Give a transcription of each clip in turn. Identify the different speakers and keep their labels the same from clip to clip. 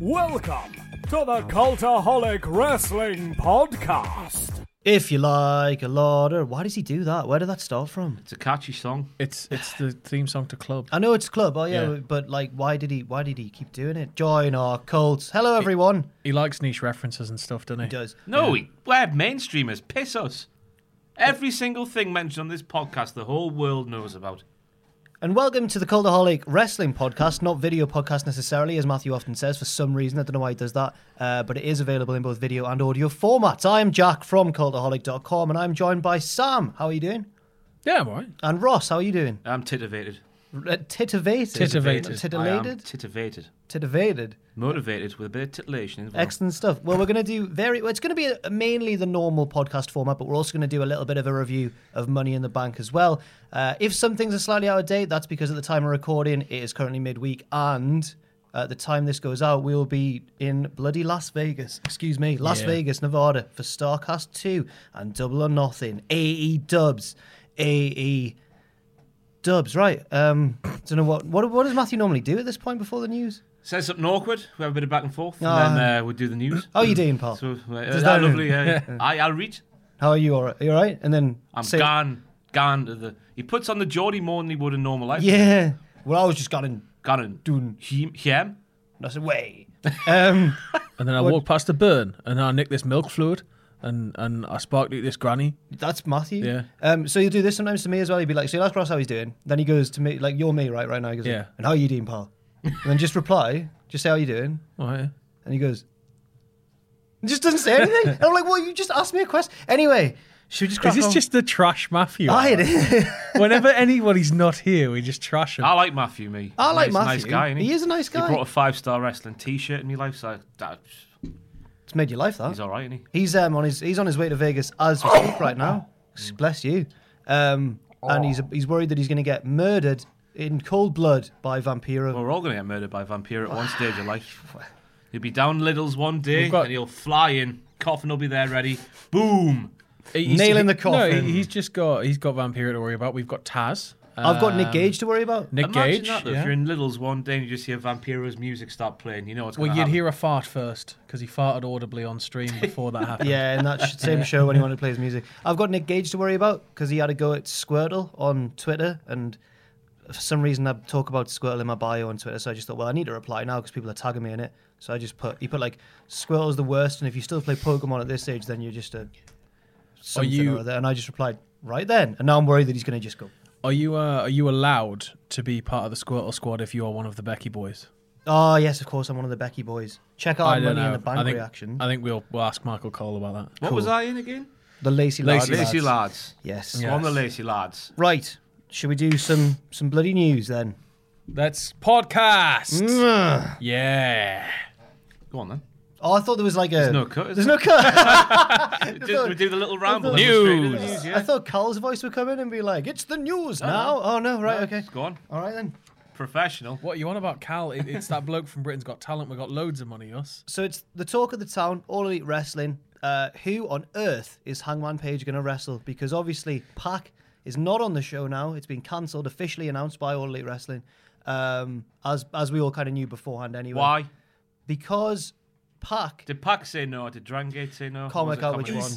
Speaker 1: Welcome to the Cultaholic Wrestling Podcast.
Speaker 2: If you like a lauder, why does he do that? Where did that start from?
Speaker 3: It's a catchy song.
Speaker 4: It's it's the theme song to Club.
Speaker 2: I know it's club, oh yeah,
Speaker 4: Yeah.
Speaker 2: but like, why did he? Why did he keep doing it? Join our cult. Hello, everyone.
Speaker 4: He likes niche references and stuff, doesn't he?
Speaker 2: He does.
Speaker 3: No, we- we're mainstreamers. Piss us. Every single thing mentioned on this podcast, the whole world knows about.
Speaker 2: And welcome to the Cultaholic Wrestling Podcast, not video podcast necessarily, as Matthew often says for some reason. I don't know why he does that, uh, but it is available in both video and audio formats. I am Jack from cultaholic.com, and I'm joined by Sam. How are you doing?
Speaker 4: Yeah, I'm alright.
Speaker 2: And Ross, how are you doing?
Speaker 3: I'm titivated.
Speaker 2: Uh, Titivated.
Speaker 4: Titivated.
Speaker 3: I am
Speaker 2: Titivated.
Speaker 3: titivated.
Speaker 2: Titivated.
Speaker 3: Motivated with a bit of titillation involved.
Speaker 2: Excellent stuff. Well, we're going to do very. It's going to be a, mainly the normal podcast format, but we're also going to do a little bit of a review of Money in the Bank as well. Uh, if some things are slightly out of date, that's because at the time of recording, it is currently midweek, and at the time this goes out, we will be in bloody Las Vegas. Excuse me, Las
Speaker 4: Yeah.
Speaker 2: Vegas, Nevada, for Starcast Two and Double or Nothing. AE Dubs, AE Dubs. Right. Um, don't know what what what does Matthew normally do at this point before the news.
Speaker 3: Says something awkward. We have a bit of back and forth,
Speaker 2: Ah. Oh,
Speaker 3: and then uh, we do the news.
Speaker 2: How are you doing, Paul?
Speaker 3: So, uh,
Speaker 2: Does
Speaker 3: that
Speaker 2: that-
Speaker 3: lovely. Uh, I, I'll read.
Speaker 2: How are you? All right? Are you all right? And then
Speaker 3: I'm
Speaker 2: say-
Speaker 3: gone. Gone to the. He puts on the Geordie more than he would in normal life.
Speaker 2: Yeah. Well, I was just going,
Speaker 3: Gone and
Speaker 2: Dun.
Speaker 3: He, him.
Speaker 2: and I said, way. Um,
Speaker 4: And then I walk past the burn, and I nick this milk fluid, and and I spark this granny.
Speaker 2: that's Matthew.
Speaker 4: Yeah.
Speaker 2: Um, so you do this sometimes to me as well. He'd be like, so you ask Ross how he's doing. Then he goes to me, like, you're me, right, right now. He goes,
Speaker 4: Yeah.
Speaker 2: And how are you doing, pal? and then just reply, just say how you doing.
Speaker 4: All right.
Speaker 2: And he goes, and just doesn't say anything. and I'm like, well, you just asked me a question. Anyway, should we just
Speaker 4: Is
Speaker 2: crack
Speaker 4: this
Speaker 2: on?
Speaker 4: just the trash Matthew?
Speaker 2: I, it is.
Speaker 4: Whenever anybody's not here, we just trash him.
Speaker 3: I like Matthew, me.
Speaker 2: I like
Speaker 3: He's a nice
Speaker 2: Matthew.
Speaker 3: guy, isn't he?
Speaker 2: He is a nice guy.
Speaker 3: He brought a five star wrestling t shirt in my life, so that,
Speaker 2: it's made your life, that.
Speaker 3: he's alright, isn't he?
Speaker 2: He's um on his he's on his way to Vegas as we speak right now. Bless you. Um, and he's he's worried that he's going to get murdered in cold blood by Vampiro.
Speaker 3: We're all going to get murdered by a vampire at one stage of life. He'll be down Liddles one day
Speaker 4: We've got-
Speaker 3: and he'll fly in. Coffin will be there ready. Boom!
Speaker 4: He's-
Speaker 2: Nail in the
Speaker 4: No,
Speaker 2: coffin.
Speaker 4: he- he's just got he's got Vampiro to worry about. We've got Taz.
Speaker 2: I've got Nick
Speaker 4: Um,
Speaker 2: Gage to worry about.
Speaker 4: Nick
Speaker 3: Imagine
Speaker 4: Gage.
Speaker 3: that, though.
Speaker 4: yeah.
Speaker 3: If you're in Liddles one day and you just hear Vampiro's music start playing, you know what's going
Speaker 4: well,
Speaker 3: to
Speaker 4: you'd
Speaker 3: happen.
Speaker 4: hear a fart first because he farted audibly on stream before that happened.
Speaker 2: Yeah, in that sh- same show when he wanted to play his music. I've got Nick Gage to worry about because he had a go at Squirtle on Twitter, and for some reason I talk about Squirtle in my bio on Twitter. So I just thought, well, I need to reply now because people are tagging me in it. So I just put he put like Squirtle's the worst, and if you still play Pokemon at this age, then you're just a something
Speaker 4: you-
Speaker 2: or other. And I just replied right then, and now I'm worried that he's going to just go.
Speaker 4: Are you uh, are you allowed to be part of the Squirtle Squad if you are one of the Becky Boys?
Speaker 2: Oh yes, of course, I'm one of the Becky boys. Check out our Money in the Bank
Speaker 4: I think,
Speaker 2: reaction.
Speaker 4: I think we'll we'll ask Michael Cole about that.
Speaker 3: What was I in again?
Speaker 2: the Lacey,
Speaker 4: Lacey
Speaker 2: Lard
Speaker 3: Lacy
Speaker 2: lads.
Speaker 3: Lads.
Speaker 2: Yes.
Speaker 3: One of the Lacy Lads.
Speaker 2: Right. Should we do some some bloody news then?
Speaker 4: That's podcast. yeah.
Speaker 3: Go on then.
Speaker 2: Oh, I thought there was like a.
Speaker 3: There's no cut. is
Speaker 2: There's no
Speaker 3: there?
Speaker 2: cut.
Speaker 3: Just, we do the little ramble.
Speaker 2: thought-
Speaker 3: then we're straight into the
Speaker 4: News.
Speaker 3: news
Speaker 2: I
Speaker 3: yeah.
Speaker 2: thought Carl's voice would come in and be like, "It's the news
Speaker 3: Uh-huh.
Speaker 2: now." Oh no, right, okay,
Speaker 3: Go on.
Speaker 2: all right then.
Speaker 3: Professional.
Speaker 4: What are you on about, Cal? It, it's that bloke from Britain's Got Talent. We got loads of money, us.
Speaker 2: So it's the talk of the town, All Elite Wrestling. Uh, who on earth is Hangman Page going to wrestle? Because obviously Pac is not on the show now. It's been cancelled, officially announced by All Elite Wrestling, um, as as we all kind of knew beforehand anyway.
Speaker 3: Why?
Speaker 2: Because Pac
Speaker 3: Did Pac say no? Did Drangate say no?
Speaker 2: comic out which
Speaker 3: Which
Speaker 2: one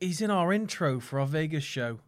Speaker 4: He's in our intro for our Vegas show.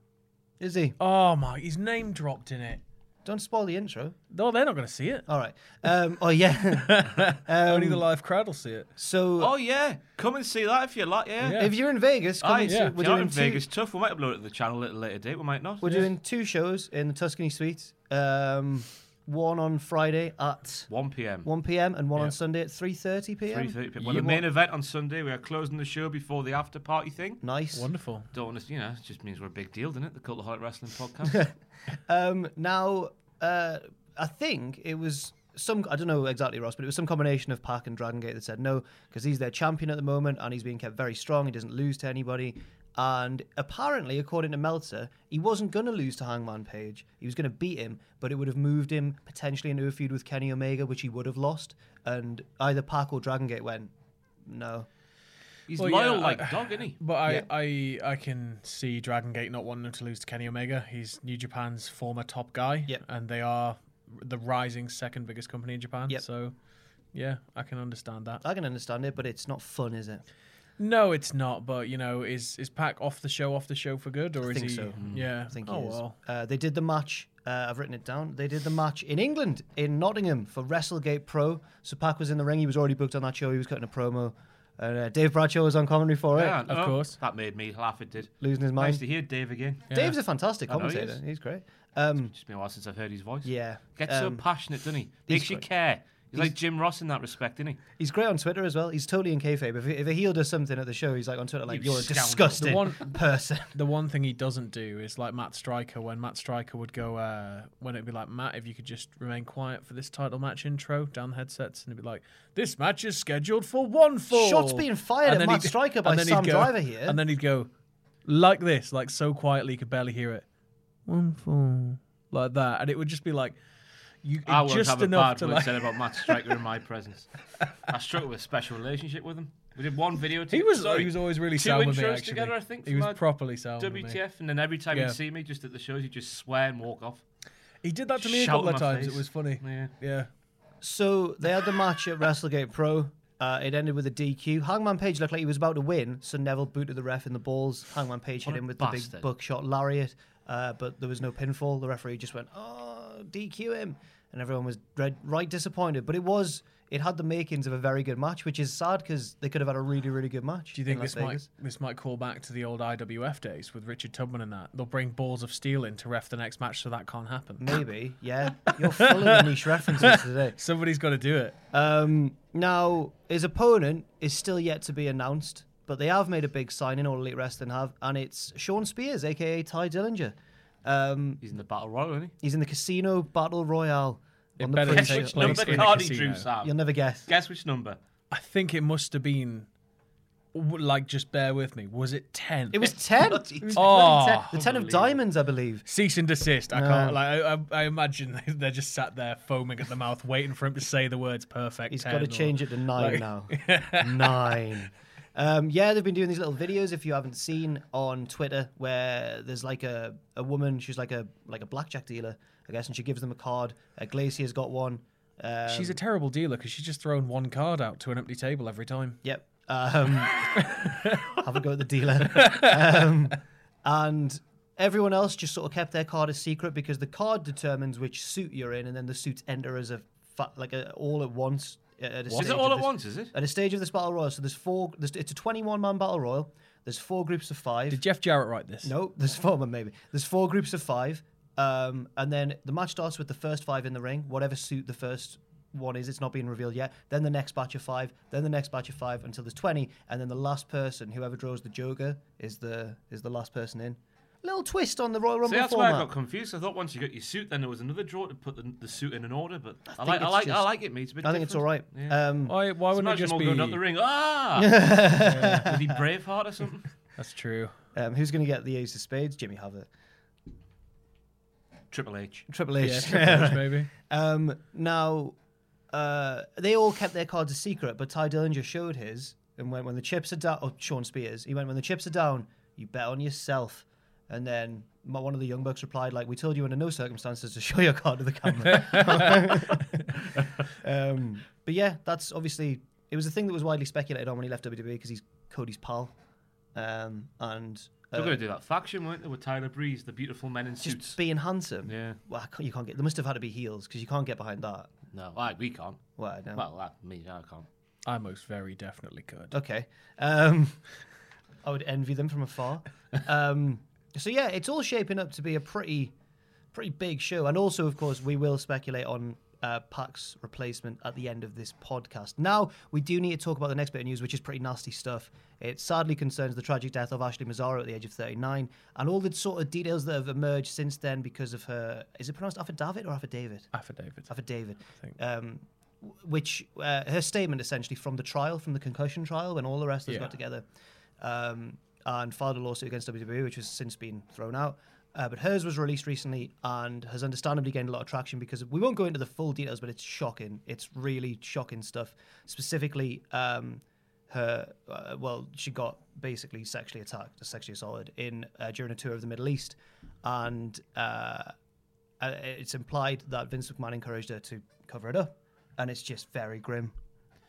Speaker 2: is he?
Speaker 4: Oh my, he's name dropped in it.
Speaker 2: Don't spoil the intro.
Speaker 4: No, they're not going to see it. Mm.
Speaker 2: All right. Um, oh yeah.
Speaker 4: Only the live crowd will see it.
Speaker 2: So
Speaker 3: Oh yeah, come and see that if you like. Yeah.
Speaker 4: Yeah.
Speaker 2: if you're in Vegas, come
Speaker 3: Aye,
Speaker 2: and see-
Speaker 3: yeah.
Speaker 2: we're
Speaker 3: If you're
Speaker 2: doing
Speaker 3: in
Speaker 2: two-
Speaker 3: Vegas, tough. We might upload it to the channel at a later date. We might not.
Speaker 2: We're doing two shows in the Tuscany Suite. Um, one on Friday at
Speaker 3: 1 p.m.
Speaker 2: 1 p.m. and one
Speaker 3: Yeah.
Speaker 2: on Sunday at 3:30 p.m.
Speaker 3: 3:30 p.m. Well, the main event on Sunday. We are closing the show before the after party thing.
Speaker 2: Nice.
Speaker 4: Wonderful.
Speaker 3: Don't want to, you know, it just means we're a big deal, doesn't it? The Cultaholic Wrestling Podcast.
Speaker 2: Um, now, uh, I think it was some, I don't know exactly, Ross, but it was some combination of Pac and Dragon Gate that said no, because he's their champion at the moment and he's being kept very strong. He doesn't lose to anybody. And apparently, according to Meltzer, he wasn't going to lose to Hangman Page. He was going to beat him, but it would have moved him potentially into a feud with Kenny Omega, which he would have lost. And either Pac or Dragon Gate went, no.
Speaker 3: He's
Speaker 4: Well,
Speaker 3: loyal
Speaker 4: yeah,
Speaker 3: like
Speaker 4: I-
Speaker 3: dog, isn't he?
Speaker 4: But I, I I can see Dragon Gate not wanting to lose to Kenny Omega. He's New Japan's former top guy,
Speaker 2: Yep.
Speaker 4: and they are the rising second biggest company in Japan.
Speaker 2: Yep.
Speaker 4: So, yeah, I can understand that.
Speaker 2: I can understand it, but it's not fun, is it?
Speaker 4: No, it's not. But you know, is is Pac off the show, off the show for good, or is
Speaker 2: think
Speaker 4: he?
Speaker 2: so. Mm.
Speaker 4: Yeah.
Speaker 2: I think
Speaker 4: oh
Speaker 2: it is.
Speaker 4: well.
Speaker 2: Uh, they did the match. Uh, I've written it down. They did the match in England, in Nottingham, for WrestleGate Pro. So Pac was in the ring. He was already booked on that show. He was cutting a promo. And uh, Dave Bradshaw was on commentary for it,
Speaker 3: Yeah,
Speaker 4: Of course.
Speaker 3: That made me laugh. It did.
Speaker 2: losing his mind.
Speaker 3: Nice to hear Dave again.
Speaker 2: Dave's a fantastic
Speaker 3: I know he
Speaker 2: commentator.
Speaker 3: is.
Speaker 2: He's great. Um,
Speaker 3: It's been a while since I've heard his voice.
Speaker 2: yeah.
Speaker 3: Gets
Speaker 2: Um,
Speaker 3: so passionate, doesn't he? Makes you
Speaker 2: great.
Speaker 3: care. He's, like Jim Ross in that respect, isn't he?
Speaker 2: he's great on Twitter as well. He's totally in kayfabe. If, if a heel does something at the show, he's like on Twitter, like,
Speaker 3: You
Speaker 2: you're a
Speaker 3: scoundrel."
Speaker 2: disgusting
Speaker 4: The one-
Speaker 2: person.
Speaker 4: The one thing he doesn't do is like Matt Stryker when Matt Stryker would go uh, when it'd be like Matt, if you could just remain quiet for this title match intro down the headsets, and it'd be like, "This match is scheduled for one fall."
Speaker 2: Shots being fired at
Speaker 4: then
Speaker 2: Matt
Speaker 4: he'd-
Speaker 2: Stryker
Speaker 4: and
Speaker 2: by
Speaker 4: then he'd
Speaker 2: Sam
Speaker 4: go-
Speaker 2: Driver here.
Speaker 4: and then he'd go like this, like so quietly you could barely hear it. One fall, like that, and it would just be like you
Speaker 3: I won't
Speaker 4: just
Speaker 3: have a
Speaker 4: enough
Speaker 3: bad
Speaker 4: to
Speaker 3: word
Speaker 4: like.
Speaker 3: said about Matt Striker in my presence. I struck with a special relationship with him. We did one video.
Speaker 4: He was
Speaker 3: sorry,
Speaker 4: he was always really
Speaker 3: two
Speaker 4: sour with me.
Speaker 3: intros
Speaker 4: Actually,
Speaker 3: together. I think
Speaker 4: he
Speaker 3: for
Speaker 4: was
Speaker 3: my
Speaker 4: properly sour with me.
Speaker 3: WTF, and then every time
Speaker 4: Yeah.
Speaker 3: he'd see me, just at the shows, he'd just swear and walk off.
Speaker 4: He did that to me a
Speaker 3: Shout in
Speaker 4: couple of
Speaker 3: my
Speaker 4: times.
Speaker 3: face.
Speaker 4: It was funny.
Speaker 3: Yeah.
Speaker 4: Yeah.
Speaker 2: So they had the match at WrestleGate Pro. Uh, it ended with a DQ. Hangman Page looked like he was about to win, so Neville booted the ref in the balls. Hangman Page hit
Speaker 3: What a
Speaker 2: him with the
Speaker 3: bastard.
Speaker 2: big buckshot lariat, uh, but there was no pinfall. The referee just went, "Oh, DQ him," and everyone was red, right disappointed. But it was it had the makings of a very good match, which is sad because they could have had a really really good match.
Speaker 4: Do you think
Speaker 2: in Las
Speaker 4: this might
Speaker 2: Vegas.
Speaker 4: this might call back to the old IWF days with Richard Tubman and that? They'll bring balls of steel in to ref the next match, so that can't happen.
Speaker 2: Maybe, yeah. You're full of niche references today.
Speaker 4: Somebody's got to do it.
Speaker 2: Um, now, his opponent is still yet to be announced, but they have made a big signing, all Elite Wrestling have, and it's Sean Spears, aka Ty Dillinger. Um,
Speaker 3: He's in the battle royal, isn't he?
Speaker 2: he's in the Casino Battle Royale.
Speaker 4: It
Speaker 2: on the
Speaker 4: better
Speaker 2: pre-show.
Speaker 4: take
Speaker 3: Which
Speaker 4: place
Speaker 3: number
Speaker 4: in a
Speaker 3: card he
Speaker 4: casino.
Speaker 3: drew, Sam?
Speaker 2: You'll never guess.
Speaker 3: Guess which number?
Speaker 4: I think it must have been, w- like, just bear with me. Was it ten?
Speaker 2: It was 10.
Speaker 3: Bloody
Speaker 2: It was
Speaker 4: Oh.
Speaker 2: bloody 10. The 10 of Diamonds, I believe.
Speaker 4: cease and desist. I can't. Like, I, I, I imagine they're just sat there foaming at the mouth, waiting for him to say the words "perfect."
Speaker 2: He's
Speaker 4: 10
Speaker 2: got to
Speaker 4: or-
Speaker 2: change it to nine
Speaker 4: like-
Speaker 2: now. nine. Um, yeah, they've been doing these little videos. If you haven't seen on Twitter, where there's like a, a woman, she's like a like a blackjack dealer, I guess, and she gives them a card. Uh, Glacier's got one. Um,
Speaker 4: She's a terrible dealer because she's just thrown one card out to an empty table every time.
Speaker 2: Yep. Um, have a go at the dealer. Um, and everyone else just sort of kept their card a secret because the card determines which suit you're in, and then the suits enter as a fa- like a, all at once. uh, At a
Speaker 3: Is
Speaker 2: stage
Speaker 3: it all
Speaker 2: of
Speaker 3: at
Speaker 2: this-
Speaker 3: once? Is it?
Speaker 2: At a stage of this battle royal, so there's four. There's, it's a 21 man battle royal. There's four groups of five.
Speaker 4: Did Jeff Jarrett write this?
Speaker 2: No, there's four, but maybe there's four groups of five, um, and then the match starts with the first five in the ring. Whatever suit the first one is, it's not being revealed yet. Then the next batch of five, then the next batch of five until there's twenty, and then the last person, whoever draws the Joker, is the is the last person in. Little twist on the Royal Rumble
Speaker 3: See, that's
Speaker 2: format.
Speaker 3: why I got confused. I thought once you got your suit, then there was another drawer to put the, the suit in an order. But I, like, I
Speaker 2: it's
Speaker 3: like, I
Speaker 2: just-
Speaker 3: like it, mate. It's a bit
Speaker 2: I think it's all right. Um,
Speaker 4: Why? Why
Speaker 3: I
Speaker 4: wouldn't it
Speaker 3: imagine
Speaker 4: just
Speaker 3: all
Speaker 4: be?
Speaker 3: going up the ring. Ah, yeah. was he Braveheart or something?
Speaker 4: That's true.
Speaker 2: um, who's going to get the Ace of Spades? Jimmy Havoc,
Speaker 3: Triple H.
Speaker 2: Triple H.
Speaker 4: Yeah, Triple H, maybe.
Speaker 2: Um, now, uh, they all kept their cards a secret, but Ty Dillinger showed his and went when the chips are down. Oh, Sean Spears. He went when the chips are down. You bet on yourself. And then my- one of the young bucks replied, "Like we told you under no circumstances to show your card to the camera." um, but yeah, that's obviously E it was a thing that was widely speculated on when he left WWE because he's Cody's pal, um, and
Speaker 3: They're going to do that faction, weren't they? With Tyler Breeze, the beautiful men in
Speaker 2: Just
Speaker 3: suits.
Speaker 2: being handsome.
Speaker 3: Yeah.
Speaker 2: Well, I can't- you can't get. They must have had to be heels because you can't get behind that.
Speaker 3: no, I, we can't.
Speaker 2: Well, no.
Speaker 3: Well, that, me, I can't.
Speaker 4: I most very definitely could.
Speaker 2: Okay. Um, I would envy them from afar. Um, so yeah, it's all shaping up to be a pretty, pretty big show. And also, of course, we will speculate on uh, Pac's replacement at the end of this podcast. Now we do need to talk about the next bit of news, which is pretty nasty stuff. It sadly concerns the tragic death of Ashley Mazzaro at the age of 39, and all the sort of details that have emerged since then because of her. Is it pronounced affidavit or affidavit?
Speaker 4: Affidavit.
Speaker 2: affidavit, um, w- which uh, her statement essentially from the trial, from the concussion trial, when all the wrestlers
Speaker 4: Yeah.
Speaker 2: got together um, and filed a lawsuit against WWE, which has since been thrown out. Uh, but hers was released recently and has understandably gained a lot of traction because we won't go into the full details, but it's shocking. It's really shocking stuff. Specifically, um, her uh, well she got basically sexually attacked sexually assaulted in uh, during a tour of the middle east and uh, uh, it's implied that vince mcmahon encouraged her to cover it up and it's just very grim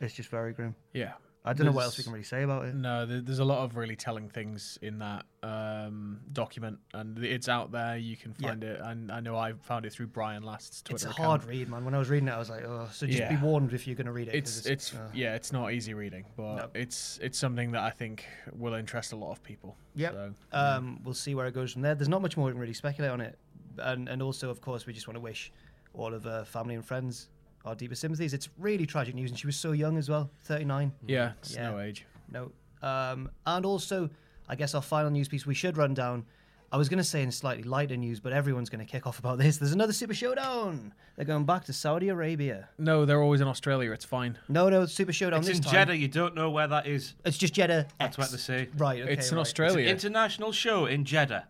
Speaker 2: it's just very grim
Speaker 4: Yeah.
Speaker 2: i don't know what
Speaker 4: There's-
Speaker 2: else we can really say about it
Speaker 4: No, there- there's a lot of really telling things in that um, document, and it's out there. You can
Speaker 2: Yeah.
Speaker 4: find it, and I know I found it through Brian Last's Twitter
Speaker 2: it's a
Speaker 4: account.
Speaker 2: hard read man when i was reading it i was like oh so just be
Speaker 4: Yeah.
Speaker 2: warned if you're going to read it 'cause
Speaker 4: It's it's
Speaker 2: uh,
Speaker 4: yeah, it's not easy reading, but
Speaker 2: No.
Speaker 4: it's it's something that I think will interest a lot of people.
Speaker 2: Yep.
Speaker 4: So,
Speaker 2: Um, we'll see where it goes from there. There's not much more we can really speculate on it, and and also of course we just want to wish all of her family and friends our deepest sympathies. It's really tragic news, and she was so young as well, 39.
Speaker 4: yeah, it's
Speaker 2: Yeah.
Speaker 4: no age.
Speaker 2: No, um, and also I guess our final news piece we should run down. I was going to say in slightly lighter news, but everyone's going to kick off about this. There's another Super Showdown. They're going back to Saudi Arabia.
Speaker 4: No, they're always in Australia. It's fine.
Speaker 2: No, no, Super Showdown
Speaker 3: It's
Speaker 2: this
Speaker 3: in
Speaker 2: time.
Speaker 3: Jeddah. You don't know where that is.
Speaker 2: It's just Jeddah. X.
Speaker 3: That's what they say.
Speaker 2: Right. Okay,
Speaker 4: it's in
Speaker 2: right.
Speaker 4: Australia.
Speaker 3: International show in Jeddah.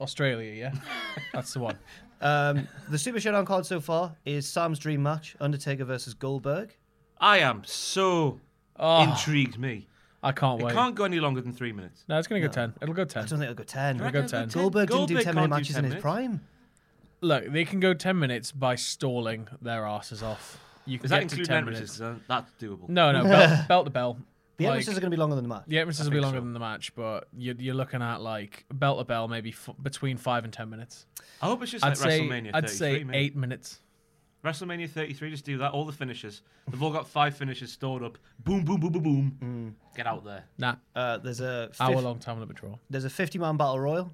Speaker 4: Australia, yeah, that's the one.
Speaker 2: Um, the Super Showdown card so far is Sam's dream match: Undertaker versus Goldberg.
Speaker 3: I am so intrigued. Me.
Speaker 4: I can't
Speaker 3: It
Speaker 4: Ah. wait.
Speaker 3: can't go any longer than three minutes.
Speaker 4: No, it's gonna go ten. It'll go ten.
Speaker 2: I don't think it'll go ten.
Speaker 4: reckon it'll go 10?
Speaker 2: Goldberg didn't do
Speaker 3: Goldberg
Speaker 2: ten minute
Speaker 3: can't do
Speaker 2: matches in
Speaker 3: 10
Speaker 2: his
Speaker 3: minutes.
Speaker 2: prime.
Speaker 4: Look, they can go ten minutes by stalling their asses off. You can
Speaker 3: Does that
Speaker 4: get
Speaker 3: include
Speaker 4: to ten
Speaker 3: entrances?
Speaker 4: minutes.
Speaker 3: 'Cause, uh, That's doable.
Speaker 4: No, no, belt, belt to bell.
Speaker 2: The
Speaker 4: Like,
Speaker 2: entrances are going to be longer than the match.
Speaker 4: the entrances will be longer than the match, but you're, you're looking at like belt to bell, maybe f- between five and ten minutes.
Speaker 3: I hope it's just
Speaker 4: I'd
Speaker 3: like
Speaker 4: say
Speaker 3: WrestleMania 33.
Speaker 4: I'd say
Speaker 3: mate.
Speaker 4: eight minutes.
Speaker 3: WrestleMania 33, just do that. All the finishes. They've all got five finishes stored up. Boom, boom, boom, boom, boom.
Speaker 4: Mm.
Speaker 3: Get out there.
Speaker 4: Nah,
Speaker 2: Uh, there's a
Speaker 4: hour
Speaker 2: fif-
Speaker 4: long time limit draw.
Speaker 2: there's a fifty man battle royal.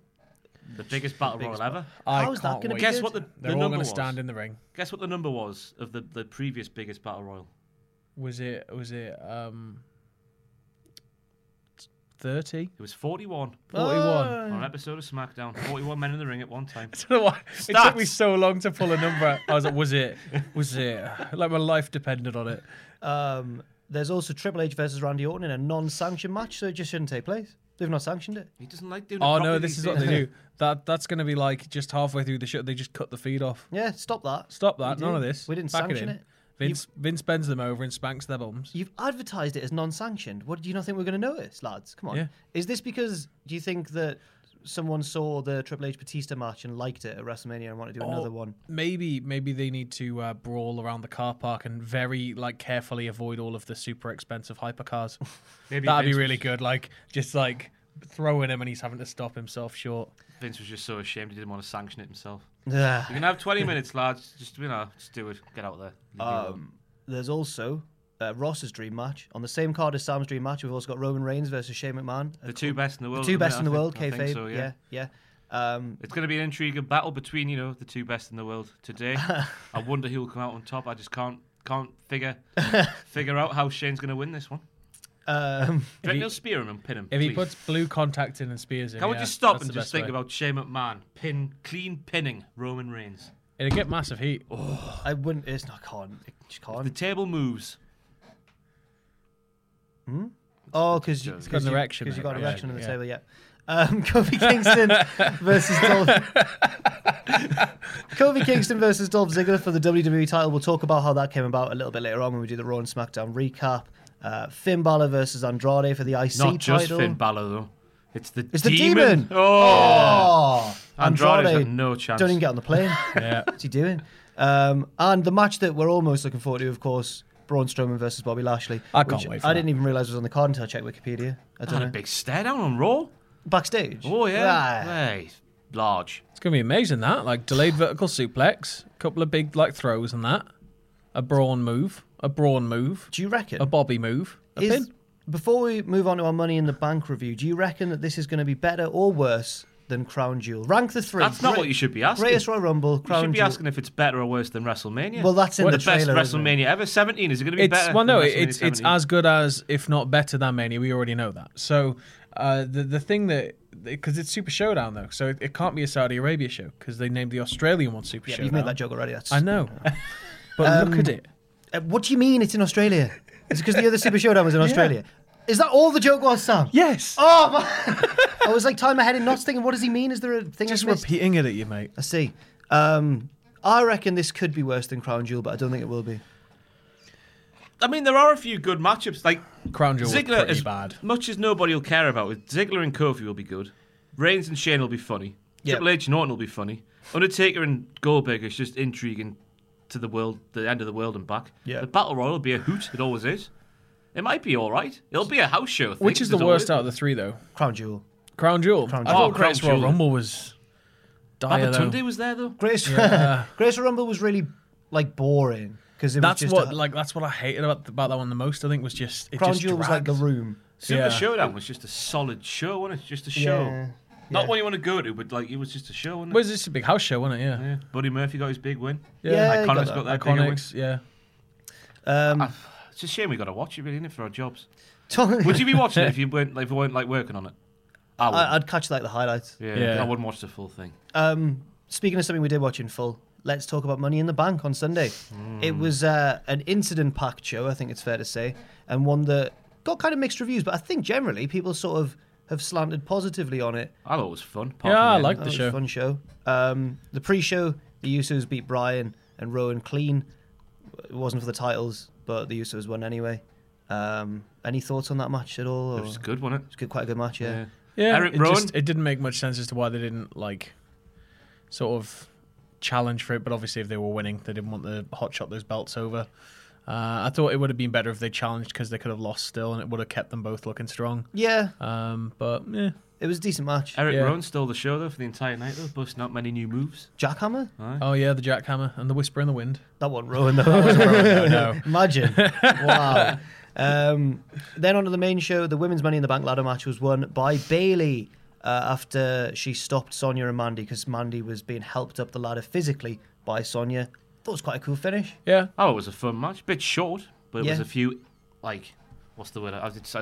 Speaker 3: The biggest battle royal ever.
Speaker 4: I
Speaker 2: How is that
Speaker 4: can't
Speaker 2: gonna be
Speaker 4: wait.
Speaker 2: good?
Speaker 3: Guess what the, the
Speaker 4: They're all
Speaker 3: number
Speaker 4: going
Speaker 3: was?
Speaker 4: to stand in the ring.
Speaker 3: Guess what the number was of the, the previous biggest battle royal?
Speaker 4: Was it was it um thirty?
Speaker 3: It was 41
Speaker 4: Forty
Speaker 2: Ah.
Speaker 4: one.
Speaker 2: Oh.
Speaker 3: on an episode of SmackDown. 41 men in the ring at one time.
Speaker 4: I don't know why it took me so long to pull a number. I was like, was it? Was it? Like my life depended on it.
Speaker 2: Um, there's also Triple H versus Randy Orton in a non-sanctioned match, so it just shouldn't take place. They've not sanctioned it.
Speaker 3: He doesn't like doing it
Speaker 4: Oh no,
Speaker 3: properly
Speaker 4: this
Speaker 3: these
Speaker 4: is what
Speaker 3: days.
Speaker 4: they do. That that's going to be like just halfway through the show, they just cut the feed off.
Speaker 2: Yeah, stop that.
Speaker 4: Stop that!
Speaker 2: We
Speaker 4: None of
Speaker 2: didn't-
Speaker 4: this.
Speaker 2: We didn't
Speaker 4: Back
Speaker 2: sanction
Speaker 4: in.
Speaker 2: it.
Speaker 4: Vince Vince bends them over and spanks their bums.
Speaker 2: You've advertised it as non-sanctioned. What do you not think we're going to notice, lads? Come on.
Speaker 4: Yeah.
Speaker 2: Is this because do you think that someone saw the Triple H Batista match and liked it at WrestleMania and
Speaker 4: Oh.
Speaker 2: wanted to do another one?
Speaker 4: Maybe maybe they need to uh, brawl around the car park and very like carefully avoid all of the super expensive hypercars.
Speaker 3: Maybe
Speaker 4: That'd
Speaker 3: Vince
Speaker 4: be really
Speaker 3: was-
Speaker 4: good. Like just like throwing him and he's having to stop himself short.
Speaker 3: Vince was just so ashamed he didn't want to sanction it himself.
Speaker 2: Ugh.
Speaker 3: You can have 20 minutes, lads. Just, you know, just do it. Get out there. Leave me
Speaker 2: Um,
Speaker 3: alone.
Speaker 2: There's also uh, Ross's dream match on the same card as Sam's dream match. We've also got Roman Reigns versus Shane McMahon.
Speaker 3: the two best in the
Speaker 2: The
Speaker 3: world.
Speaker 2: two
Speaker 3: at
Speaker 2: best in
Speaker 3: minute,
Speaker 2: the
Speaker 3: I
Speaker 2: world,
Speaker 3: think. I think
Speaker 2: kayfabe.
Speaker 3: so,
Speaker 2: yeah, yeah. Um,
Speaker 3: It's going to be an intriguing battle between you know the two best in the world today. I wonder who will come out on top. I just can't can't figure figure out how Shane's going to win this one.
Speaker 2: um,
Speaker 3: Do you reckon he'll spear him and pin him?
Speaker 4: If he
Speaker 3: please?
Speaker 4: puts blue contact in and spears him,
Speaker 3: can we
Speaker 4: yeah,
Speaker 3: just stop
Speaker 4: that's
Speaker 3: and
Speaker 4: the
Speaker 3: just
Speaker 4: best
Speaker 3: think
Speaker 4: way.
Speaker 3: about Shane McMahon pin clean pinning Roman Reigns?
Speaker 4: it'll get massive heat.
Speaker 2: I wouldn't. It's not. I can't. It just
Speaker 3: The
Speaker 2: can't.
Speaker 3: table moves.
Speaker 2: Oh, because you
Speaker 3: It's
Speaker 4: got an erection,
Speaker 2: Because you
Speaker 4: mate,
Speaker 2: got an
Speaker 4: right?
Speaker 2: erection on the
Speaker 4: Yeah.
Speaker 2: table. Yeah. Um, Kofi Kingston versus Dolph. Kofi Kingston versus Dolph Ziggler for the WWE title. We'll talk about how that came about a little bit later on when we do the Raw and SmackDown recap. Uh, Finn Balor versus Andrade for the IC
Speaker 3: Not just
Speaker 2: title.
Speaker 3: Finn Balor though. It's the
Speaker 2: It's the
Speaker 3: demon.
Speaker 2: demon.
Speaker 3: Oh,
Speaker 2: Oh,
Speaker 3: Andrade's
Speaker 2: Andrade
Speaker 3: got no chance.
Speaker 2: Don't even get on the plane.
Speaker 4: Yeah.
Speaker 2: What's he doing? Um, and the match that we're almost looking forward to, of course, Braun Strowman versus Bobby Lashley.
Speaker 4: I can't
Speaker 2: which
Speaker 4: wait for
Speaker 2: I Oh!
Speaker 4: that.
Speaker 2: didn't even realize was on the card until I checked Wikipedia. I don't
Speaker 3: had a
Speaker 2: know.
Speaker 3: big stare down on Raw.
Speaker 2: backstage.
Speaker 3: Oh yeah,
Speaker 2: Right.
Speaker 3: hey, large.
Speaker 4: It's gonna be amazing that like delayed vertical suplex, a couple of big like throws and that, a brawn move, a brawn move,
Speaker 2: Do you reckon?
Speaker 4: a bobby move, a
Speaker 2: is,
Speaker 4: pin.
Speaker 2: before we move on to our Money in the Bank review, do you reckon that this is going to be better or worse than Crown Jewel? Rank the three.
Speaker 3: That's not
Speaker 2: Great-
Speaker 3: what you should be asking.
Speaker 2: Greatest Royal Rumble,
Speaker 3: You
Speaker 2: Crown
Speaker 3: should be
Speaker 2: Jewel.
Speaker 3: asking if it's better or worse than WrestleMania.
Speaker 2: Well, that's in
Speaker 3: What
Speaker 2: the
Speaker 3: the best
Speaker 2: trailer, isn't it?
Speaker 3: WrestleMania ever. Seventeen is it going to be
Speaker 4: It's
Speaker 3: better?
Speaker 4: well, no,
Speaker 3: than
Speaker 4: it-
Speaker 3: WrestleMania
Speaker 4: it's it's
Speaker 3: 17?
Speaker 4: as good as if not better than Mania. We already know that. So uh, the the thing that because it's Super Showdown though, so it, it can't be a Saudi Arabia show because they named the Australian one Super
Speaker 2: Yeah,
Speaker 4: Showdown.
Speaker 2: you've made that joke already. That's,
Speaker 4: I know, but look at it.
Speaker 2: Uh, what do you mean it's in Australia? It's because the other Super Showdown was in Australia. Is that all the joke was, Sam?
Speaker 4: Yes,
Speaker 2: Oh, my. I was like time ahead and not thinking, what does he mean? Is there a thing
Speaker 4: just
Speaker 2: I've missed?
Speaker 4: repeating it at you, mate.
Speaker 2: I see. Um, I reckon this could be worse than Crown Jewel, but I don't think it will be.
Speaker 3: I mean, there are a few good matchups. Like
Speaker 4: Crown Jewel was
Speaker 3: Ziggler,
Speaker 4: pretty
Speaker 3: as
Speaker 4: bad.
Speaker 3: much as nobody will care about it, Ziggler and Kofi will be good. Reigns and Shane will be funny.
Speaker 2: Yeah.
Speaker 3: Triple H and Norton will be funny. Undertaker and Goldberg is just intriguing to the world, the end of the world and back.
Speaker 2: Yeah.
Speaker 3: The Battle Royal will be a hoot. It always is. It might be all right. It'll be a house show. I think,
Speaker 4: Which is the
Speaker 3: as always.
Speaker 4: worst out of the three though?
Speaker 2: Crown Jewel.
Speaker 4: Crown Jewel.
Speaker 2: Crown
Speaker 4: I
Speaker 2: Jewel.
Speaker 3: Oh,
Speaker 4: thought Greatest
Speaker 3: Crown
Speaker 4: Royal
Speaker 3: Jewel.
Speaker 4: Rumble was dire though.
Speaker 3: Babatunde was there though.
Speaker 2: Greatest, Greatest Rumble was really like boring because it
Speaker 4: That's
Speaker 2: was just
Speaker 4: what
Speaker 2: a-
Speaker 4: like that's what I hated about, about that one the most. I think was just it
Speaker 2: Crown
Speaker 4: just
Speaker 2: Jewel was like
Speaker 4: dragged.
Speaker 2: the room.
Speaker 3: Super
Speaker 4: Yeah.
Speaker 3: Showdown was just a solid show, wasn't it? Just a show.
Speaker 2: Yeah.
Speaker 3: Not
Speaker 2: Yeah.
Speaker 3: one you want to go to, but like it was just a show, wasn't it?
Speaker 4: Was this a big house show, wasn't it? Yeah.
Speaker 3: Yeah. Buddy Murphy got his big win.
Speaker 2: Yeah, he got
Speaker 3: Iconics
Speaker 2: that.
Speaker 3: got their bigger win.
Speaker 4: Iconics. Yeah.
Speaker 2: Um,
Speaker 3: It's a shame we got to watch it, really, isn't it, for our jobs.
Speaker 2: Tom-
Speaker 3: Would you be watching it if you weren't, like, if we weren't like working on it? I would.
Speaker 2: I, I'd catch like the highlights.
Speaker 3: yeah,
Speaker 4: Yeah.
Speaker 3: I wouldn't watch the full thing.
Speaker 2: Um, speaking of something we did watch in full, let's talk about Money in the Bank on Sunday. It was uh, an incident-packed show, I think it's fair to say, and one that got kind of mixed reviews. But I think generally people sort of have slanted positively on it.
Speaker 3: I thought it was fun. apart
Speaker 4: Yeah,
Speaker 3: from
Speaker 4: I
Speaker 3: the
Speaker 4: liked
Speaker 2: That
Speaker 4: the
Speaker 2: was
Speaker 4: show.
Speaker 2: a fun show. Um, the pre-show, the Usos beat Bryan and Rowan clean. It wasn't for the titles, but the Usos won anyway. Um, any thoughts on that match at all?
Speaker 3: end.
Speaker 2: or-
Speaker 3: It was good, wasn't
Speaker 2: It's good, quite a good match,
Speaker 3: it?
Speaker 2: yeah.
Speaker 3: Yeah.
Speaker 4: Yeah.
Speaker 3: Eric
Speaker 4: it,
Speaker 3: Rowan?
Speaker 4: just, it didn't make much sense as to why they didn't like sort of challenge for it, but obviously if they were winning, they didn't want to hot shot those belts over. Uh, I thought it would have been better if they challenged because they could have lost still, and it would have kept them both looking strong.
Speaker 2: Yeah,
Speaker 4: Um, but yeah,
Speaker 2: it was a decent match.
Speaker 3: Eric
Speaker 4: Yeah.
Speaker 3: Rowan stole the show, though, for the entire night, though, busting out many new moves.
Speaker 2: Jackhammer?
Speaker 4: oh yeah, the jackhammer and the whisper in the wind.
Speaker 2: That wasn't Rowan, though.
Speaker 4: no, no.
Speaker 2: Imagine. wow. Um, then onto the main show, the Women's Money in the Bank ladder match was won by Bailey uh, after she stopped Sonia and Mandy because Mandy was being helped up the ladder physically by Sonia. That was quite a cool finish.
Speaker 4: yeah,
Speaker 3: Oh, it was a fun match. Bit short, but it was
Speaker 2: Yeah.
Speaker 3: a few, like, what's the word? I was just,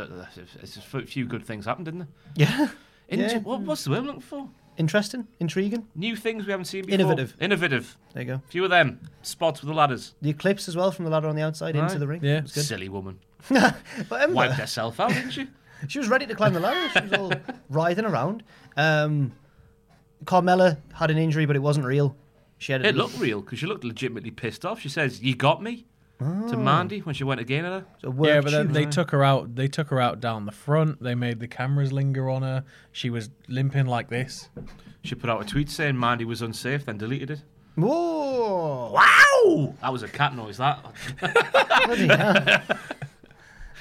Speaker 3: it's just a few good things happened, didn't there?
Speaker 2: Yeah.
Speaker 3: Inter-
Speaker 2: Yeah.
Speaker 3: What, what's the word I'm looking for?
Speaker 2: Interesting, intriguing.
Speaker 3: New things we haven't seen before.
Speaker 2: Innovative.
Speaker 3: Innovative.
Speaker 2: There you go.
Speaker 3: Few of them. Spots with the ladders.
Speaker 2: The eclipse as well from the ladder on the outside into
Speaker 3: Aye.
Speaker 2: the ring.
Speaker 4: Yeah.
Speaker 2: It was good.
Speaker 3: Silly woman.
Speaker 2: But Ember,
Speaker 3: Wiped herself out, didn't she?
Speaker 2: she was ready to climb the ladder. She was all writhing around. Um, Carmella had an injury, but it wasn't real. She had a
Speaker 3: It looked real because she looked legitimately pissed off. She says, "You got me,"
Speaker 2: Ah.
Speaker 3: to Mandy when she went again at her.
Speaker 2: a work
Speaker 4: yeah, but then
Speaker 2: shoot.
Speaker 4: they took her out. They took her out down the front. They made the cameras linger on her. She was limping like this.
Speaker 3: She put out a tweet saying Mandy was unsafe, then deleted it.
Speaker 2: Whoa!
Speaker 3: Wow! That was a cat noise. That
Speaker 2: Bloody hell.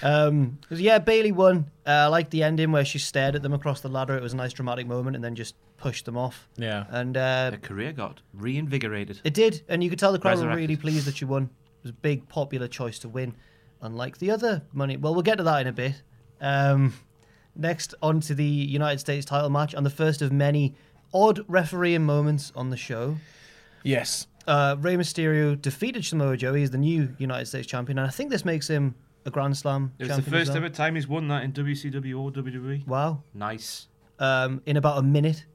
Speaker 2: um, 'cause, yeah, Bailey won. Uh, I like the ending where she stared at them across the ladder. It was a nice dramatic moment, and then just pushed them off.
Speaker 4: Yeah.
Speaker 2: And uh,
Speaker 3: her career got reinvigorated.
Speaker 2: it did, and you could tell the crowd were
Speaker 3: Resurrected.
Speaker 2: really pleased that she won. It was a big popular choice to win, unlike the other money. Well, we'll get to that in a bit. Um, next, on to the United States title match, and the first of many odd refereeing moments on the show.
Speaker 4: Yes.
Speaker 2: uh, Rey Mysterio defeated Samoa Joe. He's the new United States champion, and I think this makes him a Grand Slam
Speaker 3: It was the
Speaker 2: champion. as
Speaker 3: first
Speaker 2: well.
Speaker 3: ever time he's won that in WCW or WWE.
Speaker 2: Wow.
Speaker 3: Nice.
Speaker 2: Um, in about a minute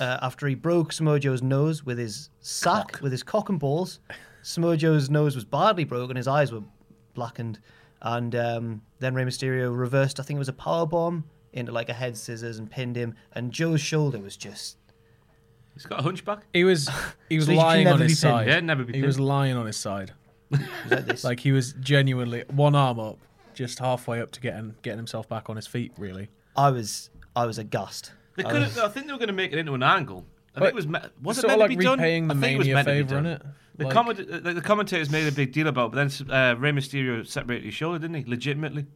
Speaker 2: uh, after he broke Samoa Joe's nose with his sack, with his cock and balls, Samoa Joe's nose was badly broken. His eyes were blackened. And um, then Rey Mysterio reversed, I think it was a power bomb into like a head scissors and pinned him. And Joe's shoulder was just.
Speaker 3: He's got a hunchback.
Speaker 4: He was he was
Speaker 2: So you can
Speaker 4: lying on
Speaker 2: never
Speaker 4: his
Speaker 2: be pinned.
Speaker 4: side.
Speaker 3: Yeah, never be
Speaker 4: He
Speaker 3: pinned.
Speaker 4: was lying on his side.
Speaker 2: It was like this.
Speaker 4: Like he was genuinely one arm up, just halfway up to getting getting himself back on his feet. Really.
Speaker 2: I was, I was aghast.
Speaker 3: They could have. I think they were going to make it into an angle. I
Speaker 4: But
Speaker 3: think it was. Me- was it
Speaker 4: sort
Speaker 3: meant
Speaker 4: of
Speaker 3: to
Speaker 4: like
Speaker 3: be done?
Speaker 4: repaying the
Speaker 3: I think it was
Speaker 4: Mania
Speaker 3: meant to be
Speaker 4: favour,
Speaker 3: done.
Speaker 4: innit?
Speaker 3: The,
Speaker 4: Like-
Speaker 3: comment- the, the commentators made a big deal about, it, but then uh, Rey Mysterio separated his shoulder, didn't he? Legitimately,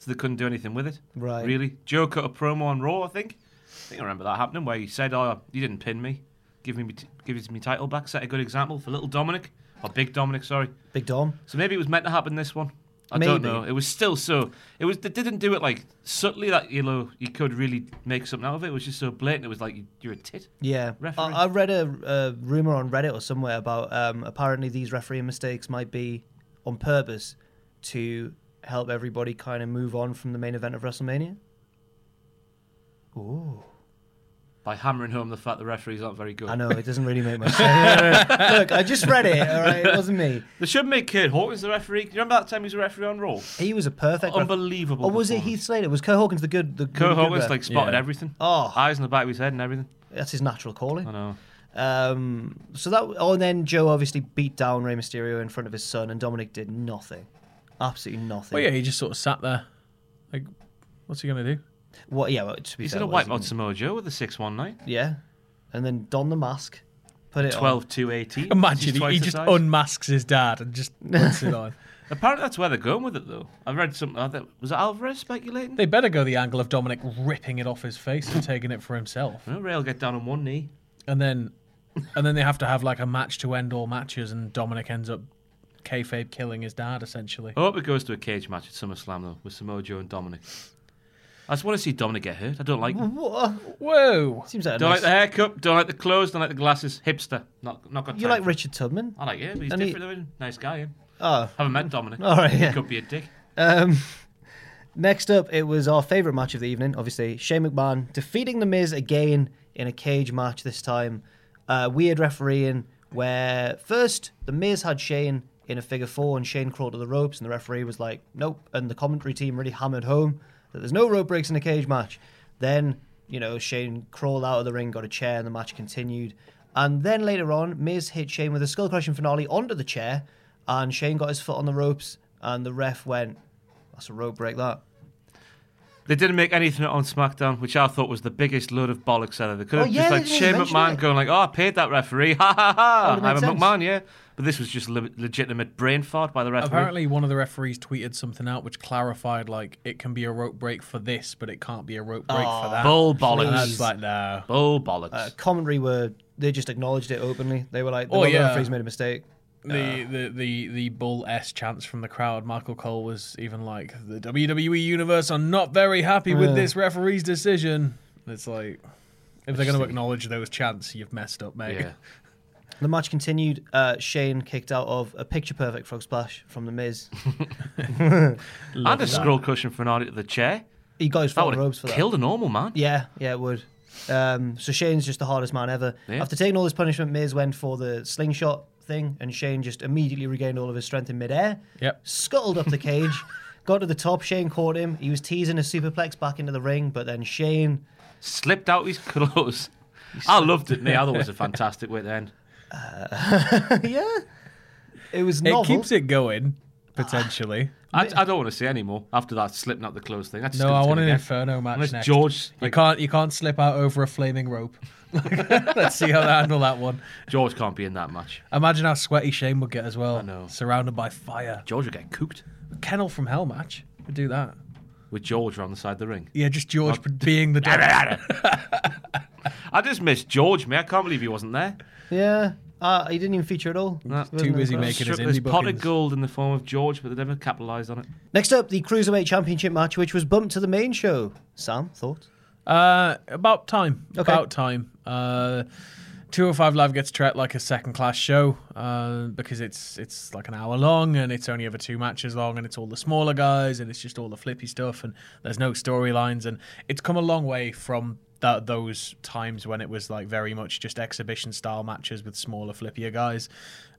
Speaker 3: so they couldn't do anything with it.
Speaker 2: Right.
Speaker 3: Really, Joe cut a promo on Raw, I think, I think I remember that happening where he said, "Oh, you didn't pin me. Give me, me t- give it me title back." Set a good example for little Dominic or big Dominic, sorry.
Speaker 2: Big Dom.
Speaker 3: So maybe it was meant to happen this one. I don't
Speaker 2: Maybe.
Speaker 3: know. It was still so. It was. They didn't do it like subtly that you know you could really make something out of it. It was just so blatant. It was like you, you're a tit.
Speaker 2: Yeah,
Speaker 3: Referee.
Speaker 2: I, I read a, a rumor on Reddit or somewhere about um, apparently these refereeing mistakes might be on purpose to help everybody kind of move on from the main event of WrestleMania. Ooh,
Speaker 3: by hammering home the fact the referees aren't very good.
Speaker 2: I know it doesn't really make much sense. Look, I just read it. All right, it wasn't me.
Speaker 3: They should make Kurt Hawkins the referee. Do you remember that time he was a referee on Raw?
Speaker 2: He was a perfect, ref-
Speaker 3: Unbelievable
Speaker 2: Or was it
Speaker 3: performance.
Speaker 2: Heath Slater? Was Kurt Hawkins the good? The
Speaker 3: Kurt
Speaker 2: really good
Speaker 3: Hawkins
Speaker 2: ref?
Speaker 3: like spotted
Speaker 4: Yeah.
Speaker 3: everything.
Speaker 2: Oh.
Speaker 3: eyes in the back of his head and everything.
Speaker 2: that's his natural calling.
Speaker 3: I know.
Speaker 2: Um, so that, oh, and then Joe obviously beat down Rey Mysterio in front of his son, and Dominic did nothing, absolutely nothing.
Speaker 4: Well, yeah, he just sort of sat there. Like, what's he going to do?
Speaker 2: What? Yeah. Well, to be
Speaker 3: He's
Speaker 2: fair,
Speaker 3: gonna
Speaker 2: what
Speaker 3: wipe
Speaker 2: is
Speaker 3: out
Speaker 2: he
Speaker 3: Samoa Joe with a six one nine.
Speaker 2: gonna- Yeah, and then don the mask, put it on.
Speaker 3: 12 to 18. He's
Speaker 4: Imagine he,
Speaker 3: twice
Speaker 4: he
Speaker 3: the
Speaker 4: just
Speaker 3: size.
Speaker 4: unmasks his dad and just puts it on.
Speaker 3: Apparently, that's where they're going with it, though. I read something. I think- Was it Alvarez speculating?
Speaker 4: They better go the angle of Dominic ripping it off his face and taking it for himself,
Speaker 3: You know, Ray will get down on one knee.
Speaker 4: and then, and then they have to have like a match to end all matches, and Dominic ends up kayfabe killing his dad essentially.
Speaker 3: I hope it goes to a cage match at SummerSlam, though, with Samoa Joe and Dominic. I just want to see Dominic get hurt. I don't like him.
Speaker 2: What?
Speaker 4: Whoa!
Speaker 2: Seems like a
Speaker 3: Don't like
Speaker 2: nice.
Speaker 3: the haircut, don't like the clothes, don't like the glasses. Hipster. Not, not got
Speaker 2: you
Speaker 3: time
Speaker 2: like
Speaker 3: for it.
Speaker 2: Richard Tubman?
Speaker 3: I like it, but he's
Speaker 2: And he-
Speaker 3: different. though. Nice guy, him.
Speaker 2: Oh.
Speaker 3: Haven't met Dominic.
Speaker 2: All right, yeah.
Speaker 3: He could be a dick.
Speaker 2: Um, next up, it was our favorite match of the evening. Obviously, Shane McMahon defeating the Miz again in a cage match. This time, uh, weird refereeing where first the Miz had Shane in a figure four, and Shane crawled to the ropes, and the referee was like, "Nope." And the commentary team really hammered home that there's no rope breaks in a cage match. Then you know Shane crawled out of the ring, got a chair, and the match continued. And then later on, Miz hit Shane with a skull crushing finale onto the chair, and Shane got his foot on the ropes, and the ref went, that's a road break, that.
Speaker 3: They didn't make anything on SmackDown, which I thought was the biggest load of bollocks ever. They could
Speaker 2: Oh,
Speaker 3: have
Speaker 2: yeah,
Speaker 3: just
Speaker 2: they
Speaker 3: like
Speaker 2: didn't
Speaker 3: Shane
Speaker 2: mention
Speaker 3: McMahon
Speaker 2: it.
Speaker 3: going like, "Oh, I paid that referee, ha ha ha!"
Speaker 2: That
Speaker 3: I'm
Speaker 2: would've made
Speaker 3: a
Speaker 2: sense.
Speaker 3: McMahon, yeah. But this was just le- legitimate brain fart by the referee.
Speaker 4: Apparently, one of the referees tweeted something out which clarified like it can be a rope break for this, but it can't be a rope break for that.
Speaker 3: bull
Speaker 4: And I
Speaker 3: bollocks,
Speaker 4: was like, no.
Speaker 3: bull Oh, bollocks.
Speaker 2: Uh, commentary were, they just acknowledged it openly. They were like, the
Speaker 4: Oh,
Speaker 2: other
Speaker 4: yeah.
Speaker 2: referee's made a mistake.
Speaker 4: The,
Speaker 3: Uh,
Speaker 4: the the the bull s chants from the crowd. Michael Cole was even like, "The WWE universe are not very happy with this referee's decision." It's like, if they're going to acknowledge those chants, you've messed up, mate.
Speaker 3: yeah.
Speaker 2: The match continued. Uh, Shane kicked out of a picture perfect frog splash from The Miz.
Speaker 3: And a scroll cushion finale to the chair.
Speaker 2: He got his foot
Speaker 3: That
Speaker 2: on
Speaker 3: would
Speaker 2: the ropes
Speaker 3: have
Speaker 2: for that.
Speaker 3: killed a normal man.
Speaker 2: Yeah, yeah, it would. Um, so Shane's just the hardest man ever.
Speaker 3: Yeah.
Speaker 2: After taking all this punishment, Miz went for the slingshot thing, and Shane just immediately regained all of his strength in midair.
Speaker 4: Yep.
Speaker 2: Scuttled up the cage, got to the top. Shane caught him. He was teasing a superplex back into the ring, but then Shane
Speaker 3: Slipped out his clothes. I loved it. Me, I thought it was a fantastic way to end.
Speaker 2: yeah. It was
Speaker 4: It
Speaker 2: novel.
Speaker 4: keeps it going
Speaker 3: Ah.
Speaker 4: potentially.
Speaker 3: I, I don't want to see any more after that slipping out the clothes thing. That's
Speaker 4: no, I want an inferno match
Speaker 3: Unless
Speaker 4: next.
Speaker 3: George,
Speaker 4: you
Speaker 3: like-
Speaker 4: can't you can't slip out over a flaming rope. Let's see how they handle that one.
Speaker 3: George can't be in that match.
Speaker 4: Imagine how sweaty Shane would get as well. I
Speaker 3: know.
Speaker 4: Surrounded by fire.
Speaker 3: George would get cooked
Speaker 4: Kennel from Hell match would do that.
Speaker 3: with George around the side of the ring.
Speaker 4: Yeah, just George being the devil.
Speaker 3: I just miss George, mate. I can't believe he wasn't there.
Speaker 2: Yeah. Uh, he didn't even feature at all.
Speaker 3: No.
Speaker 2: Wasn't
Speaker 4: Too
Speaker 2: in the
Speaker 4: busy
Speaker 2: crowd.
Speaker 4: making his
Speaker 3: Strip this
Speaker 4: indie
Speaker 3: pot of
Speaker 4: bookings.
Speaker 3: gold in the form of George, but they never capitalised on it.
Speaker 2: Next up, the Cruiserweight Championship match, which was bumped to the main show. Sam, thoughts?
Speaker 4: Uh, about time.
Speaker 2: Okay.
Speaker 4: About time. Uh, 205 Live gets treated like a second class show uh, because it's it's like an hour long and it's only ever two matches long and it's all the smaller guys and it's just all the flippy stuff and there's no storylines and it's come a long way from that those times when it was like very much just exhibition style matches with smaller flippier guys.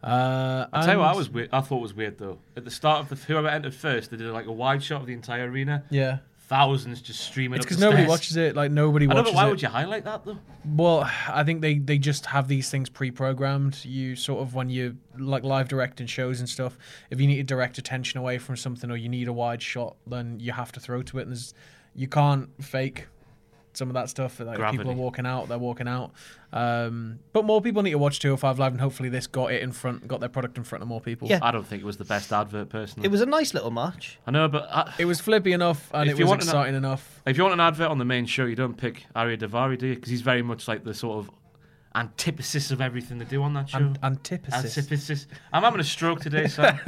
Speaker 4: Uh,
Speaker 3: I tell you what, I
Speaker 4: and-
Speaker 3: was weird. I thought was weird though. At the start of the whoever entered first, they did like a wide shot of the entire arena.
Speaker 4: yeah.
Speaker 3: Thousands just streaming.
Speaker 4: It's
Speaker 3: up
Speaker 4: because
Speaker 3: the
Speaker 4: nobody
Speaker 3: stairs.
Speaker 4: watches it. Like nobody
Speaker 3: I
Speaker 4: watches
Speaker 3: don't know why
Speaker 4: it.
Speaker 3: would you highlight that though.
Speaker 4: Well, I think they, they just have these things pre-programmed. You sort of when you like live directing shows and stuff. If you need to direct attention away from something or you need a wide shot, then you have to throw to it. And there's, you can't fake some of that stuff. Like if
Speaker 3: Gravity.
Speaker 4: people are walking out, they're walking out. Um, but more people need to watch 205 Live, and hopefully this got it in front, got their product in front of more people.
Speaker 2: Yeah.
Speaker 3: I don't think it was the best advert personally.
Speaker 2: It was a nice little match.
Speaker 3: I know, but I,
Speaker 4: It was flippy enough, and
Speaker 3: If
Speaker 4: it
Speaker 3: you
Speaker 4: was
Speaker 3: want to know-
Speaker 4: exciting enough.
Speaker 3: if you want an advert on the main show, you don't pick Aria Davari, do you? Because he's very much like the sort of antithesis of everything they do on that show.
Speaker 4: An- antithesis.
Speaker 3: antithesis. I'm having a stroke today, Sam.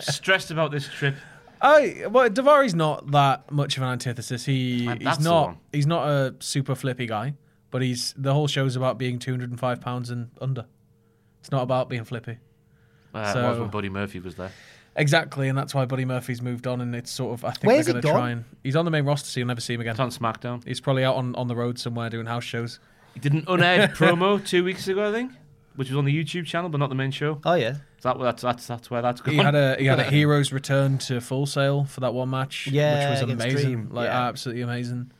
Speaker 3: Stressed about this trip.
Speaker 4: I Oh, well, Davari's not that much of an antithesis. He
Speaker 3: And Uh, that's
Speaker 4: he's
Speaker 3: the
Speaker 4: not
Speaker 3: one.
Speaker 4: he's not a super flippy guy, but he's the whole show's about being two hundred and five pounds and under. It's not about being flippy.
Speaker 3: Uh,
Speaker 4: So-
Speaker 3: it was when Buddy Murphy was there.
Speaker 4: Exactly, and that's why Buddy Murphy's moved on, and it's sort of I think
Speaker 2: Where's
Speaker 4: they're
Speaker 2: he
Speaker 4: going to
Speaker 2: gone?
Speaker 4: try and he's on the main roster, so you'll never see him again.
Speaker 3: It's on SmackDown.
Speaker 4: He's probably out on, on the road somewhere doing house shows.
Speaker 3: He did an unaired promo two weeks ago, I think, which was on the YouTube channel, but not the main show.
Speaker 2: Oh yeah,
Speaker 3: So that, that's, that's, that's where that's gone.
Speaker 4: He had a he had a hero's return to full sale for that one match,
Speaker 2: Yeah,
Speaker 4: which was
Speaker 2: against
Speaker 4: amazing,
Speaker 2: Dream,
Speaker 4: like
Speaker 2: yeah. Hmm.
Speaker 4: absolutely amazing.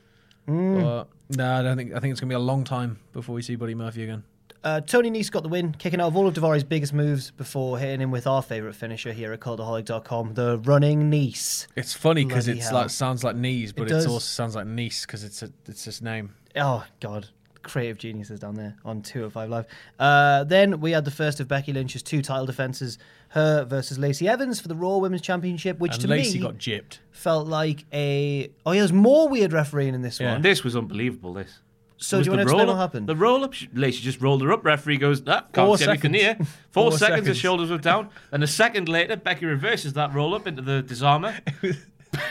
Speaker 4: But no, I don't think I think it's going to be a long time before we see Buddy Murphy again.
Speaker 2: uh, Tony Nese got the win, kicking out of all of Davari's biggest moves before hitting him with our favourite finisher here at Coldaholic.com, the running Nese.
Speaker 4: It's funny because
Speaker 2: Bloody
Speaker 4: it's
Speaker 2: hell.
Speaker 4: like sounds like knees, but it
Speaker 2: does.
Speaker 4: also sounds like niece because it's a, it's his name.
Speaker 2: Oh God, creative geniuses down there on 205 Live. Uh, then we had the first of Becky Lynch's two title defenses, her versus Lacey Evans for the Raw Women's Championship, which
Speaker 4: And
Speaker 2: to
Speaker 4: Lacey
Speaker 2: me
Speaker 4: got gypped.
Speaker 2: felt like a oh yeah, there's more weird refereeing in this
Speaker 4: Yeah.
Speaker 2: one.
Speaker 3: This was unbelievable, this.
Speaker 2: So
Speaker 3: Was
Speaker 2: do you want
Speaker 3: the
Speaker 2: to explain
Speaker 3: roll-up-
Speaker 2: what happened?
Speaker 3: The roll up, Lacey just rolled her up. Referee goes, nah, can't
Speaker 4: Four
Speaker 3: see anything here.
Speaker 4: seconds.
Speaker 3: Four,
Speaker 4: Four
Speaker 3: seconds, her
Speaker 4: seconds.
Speaker 3: shoulders were down. and a second later, Becky reverses that roll up into the disarmer.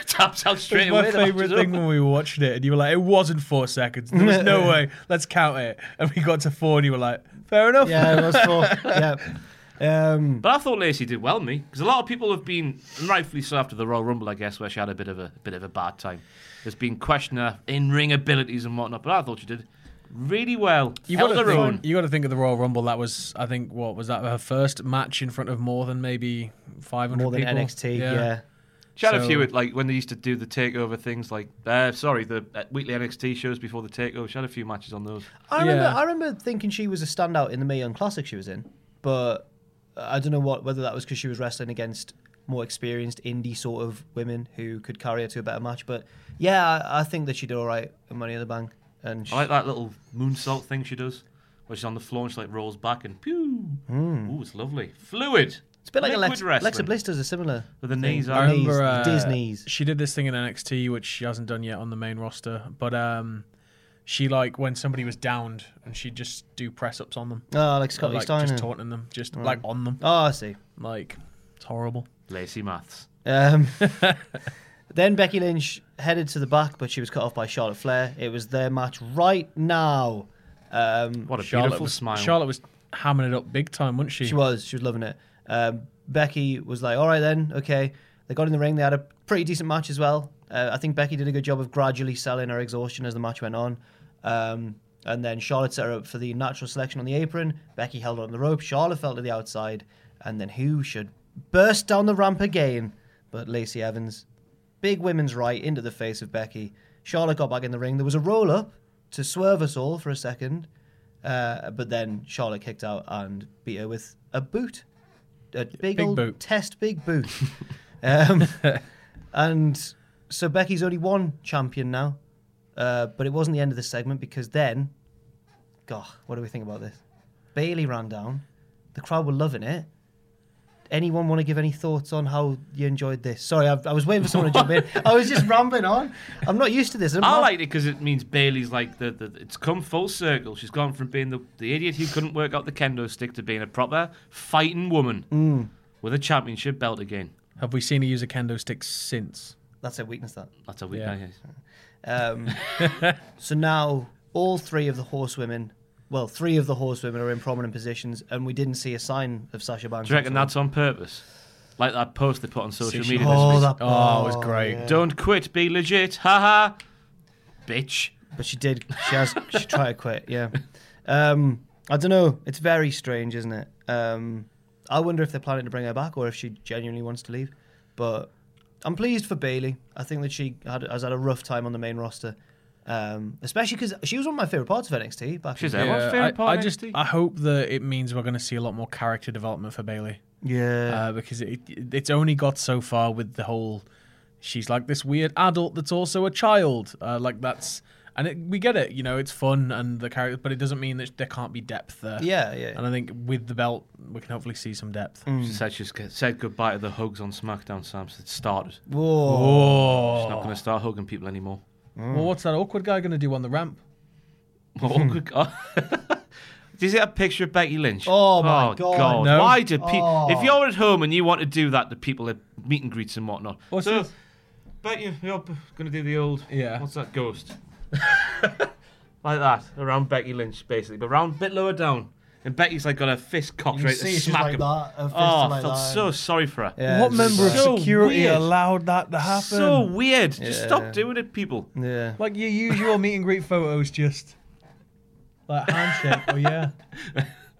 Speaker 3: Taps out straight
Speaker 4: my
Speaker 3: away. the match
Speaker 4: favorite
Speaker 3: is
Speaker 4: thing
Speaker 3: over.
Speaker 4: when we were watching it, and you were like, "It wasn't four seconds. There was no way. Let's count it." And we got to four, and you were like, "Fair enough."
Speaker 2: yeah, it was four. yeah. Um,
Speaker 3: But I thought Lacey did well, me, because a lot of people have been and rightfully so after the Royal Rumble, I guess, where she had a bit of a bit of a bad time. There's been question her in-ring abilities and whatnot, but I thought she did really well.
Speaker 4: You got,
Speaker 3: held
Speaker 4: to
Speaker 3: her own.
Speaker 4: think, you got to think of the Royal Rumble. That was, I think, what was that? Her first match in front of more than maybe 500
Speaker 2: more than
Speaker 4: people.
Speaker 2: NXT, yeah.
Speaker 3: She had a
Speaker 4: So-
Speaker 3: few at, like when they used to do the takeover things, like uh, sorry, the uh, weekly NXT shows before the takeover. She had a few matches on those.
Speaker 2: I remember,
Speaker 4: Yeah.
Speaker 2: I remember thinking she was a standout in the Mae Young Classic she was in, but I don't know what whether that was because she was wrestling against more experienced indie sort of women who could carry her to a better match. But yeah, I, I think that she did all right in Money in the Bank, and she,
Speaker 3: I like that little moonsault thing she does, where she's on the floor and she like rolls back and pew. Ooh, it's lovely, fluid.
Speaker 2: Hmm. it's a bit like
Speaker 3: Liquid
Speaker 2: Alexa,
Speaker 3: wrestling.
Speaker 2: Alexa Bliss does a similar
Speaker 3: With the
Speaker 2: thing.
Speaker 3: knees, I
Speaker 4: I remember uh,
Speaker 2: Disney's.
Speaker 4: She did this thing in NXT, which she hasn't done yet on the main roster. But um, she like when somebody was downed, and she'd just do press ups on them,
Speaker 2: Oh, like Scotty
Speaker 4: like
Speaker 2: Steiner.
Speaker 4: just taunting them, just like on them.
Speaker 2: oh, I see.
Speaker 4: Like it's horrible.
Speaker 3: Lacey Maths.
Speaker 2: Um, then Becky Lynch headed to the back, but she was cut off by Charlotte Flair. It was their match right now. Um,
Speaker 3: What a
Speaker 4: Charlotte
Speaker 3: beautiful
Speaker 4: was,
Speaker 3: smile.
Speaker 4: Charlotte was hamming it up big time, wasn't she?
Speaker 2: She was. She was loving it. Um, Becky was like, all right then, okay. They got in the ring. They had a pretty decent match as well. Uh, I think Becky did a good job of gradually selling her exhaustion as the match went on. Um, and then Charlotte set her up for the natural selection on the apron. Becky held on the rope. Charlotte fell to the outside. And then who should burst down the ramp again but Lacey Evans? Big women's right into the face of Becky. Charlotte got back in the ring. There was a roll up to swerve us all for a second. Uh, but then Charlotte kicked out and beat her with a boot, a big, old
Speaker 4: boot.
Speaker 2: test big boot. um, and so Becky's only one champion now. Uh, but it wasn't the end of the segment because then, God, what do we think about this? Bailey ran down. The crowd were loving it. Anyone want to give any thoughts on how you enjoyed this? Sorry, I, I was waiting for someone to jump in. I was just rambling on. I'm not used to this. I'm
Speaker 3: I
Speaker 2: not-
Speaker 3: liked it because it means Bailey's like the, the it's come full circle. She's gone from being the, the idiot who couldn't work out the kendo stick to being a proper fighting woman
Speaker 2: Hmm.
Speaker 3: with a championship belt again.
Speaker 4: Have we seen her use a kendo stick since?
Speaker 2: That's a weakness. That.
Speaker 3: That's a weak
Speaker 4: Yeah.
Speaker 3: night.
Speaker 2: Um, so now all three of the horsewomen, well, three of the horsewomen are in prominent positions, and we didn't see a sign of Sasha Banks.
Speaker 3: Do you
Speaker 2: whatsoever.
Speaker 3: reckon that's on purpose? Like that post they put on social
Speaker 4: she-
Speaker 3: media
Speaker 2: Oh,
Speaker 3: this week.
Speaker 2: that.
Speaker 4: Oh, it was great.
Speaker 3: Don't quit, be legit. Ha ha. Bitch.
Speaker 2: But she did. She has. she tried to quit. Yeah. Um, I don't know. It's very strange, isn't it? Um, I wonder if they're planning to bring her back or if she genuinely wants to leave. But I'm pleased for Bailey. I think that she had, has had a rough time on the main roster, um, especially because she was one of my favorite parts of NXT. Back
Speaker 3: She's
Speaker 2: in
Speaker 3: a-
Speaker 2: the day.
Speaker 3: What's favourite
Speaker 4: I,
Speaker 3: part
Speaker 4: I
Speaker 3: of
Speaker 4: just
Speaker 3: NXT?
Speaker 4: I hope that it means we're going to see a lot more character development for Bailey.
Speaker 2: yeah.
Speaker 4: uh, because it, it- it's only got so far with the whole she's like this weird adult that's also a child uh, like that's And it, we get it, you know, it's fun and the character, but it doesn't mean that there can't be depth there.
Speaker 2: Yeah, yeah.
Speaker 4: And I think with the belt, we can hopefully see some depth.
Speaker 2: Hmm.
Speaker 3: She said she's g- said goodbye to the hugs on SmackDown. Sam said started. She's
Speaker 2: Whoa.
Speaker 3: not going to start hugging people anymore.
Speaker 4: Well, what's that awkward guy going to do on the ramp?
Speaker 3: Oh, good God. Do you see that picture of Becky Lynch?
Speaker 2: Oh, my God, no. Oh.
Speaker 3: Why do people? If you're at home and you want to do that to people at meet and greets and whatnot,
Speaker 4: What's
Speaker 3: so,
Speaker 4: this?
Speaker 3: Becky, you're going to do the old.
Speaker 4: Yeah.
Speaker 3: What's that ghost? like that around Becky Lynch, basically, but around a bit lower down, and Becky's like got her fist cocked
Speaker 2: You
Speaker 3: right
Speaker 2: see
Speaker 3: to
Speaker 2: she's
Speaker 3: smack
Speaker 2: like
Speaker 3: him.
Speaker 2: that, her fist
Speaker 3: oh, I
Speaker 2: like
Speaker 3: felt
Speaker 2: that.
Speaker 3: so sorry for her.
Speaker 2: Yeah,
Speaker 4: what
Speaker 2: it's
Speaker 4: member of
Speaker 2: just
Speaker 3: so
Speaker 4: security
Speaker 3: weird.
Speaker 4: allowed that to happen?
Speaker 3: So weird. Just
Speaker 2: Yeah.
Speaker 3: stop doing it, people.
Speaker 2: like- Yeah.
Speaker 4: like your usual meet and greet photos, just like handshake. oh yeah,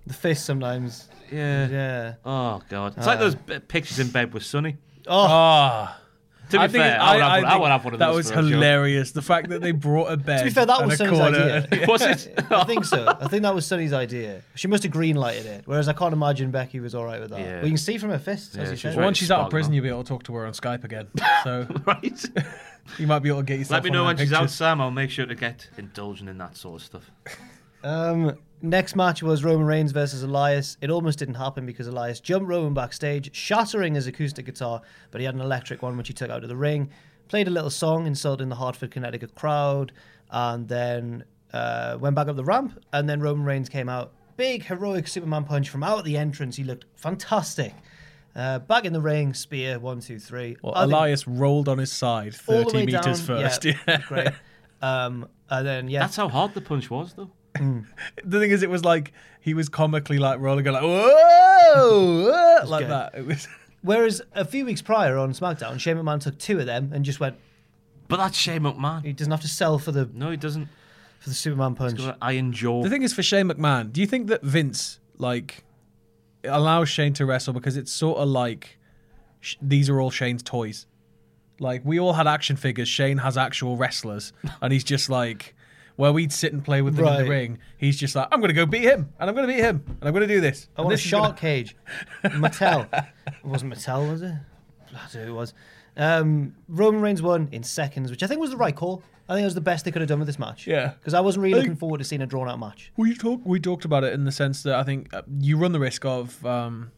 Speaker 2: The fist sometimes.
Speaker 3: Yeah.
Speaker 2: Yeah. Uh,
Speaker 3: Oh God. It's like those b- pictures in bed with Sunny.
Speaker 4: ah.
Speaker 3: To be fair, I, would have, one- I, would have one of
Speaker 4: that
Speaker 3: those.
Speaker 4: was
Speaker 3: for a joke.
Speaker 4: hilarious. The fact that they brought a bed.
Speaker 2: To be fair, that
Speaker 4: and
Speaker 2: was
Speaker 4: a
Speaker 2: Sunny's
Speaker 4: corner
Speaker 2: idea.
Speaker 4: and-
Speaker 3: Was it?
Speaker 2: I think so. I think that was Sunny's idea. She must have green lighted it, whereas I can't imagine Becky was all right with that.
Speaker 3: Yeah.
Speaker 2: Well, you can see from her fists,
Speaker 3: Yeah,
Speaker 2: as you
Speaker 3: she was
Speaker 2: said.
Speaker 3: right.
Speaker 4: Once she's out of
Speaker 3: Sparkle.
Speaker 4: prison, you'll be able to talk to her on Skype again. So
Speaker 3: right.
Speaker 4: you might be able to get yourself.
Speaker 3: Let me
Speaker 4: one
Speaker 3: know
Speaker 4: of
Speaker 3: when
Speaker 4: them
Speaker 3: she's out,
Speaker 4: pictures.
Speaker 3: Sam. I'll make sure to get indulging in that sort of stuff.
Speaker 2: Um, next match was Roman Reigns versus Elias. It almost didn't happen because Elias jumped Roman backstage, shattering his acoustic guitar, but he had an electric one which he took out of the ring, played a little song insulting the Hartford, Connecticut crowd, and then uh, went back up the ramp. And then Roman Reigns came out, big heroic Superman punch from out the entrance. He looked fantastic. Uh, back in the ring, spear one two three.
Speaker 4: Well,
Speaker 2: I think
Speaker 4: Elias rolled on his side,
Speaker 2: all the
Speaker 4: thirty
Speaker 2: way
Speaker 4: meters
Speaker 2: down-
Speaker 4: first. Yeah.
Speaker 2: great. Um, and then yeah,
Speaker 3: That's how hard the punch was, though.
Speaker 4: The thing is, it was like he was comically like rolling, going like whoa, whoa," like
Speaker 2: good.
Speaker 4: that. It was.
Speaker 2: Whereas a few weeks prior on SmackDown, Shane McMahon took two of them and just went,
Speaker 3: But that's Shane McMahon.
Speaker 2: he doesn't have to sell for the
Speaker 3: No, he doesn't.
Speaker 2: for the Superman punch.
Speaker 3: I enjoy.
Speaker 4: The thing is, for Shane McMahon, do you think that Vince like allows Shane to wrestle because it's sort of like sh- these are all Shane's toys? Like we all had action figures. Shane has actual wrestlers, and he's just like where we'd sit and play with them in
Speaker 2: Right.
Speaker 4: the ring. He's just like, I'm gonna go beat him, and I'm gonna beat him, and I'm gonna do this.
Speaker 2: I
Speaker 4: and
Speaker 2: want a
Speaker 4: this is gonna-"
Speaker 2: shark cage. Mattel. It wasn't Mattel, was it? Bloody who it was. Um, Roman Reigns won in seconds, which I think was the right call. I think it was the best they could have done with this match.
Speaker 4: Yeah.
Speaker 2: Because I wasn't really
Speaker 4: I-
Speaker 2: looking forward to seeing a drawn out match.
Speaker 4: We talked we talked about it in the sense that I think uh, you run the risk of um,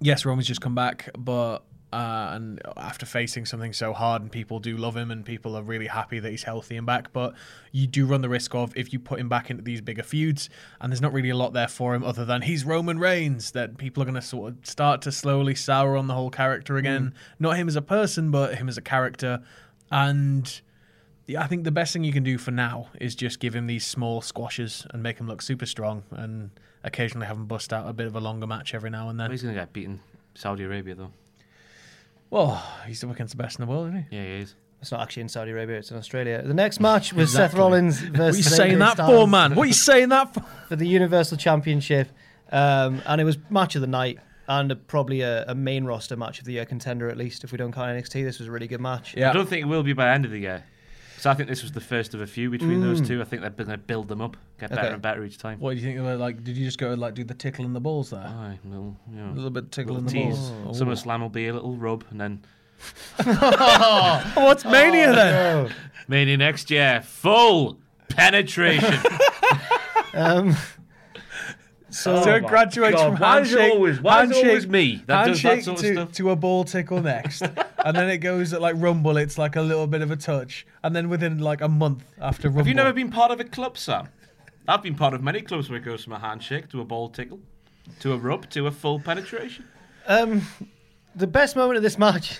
Speaker 4: yes, Roman's just come back, but uh, and after facing something so hard, and people do love him, and people are really happy that he's healthy and back, but you do run the risk of if you put him back into these bigger feuds, and there's not really a lot there for him other than he's Roman Reigns, that people are going to sort of start to slowly sour on the whole character again. Not him as a person, but him as a character, and. Yeah, I think the best thing you can do for now is just give him these small squashes and make him look super strong, and occasionally have him bust out a bit of a longer match every now and then.
Speaker 3: He's going to get beaten. Saudi Arabia, though.
Speaker 4: Well, he's up against the best in the world, isn't he?
Speaker 3: Yeah, he is.
Speaker 2: It's not actually in Saudi Arabia, it's in Australia. The next match was Seth
Speaker 4: Exactly.
Speaker 2: Rollins
Speaker 4: What are you
Speaker 2: versus
Speaker 4: saying
Speaker 2: AJ
Speaker 4: that for,
Speaker 2: Styles
Speaker 4: man? What are you saying that for?
Speaker 2: for the Universal Championship. Um, and it was match of the night and a, probably a, a main roster match of the year contender, at least, if we don't count NXT. This was a really good match.
Speaker 3: I don't think it will be by the end of the year. So I think this was the first of a few between those two. I think they're going to build them up, get better
Speaker 2: Okay.
Speaker 3: and better each time.
Speaker 4: What do you think? About, like, did you just go like do the tickle in the balls there?
Speaker 3: Aye, well, you know,
Speaker 4: a little bit tickle in
Speaker 3: Uh, little
Speaker 4: the
Speaker 3: tease.
Speaker 4: balls.
Speaker 3: SummerSlam will be a little rub, and then
Speaker 4: Oh, what's mania then?
Speaker 2: Oh.
Speaker 3: Mania next year, full penetration.
Speaker 2: So
Speaker 4: So it graduates
Speaker 3: Oh, God,
Speaker 4: from
Speaker 3: why is it
Speaker 4: handshake,
Speaker 3: always- why is it
Speaker 4: handshake,
Speaker 3: always me that does that
Speaker 4: handshake
Speaker 3: sort of
Speaker 4: to,
Speaker 3: stuff?
Speaker 4: to a ball tickle next, and then it goes at like rumble. It's like a little bit of a touch, and then within like a month after rumble,
Speaker 3: Have you never been part of a club, Sam? I've been part of many clubs where it goes from a handshake to a ball tickle, to a rub, to a full penetration.
Speaker 2: the best moment of this match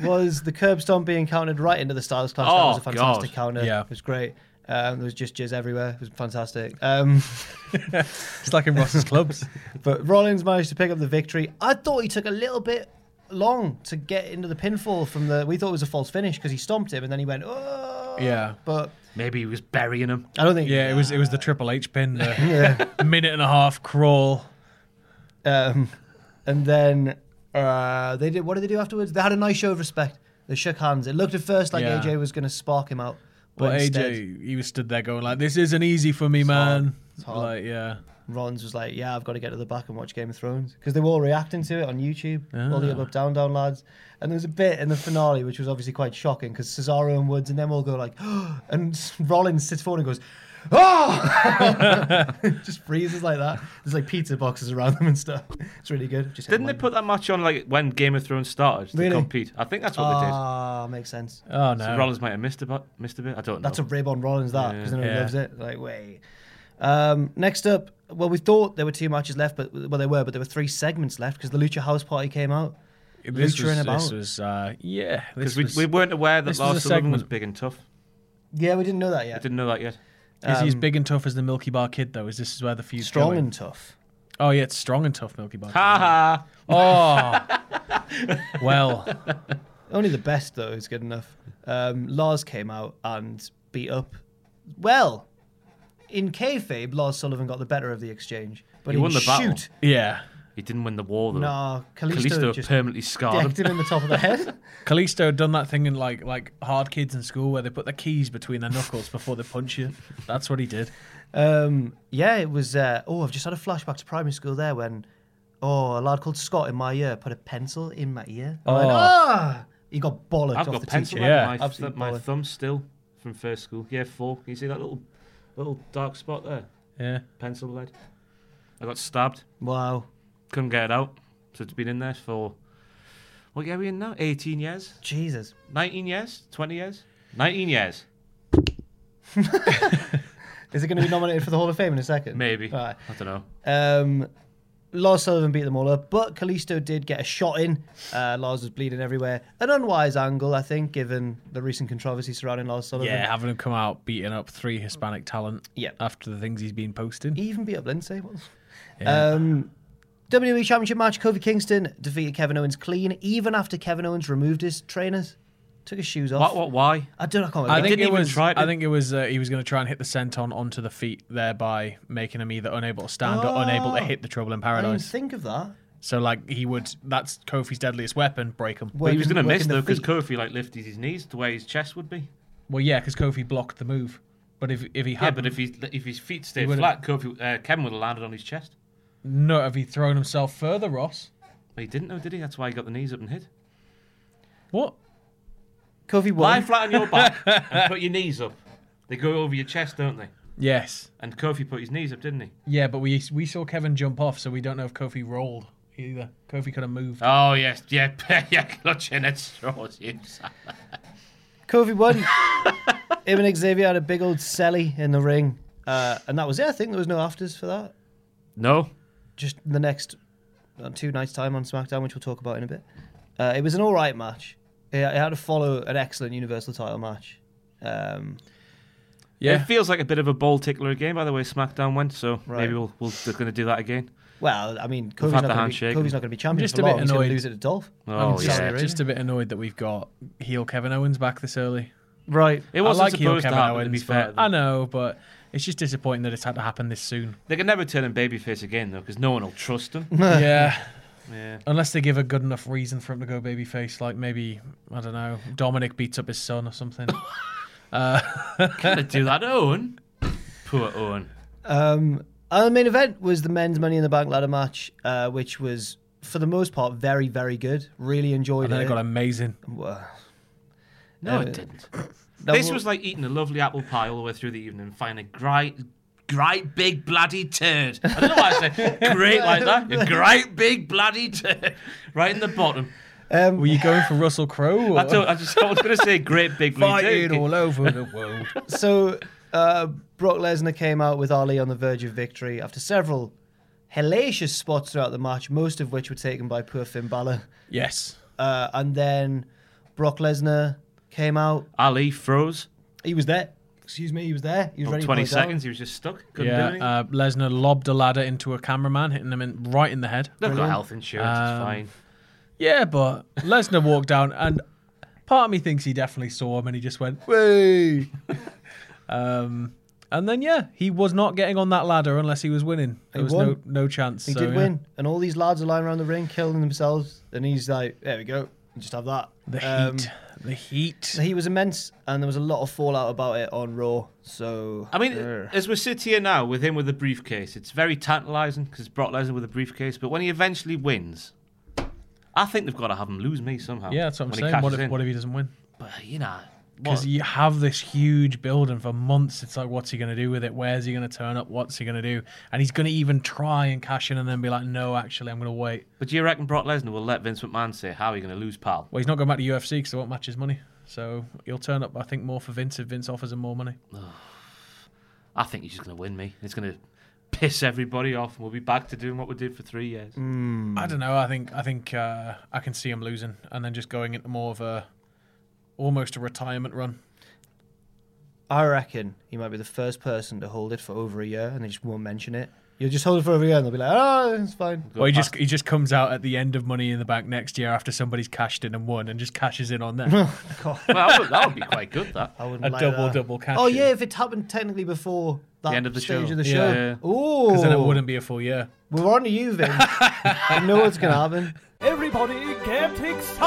Speaker 2: was the curb stomp being counted right into the Styles clash. that
Speaker 3: Oh,
Speaker 2: was a fantastic
Speaker 3: God.
Speaker 2: counter.
Speaker 4: Yeah.
Speaker 2: It was great. Um, there was just jizz everywhere. It was fantastic. Um,
Speaker 4: It's like in Ross's clubs.
Speaker 2: but Rollins managed to pick up the victory. I thought he took a little bit long to get into the pinfall from the. We thought it was a false finish because he stomped him and then he went. Oh.
Speaker 4: Yeah.
Speaker 2: But
Speaker 3: Maybe he was burying him.
Speaker 2: I don't think.
Speaker 4: Yeah, it was it was the Triple H pin, the minute and a half crawl.
Speaker 2: Um, and then uh, they did. What did they do afterwards? They had a nice show of respect. They shook hands. It looked at first like
Speaker 4: Yeah.
Speaker 2: AJ was going to spark him out, but
Speaker 4: But
Speaker 2: instead,
Speaker 4: AJ, he was stood there going like, "This isn't easy for me, man."
Speaker 2: hard.
Speaker 4: Like, yeah,
Speaker 2: Ron's was like, "Yeah, I've got to get to the back and watch Game of Thrones" because they were all reacting to it on YouTube, all
Speaker 3: Ah.
Speaker 2: the up up down down lads. And there was a bit in the finale which was obviously quite shocking because Cesaro and Woods and them all go like, and Rollins sits forward and goes, "Oh!" Just freezes like that. There's like pizza boxes around them and stuff. It's really good. Just hit
Speaker 3: Didn't they
Speaker 2: one.
Speaker 3: put that match on like when Game of Thrones started to
Speaker 2: Really?
Speaker 3: compete? I think that's what they did.
Speaker 2: Ah, makes sense.
Speaker 4: Oh no.
Speaker 3: So Rollins might have missed a bit. Missed a bit. I don't know.
Speaker 2: That's a rib on Rollins, that, because then he
Speaker 4: Yeah.
Speaker 2: loves it. Like, wait. Um, next up, well, we thought there were two matches left, but well, there were, but there were three segments left because the Lucha House Party came out.
Speaker 4: this
Speaker 2: Lucha
Speaker 4: was,
Speaker 2: and
Speaker 4: This
Speaker 2: about.
Speaker 4: was uh, yeah. This
Speaker 3: because we,
Speaker 4: was-
Speaker 3: we weren't aware that
Speaker 4: this was
Speaker 3: Lars
Speaker 4: a
Speaker 3: Sullivan was
Speaker 4: segment.
Speaker 3: big and tough.
Speaker 2: Yeah, we didn't know that
Speaker 3: I
Speaker 2: yet.
Speaker 3: didn't know that yet.
Speaker 4: Is he as big and tough as the Milky Bar Kid, though? Is this is where the feud's
Speaker 2: Strong
Speaker 4: going?
Speaker 2: and tough.
Speaker 4: oh yeah, it's strong and tough Milky Bar. Kid.
Speaker 3: Ha
Speaker 4: Oh, well,
Speaker 2: Only the best though is good enough. Um, Lars came out and beat up. Well, in kayfabe, Lars Sullivan got the better of the exchange, but
Speaker 3: He
Speaker 2: in
Speaker 3: won the battle.
Speaker 2: shoot,
Speaker 4: yeah.
Speaker 3: ha! He didn't win the war though.
Speaker 2: nah, Kalisto,
Speaker 3: Kalisto
Speaker 2: just
Speaker 3: permanently scarred. him.
Speaker 2: decked him in the top of the head.
Speaker 4: Kalisto had done that thing in like like hard kids in school where they put the keys between their knuckles before they punch you. That's what he did.
Speaker 2: Um, yeah, it was. Uh, oh, I've just had a flashback to primary school there when, oh, a lad called Scott in my ear put a pencil in my ear. I'm like,
Speaker 4: Oh.
Speaker 2: ah! He got bollocked
Speaker 3: I've
Speaker 2: off
Speaker 3: got
Speaker 2: the
Speaker 3: pencil.
Speaker 2: teacher.
Speaker 3: in
Speaker 4: yeah.
Speaker 3: my,
Speaker 2: Absolute
Speaker 3: my
Speaker 2: baller.
Speaker 3: thumb still from first school. Yeah, four. Can you see that little little dark spot there?
Speaker 4: Yeah.
Speaker 3: Pencil lead. I got stabbed.
Speaker 2: Wow.
Speaker 3: Couldn't get it out. So it's been in there for what year are we in now? 18 years,
Speaker 2: Jesus.
Speaker 3: 19 years, 20 years, 19 years.
Speaker 2: Is it going to be nominated for the Hall of Fame in a second?
Speaker 3: Maybe.
Speaker 2: Right.
Speaker 3: I don't know.
Speaker 2: Um, Lars Sullivan beat them all up, but Kalisto did get a shot in. Uh, Lars was bleeding everywhere. An unwise angle, I think, given the recent controversy surrounding Lars Sullivan.
Speaker 4: Yeah, having him come out beating up three Hispanic talent
Speaker 2: Yeah.
Speaker 4: after the things he's been posting.
Speaker 2: He even beat up Lindsay. What the f- Um, WWE Championship match: Kofi Kingston defeated Kevin Owens clean, even after Kevin Owens removed his trainers, took his shoes off.
Speaker 3: What? What? Why?
Speaker 2: I don't. I can't.
Speaker 4: I
Speaker 2: Remember.
Speaker 4: think
Speaker 3: didn't
Speaker 4: it
Speaker 3: even
Speaker 4: was.
Speaker 3: try to-
Speaker 4: I think it was. Uh, he was going to try and hit the senton onto the feet, thereby making him either unable to stand or unable to
Speaker 2: Oh.
Speaker 4: hit the Trouble in
Speaker 2: I didn't
Speaker 4: Paradise.
Speaker 2: think of that.
Speaker 4: so like he would. That's Kofi's deadliest weapon. Break him.
Speaker 3: But he was going to
Speaker 2: Working-
Speaker 3: miss
Speaker 2: working
Speaker 3: though
Speaker 2: the
Speaker 3: because
Speaker 2: feet.
Speaker 3: Kofi like lifted his knees to where his chest would be.
Speaker 4: Well, yeah, because Kofi blocked the move. But if if he had,
Speaker 3: Yeah, but if he if his feet stayed
Speaker 4: would've-
Speaker 3: flat, Kofi uh, Kevin would have landed on his chest.
Speaker 4: no, if he thrown himself further, Ross.
Speaker 3: But he didn't know, did he? That's why he got the knees up and hit.
Speaker 4: What?
Speaker 2: Kofi won.
Speaker 3: Lie flat on your back and put your knees up. They go over your chest, don't they?
Speaker 4: Yes.
Speaker 3: And Kofi put his knees up, didn't he?
Speaker 4: Yeah, but we we saw Kevin jump off, so we don't know if Kofi rolled either. Kofi could have moved.
Speaker 3: Oh yes, yeah, yeah, clutching at straws. yes.
Speaker 2: Kofi won. him and Xavier had a big old celly in the ring, uh, and that was it. I think there was no afters for that.
Speaker 3: No,
Speaker 2: Just the next uh, two nights time on SmackDown, which we'll talk about in a bit. Uh, it was an all right match. It, it had to follow an excellent Universal Title match. Um,
Speaker 3: It feels like a bit of a ball tickler again, by the way SmackDown went, so
Speaker 2: Right.
Speaker 3: maybe we'll, we'll, they're going to do that again.
Speaker 2: Well, I mean,
Speaker 3: We've
Speaker 2: Kofi's
Speaker 3: had
Speaker 2: not,
Speaker 3: the
Speaker 2: gonna be,
Speaker 3: handshake
Speaker 2: Kofi's not
Speaker 3: and-
Speaker 2: going to be champion
Speaker 4: Just
Speaker 2: for
Speaker 4: a bit
Speaker 2: long. He's going
Speaker 4: annoyed.
Speaker 2: to lose it to Dolph.
Speaker 3: Oh,
Speaker 4: I'm
Speaker 3: yeah.
Speaker 4: sorry, just a bit annoyed that we've got heel Kevin Owens back this early.
Speaker 2: Right.
Speaker 3: It wasn't
Speaker 4: I like heel
Speaker 3: supposed to
Speaker 4: Kevin
Speaker 3: happen,
Speaker 4: Owens,
Speaker 3: to be
Speaker 4: but-
Speaker 3: fair. to them.
Speaker 4: I know, but it's just disappointing that it's had to happen this soon.
Speaker 3: They can never turn him babyface again, though, because no one will trust him.
Speaker 4: yeah.
Speaker 3: yeah.
Speaker 4: Unless they give a good enough reason for him to go babyface, like maybe I don't know, Dominic beats up his son or something.
Speaker 3: Can they do that, Owen? Poor Owen.
Speaker 2: Um, and the main event was the men's Money in the Bank ladder match, uh, which was, for the most part, very, very good. Really enjoyed
Speaker 4: and then
Speaker 2: it.
Speaker 4: it got amazing.
Speaker 2: Well,
Speaker 3: No,
Speaker 2: Uh,
Speaker 3: it didn't.
Speaker 2: no,
Speaker 3: this
Speaker 2: well-
Speaker 3: was like eating a lovely apple pie all the way through the evening and finding a great, great big bloody turd. I don't know why I said great like that. A great big bloody turd. Right in the bottom.
Speaker 4: Were you going for Russell Crowe?
Speaker 3: I,
Speaker 4: or-
Speaker 3: don't, I, just, I was going to say great big bloody
Speaker 4: fighting
Speaker 3: turd.
Speaker 4: all over the world.
Speaker 2: so uh, Brock Lesnar came out with Ali on the verge of victory after several hellacious spots throughout the match, most of which were taken by poor Finn Balor.
Speaker 4: yes.
Speaker 2: Uh, and then Brock Lesnar came out.
Speaker 3: Ali froze.
Speaker 2: He was there. Excuse me, he was there. He was
Speaker 3: Well,
Speaker 2: ready to
Speaker 3: 20
Speaker 2: put it down.
Speaker 3: seconds, he was just stuck. Couldn't do
Speaker 4: Yeah.
Speaker 3: anything.
Speaker 4: Uh, Lesnar lobbed a ladder into a cameraman, hitting him in, right in the head.
Speaker 3: They've got health insurance, it's fine.
Speaker 4: Yeah, but Lesnar walked down, and part of me thinks he definitely saw him, and he just went, "Way." um, and then yeah, he was not getting on that ladder unless he was winning. There
Speaker 2: He
Speaker 4: was
Speaker 2: won.
Speaker 4: no no chance.
Speaker 2: He
Speaker 4: so,
Speaker 2: did
Speaker 4: yeah.
Speaker 2: win, and all these lads are lying around the ring killing themselves, and he's like, "There we go, Just have that.
Speaker 4: The
Speaker 2: Um,
Speaker 4: heat. The heat.
Speaker 2: The heat was immense, and there was a lot of fallout about it on Raw. So
Speaker 3: I mean,
Speaker 2: Ugh.
Speaker 3: as we sit here now with him with the briefcase, it's very tantalising because Brock Lesnar with a briefcase. But when he eventually wins, I think they've got to have him lose me somehow.
Speaker 4: Yeah, that's what I'm
Speaker 3: when he
Speaker 4: saying.
Speaker 3: cashes
Speaker 4: What if,
Speaker 3: in.
Speaker 4: what if he doesn't win?
Speaker 3: But you know,
Speaker 4: Because
Speaker 3: what?
Speaker 4: you have this huge building for months. It's like, what's he going to do with it? Where's he going to turn up? What's he going to do? And he's going to even try and cash in and then be like, no, actually, I'm going to wait.
Speaker 3: but do you reckon Brock Lesnar will let Vince McMahon say how are you going to lose, pal?
Speaker 4: Well, he's not going back to UFC because they won't match his money. So he'll turn up, I think, more for Vince if Vince offers him more money.
Speaker 3: I think he's just going to win me. It's going to piss everybody off, and we'll be back to doing what we did for three years.
Speaker 4: Mm.
Speaker 3: Hmm.
Speaker 4: I don't know. I think I think uh, I can see him losing and then just going into more of a almost a retirement run.
Speaker 2: I reckon he might be the first person to hold it for over a year, and they just won't mention it. You'll just hold it for over a year, and they'll be like, "Oh, it's fine."
Speaker 3: Go
Speaker 4: Well, he
Speaker 3: past-
Speaker 4: just he just comes out at the end of Money in the Bank next year after somebody's cashed in and won and just cashes in on that.
Speaker 3: well, that would, that would be quite good. That
Speaker 2: I wouldn't
Speaker 4: A
Speaker 2: like
Speaker 4: double,
Speaker 2: that.
Speaker 4: double cash
Speaker 2: Oh
Speaker 4: in.
Speaker 2: yeah, if it happened technically before that
Speaker 3: end of the
Speaker 2: stage
Speaker 3: show.
Speaker 2: of the
Speaker 3: Yeah,
Speaker 2: show.
Speaker 3: yeah, yeah.
Speaker 2: Ooh,
Speaker 4: Because then
Speaker 3: Oh.
Speaker 4: it wouldn't be a full year.
Speaker 2: We're on to you, Vin. I know what's gonna happen.
Speaker 1: Everybody get excited!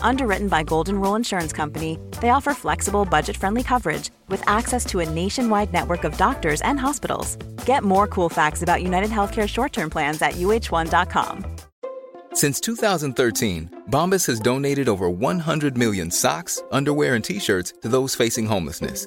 Speaker 5: Underwritten by Golden Rule Insurance Company, they offer flexible, budget friendly coverage with access to a nationwide network of doctors and hospitals. Get more cool facts about United Healthcare short term plans at uh1.com.
Speaker 6: Since 2013, Bombas has donated over 100 million socks, underwear, and t shirts to those facing homelessness.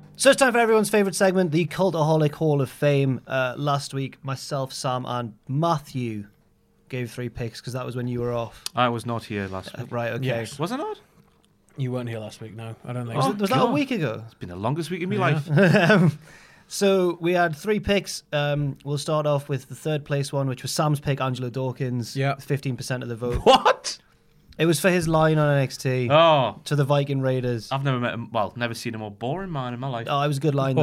Speaker 2: So it's time for everyone's favourite segment, the Cultaholic Hall of Fame. Uh, last week, myself, Sam, and Matthew gave three picks because that was when you were off.
Speaker 3: I was not here last week.
Speaker 2: Right, okay.
Speaker 4: Yes. Oh,
Speaker 3: Was I not?
Speaker 4: You weren't here last week, no. I don't think
Speaker 2: Was,
Speaker 4: so.
Speaker 2: it- was that a
Speaker 3: God.
Speaker 2: week ago?
Speaker 3: It's been the longest week of my life.
Speaker 2: So we had three picks. Um, we'll start off with the third place one, which was Sam's pick, Angelo Dawkins.
Speaker 4: Yeah.
Speaker 2: 15% of the vote.
Speaker 3: What?
Speaker 2: It was for his line on NXT
Speaker 3: Oh,
Speaker 2: to the Viking Raiders.
Speaker 4: Oh,
Speaker 3: I've never met him. Well, never seen a more boring man in my life.
Speaker 2: Oh, it was a good line,
Speaker 4: Oh.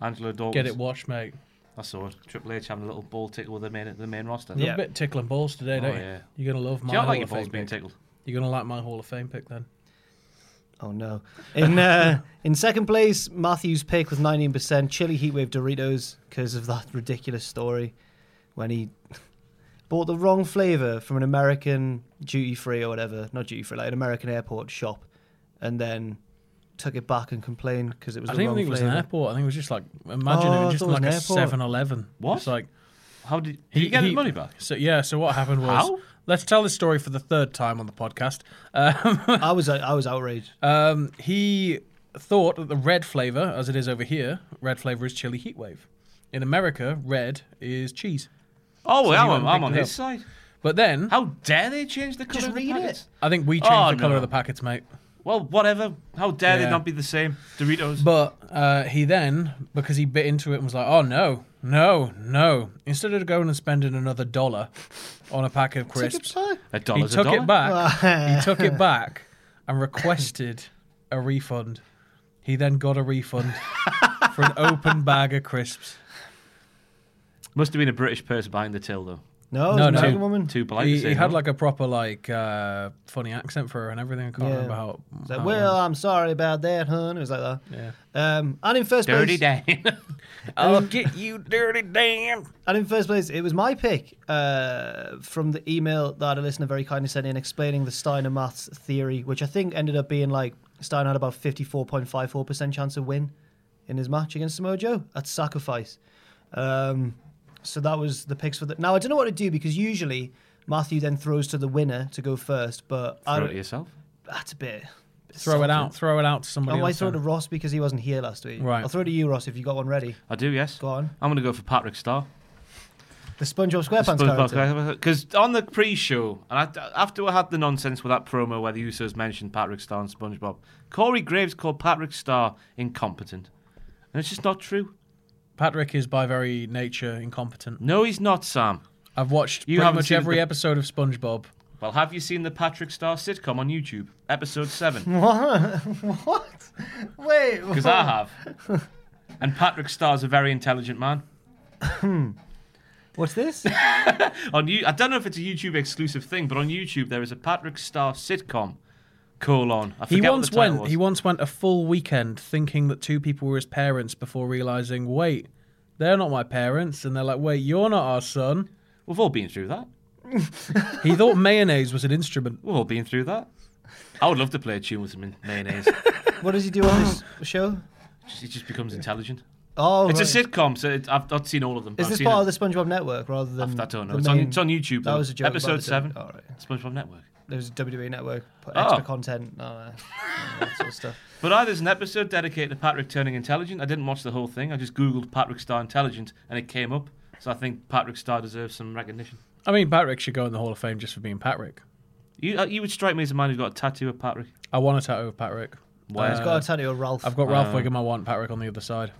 Speaker 2: though.
Speaker 3: Angelo Dawkins.
Speaker 4: Get it watched, mate.
Speaker 3: I saw it. Triple H having a little ball tickle with the main the main roster.
Speaker 2: Yeah.
Speaker 4: You're a bit tickling balls today, don't you?
Speaker 3: Oh, yeah.
Speaker 4: You're going to love
Speaker 3: Do
Speaker 4: my
Speaker 3: you not
Speaker 4: Hall
Speaker 3: like your
Speaker 4: of Fame
Speaker 3: balls
Speaker 4: pick.
Speaker 3: being tickled?
Speaker 4: You're going to like my Hall of Fame pick then.
Speaker 2: Oh, no. In uh, in second place, Matthew's pick with 19%, Chili Heatwave Doritos, because of that ridiculous story when he bought the wrong flavour from an American duty free or whatever, not duty free, like an American airport shop, and then took it back and complained because it was
Speaker 4: I
Speaker 2: the wrong
Speaker 4: don't even think it was an
Speaker 2: flavour.
Speaker 4: airport. I think it was just like, imagine
Speaker 2: Oh,
Speaker 4: it
Speaker 2: I
Speaker 4: was just
Speaker 2: thought it was
Speaker 4: like
Speaker 2: an
Speaker 4: a
Speaker 2: airport.
Speaker 4: 7 Eleven.
Speaker 3: What?
Speaker 4: It's like,
Speaker 3: How did, did you get his money back?
Speaker 4: So, yeah, so what happened was.
Speaker 3: How?
Speaker 4: Let's tell this story for the third time on the podcast.
Speaker 2: I was I was outraged.
Speaker 4: Um, he thought that the red flavor, as it is over here, red flavor is chili heat wave. In America, red is cheese.
Speaker 3: Oh, well,
Speaker 4: went
Speaker 3: I'm,
Speaker 4: and
Speaker 3: I'm
Speaker 4: picked
Speaker 3: on
Speaker 4: it
Speaker 3: his
Speaker 4: up.
Speaker 3: side.
Speaker 4: But then,
Speaker 3: How dare they change the colour
Speaker 2: Just
Speaker 3: of the
Speaker 2: read it.
Speaker 3: packets?
Speaker 4: I think we changed
Speaker 3: Oh,
Speaker 4: the color
Speaker 3: no.
Speaker 4: of the packets, mate.
Speaker 3: Well, whatever. How dare
Speaker 4: Yeah.
Speaker 3: they not be the same? Doritos.
Speaker 4: But uh, he then, because he bit into it and was like, "Oh no, no, no!" Instead of going and spending another dollar on a pack of crisps,
Speaker 3: a
Speaker 4: he
Speaker 3: dollar's a
Speaker 4: took
Speaker 3: dollar.
Speaker 4: it back. he took it back and requested a refund. He then got a refund for an open bag of crisps.
Speaker 3: Must have been a British person behind the till, though.
Speaker 2: No, it was
Speaker 4: No, Oh,
Speaker 2: an
Speaker 4: no.
Speaker 2: American woman.
Speaker 3: Too polite
Speaker 4: he,
Speaker 3: to say
Speaker 4: he had
Speaker 3: no.
Speaker 4: like a proper like uh, funny accent for her and everything. I can't
Speaker 2: Yeah.
Speaker 4: remember how.
Speaker 2: It's like,
Speaker 4: how it
Speaker 2: well,
Speaker 4: went.
Speaker 2: I'm sorry about that, hun. It was like that.
Speaker 4: yeah.
Speaker 2: Um, and in first
Speaker 3: dirty
Speaker 2: place,
Speaker 3: day.
Speaker 4: I'll get you dirty, Dan.
Speaker 2: And in first place, it was my pick uh, from the email that a listener very kindly sent in explaining the Steiner maths theory, which I think ended up being like Steiner had about 54.54% chance of win in his match against Samoa Joe at sacrifice. Um, so that was the picks for the. Now, I don't know what to do because usually Matthew then throws to the winner to go first, but I
Speaker 3: Throw it
Speaker 2: don't-
Speaker 3: to yourself.
Speaker 2: that's a bit. bit
Speaker 4: Throw it
Speaker 2: salty.
Speaker 4: out. Throw it out
Speaker 2: Oh,
Speaker 4: to
Speaker 2: I
Speaker 4: somebody.
Speaker 2: might
Speaker 4: else
Speaker 2: throw to
Speaker 4: then.
Speaker 2: Ross because he wasn't here last week.
Speaker 4: Right.
Speaker 2: I'll throw to you, Ross, if you got one ready.
Speaker 3: I do, yes.
Speaker 2: Go on.
Speaker 3: I'm going to go for Patrick Starr.
Speaker 2: The SpongeBob SquarePants character.
Speaker 3: Because uh, on the pre-show, and I, after I had the nonsense with that promo where the Usos mentioned Patrick Star and SpongeBob, Corey Graves called Patrick Star incompetent, and it's just not true.
Speaker 4: Patrick is by very nature incompetent.
Speaker 3: No, he's not, Sam.
Speaker 4: I've watched
Speaker 3: You
Speaker 4: pretty
Speaker 3: haven't
Speaker 4: much
Speaker 3: seen
Speaker 4: every
Speaker 3: the-
Speaker 4: episode of SpongeBob.
Speaker 3: Well, have you seen the Patrick Star sitcom on YouTube, episode seven?
Speaker 2: what? Wait.
Speaker 3: Because I have. And Patrick Starr's a very intelligent man.
Speaker 2: What's this?
Speaker 3: On you, I don't know if it's a YouTube exclusive thing, but on YouTube there is a Patrick Star sitcom. Colon. I
Speaker 4: He
Speaker 3: forget what
Speaker 4: once
Speaker 3: the title
Speaker 4: went.
Speaker 3: was.
Speaker 4: He once went a full weekend thinking that two people were his parents before realizing, wait, they're not my parents, and they're like, wait, you're not our son.
Speaker 3: We've all been through that.
Speaker 4: He thought mayonnaise was an instrument.
Speaker 3: We've all been through that. I would love to play a tune with some mayonnaise.
Speaker 2: What does he do on this show?
Speaker 3: Just- It just becomes intelligent.
Speaker 2: Oh,
Speaker 3: It's a
Speaker 2: right.
Speaker 3: sitcom, so it, I've not seen all of them. but
Speaker 2: Is
Speaker 3: I've
Speaker 2: this
Speaker 3: seen
Speaker 2: part of the
Speaker 3: it.
Speaker 2: SpongeBob network rather than?
Speaker 3: I don't know.
Speaker 2: the
Speaker 3: It's on,
Speaker 2: main-
Speaker 3: it's on YouTube.
Speaker 2: That
Speaker 3: though.
Speaker 2: was a joke. Oh. about
Speaker 3: Episode
Speaker 2: the-
Speaker 3: seven.
Speaker 2: All right.
Speaker 3: SpongeBob Network.
Speaker 2: There was a WWE network put
Speaker 3: Oh.
Speaker 2: extra content. No, no, that sort of stuff.
Speaker 3: But I, there's an episode dedicated to Patrick turning intelligent. I didn't watch the whole thing. I just googled Patrick Star intelligent, and it came up. So I think Patrick Star deserves some recognition.
Speaker 4: I mean, Patrick should go in the Hall of Fame just for being Patrick.
Speaker 3: You, uh, you would strike me as a man who's got a tattoo of Patrick. Uh,
Speaker 4: I want a tattoo of Patrick.
Speaker 3: Why?
Speaker 2: He's got a tattoo of Ralph.
Speaker 4: I've got Ralph
Speaker 3: Uh,
Speaker 4: Wiggum. I want Patrick on the other side,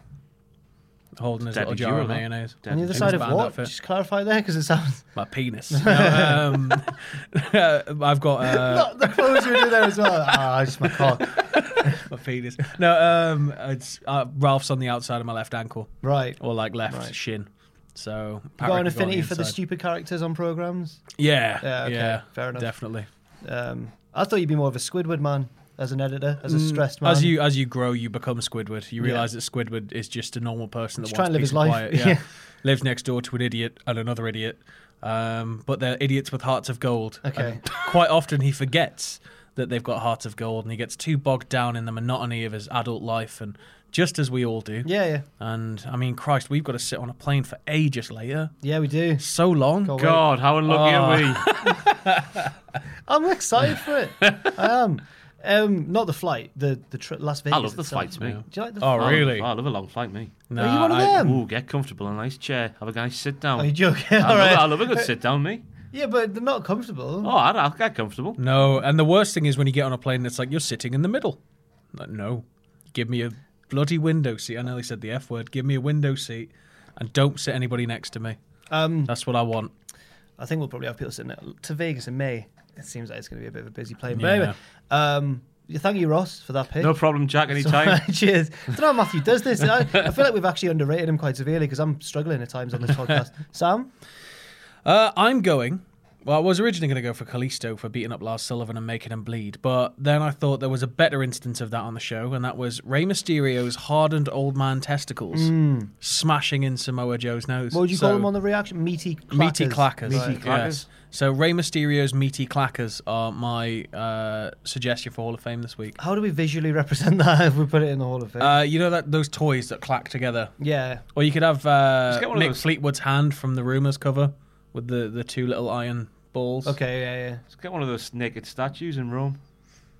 Speaker 4: holding his
Speaker 3: Deadly
Speaker 4: little jar
Speaker 3: duo,
Speaker 4: of
Speaker 3: that.
Speaker 4: mayonnaise.
Speaker 2: on the other
Speaker 4: Jim's
Speaker 2: side of
Speaker 4: band
Speaker 2: what?
Speaker 4: outfit.
Speaker 2: Just clarify there, because it sounds.
Speaker 4: My penis. No, um, I've got uh,
Speaker 2: the pose you do there as well. Ah, just my cock.
Speaker 4: my penis. No, um, it's uh, Ralph's on the outside of my left ankle
Speaker 2: Right.
Speaker 4: or like left shin. So Patrick
Speaker 2: got an
Speaker 4: is on
Speaker 2: affinity for the
Speaker 4: inside.
Speaker 2: stupid characters on programs.
Speaker 4: Yeah,
Speaker 2: Yeah,
Speaker 4: yeah,
Speaker 2: okay, fair enough.
Speaker 4: Definitely.
Speaker 2: Um, I thought you'd be more of a Squidward man as an editor, as a
Speaker 3: Mm,
Speaker 2: stressed man.
Speaker 4: As you as you grow, you become Squidward. You realize that Squidward is just a normal person that
Speaker 2: Just
Speaker 4: wants
Speaker 2: trying to live
Speaker 4: peace
Speaker 2: his
Speaker 4: and
Speaker 2: life.
Speaker 4: Quiet. Yeah.
Speaker 2: Yeah.
Speaker 4: lives next door to an idiot and another idiot, um, but they're idiots with hearts of gold.
Speaker 2: Okay.
Speaker 4: And quite often, he forgets that they've got hearts of gold, and he gets too bogged down in the monotony of his adult life, and just as we all do.
Speaker 2: Yeah, yeah,
Speaker 4: And I mean, Christ, we've got to sit on a plane for ages later.
Speaker 2: yeah. We do.
Speaker 4: So long.
Speaker 2: Go away.
Speaker 3: God, how unlucky are we?
Speaker 2: I'm excited for it. I am. Um, not the flight. The the tri- Las Vegas.
Speaker 3: I love the
Speaker 2: itself.
Speaker 3: flights, me.
Speaker 2: Do you like the?
Speaker 4: Oh,
Speaker 2: flight?
Speaker 4: really?
Speaker 3: Oh, I love a long flight, me.
Speaker 4: No,
Speaker 2: Are you one of
Speaker 4: I-
Speaker 2: them?
Speaker 3: Ooh, get comfortable in a nice chair. Have a nice sit down.
Speaker 2: Are you joking?
Speaker 3: I,
Speaker 2: All
Speaker 3: love,
Speaker 2: right.
Speaker 3: I love a good sit down, me.
Speaker 2: Yeah, but they're not comfortable.
Speaker 3: Oh, I'd, I'll get comfortable.
Speaker 4: No, and the worst thing is when you get on a plane, it's like you're sitting in the middle. Like, no, give me a bloody window seat. I nearly said the f word. Give me a window seat, and don't sit anybody next to me. Um, That's what I want.
Speaker 2: I think we'll probably have people sitting there. to Vegas in May. It seems like it's going to be a bit of a busy plane. But
Speaker 4: Yeah.
Speaker 2: anyway, um, yeah, thank you, Ross, for that pick.
Speaker 3: No problem, Jack, anytime.
Speaker 2: Cheers. I don't know how Matthew does this. I, I feel like we've actually underrated him quite severely because I'm struggling at times on this podcast. Sam,
Speaker 4: Uh, I'm going. Well, I was originally going to go for Callisto for beating up Lars Sullivan and making him bleed, but then I thought there was a better instance of that on the show, and that was Rey Mysterio's hardened old man testicles smashing in Samoa Joe's nose.
Speaker 2: Hmm. what would you
Speaker 4: So-
Speaker 2: call him on the reaction? Meaty clackers.
Speaker 4: Meaty clackers.
Speaker 2: Meaty
Speaker 3: Right. clackers.
Speaker 4: So Rey Mysterio's meaty clackers are my uh, suggestion for Hall of Fame this week.
Speaker 2: How do we visually represent that if we put it in the Hall of Fame?
Speaker 4: Uh, you know that those toys that clack together,
Speaker 2: yeah.
Speaker 4: or you could have uh,
Speaker 3: Just get one of
Speaker 4: Nick
Speaker 3: those.
Speaker 4: Fleetwood's hand from the Rumors cover with the, the two little iron balls.
Speaker 2: Okay, yeah, yeah.
Speaker 3: Let's get one of those naked statues in Rome.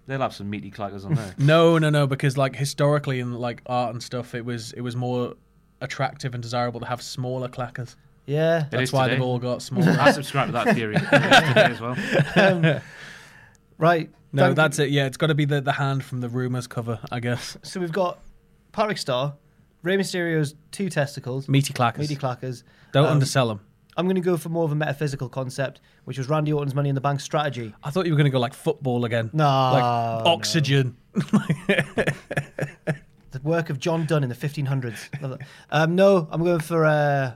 Speaker 3: They'll have some meaty clackers on there.
Speaker 4: No, no, no, because like historically in like art and stuff, it was it was more attractive and desirable to have smaller clackers.
Speaker 2: Yeah.
Speaker 3: It
Speaker 4: That's
Speaker 3: is
Speaker 4: why
Speaker 3: today.
Speaker 4: they've all got smaller.
Speaker 3: I subscribe to that theory It is today as well.
Speaker 2: Right.
Speaker 4: no,
Speaker 2: thank-
Speaker 4: that's it. Yeah, it's got to be the, the hand from the Rumors cover, I guess.
Speaker 2: So we've got Patrick Star, Rey Mysterio's two testicles,
Speaker 4: Meaty clackers.
Speaker 2: meaty clackers.
Speaker 4: Don't
Speaker 2: Um,
Speaker 4: undersell them.
Speaker 2: I'm going to go for more of a metaphysical concept, which was Randy Orton's Money in the Bank strategy.
Speaker 4: I thought you were going to go like football again.
Speaker 2: No,
Speaker 4: Like
Speaker 2: no.
Speaker 4: oxygen.
Speaker 2: The work of John Dunn in the 1500s. Love that. um, no, I'm going for uh,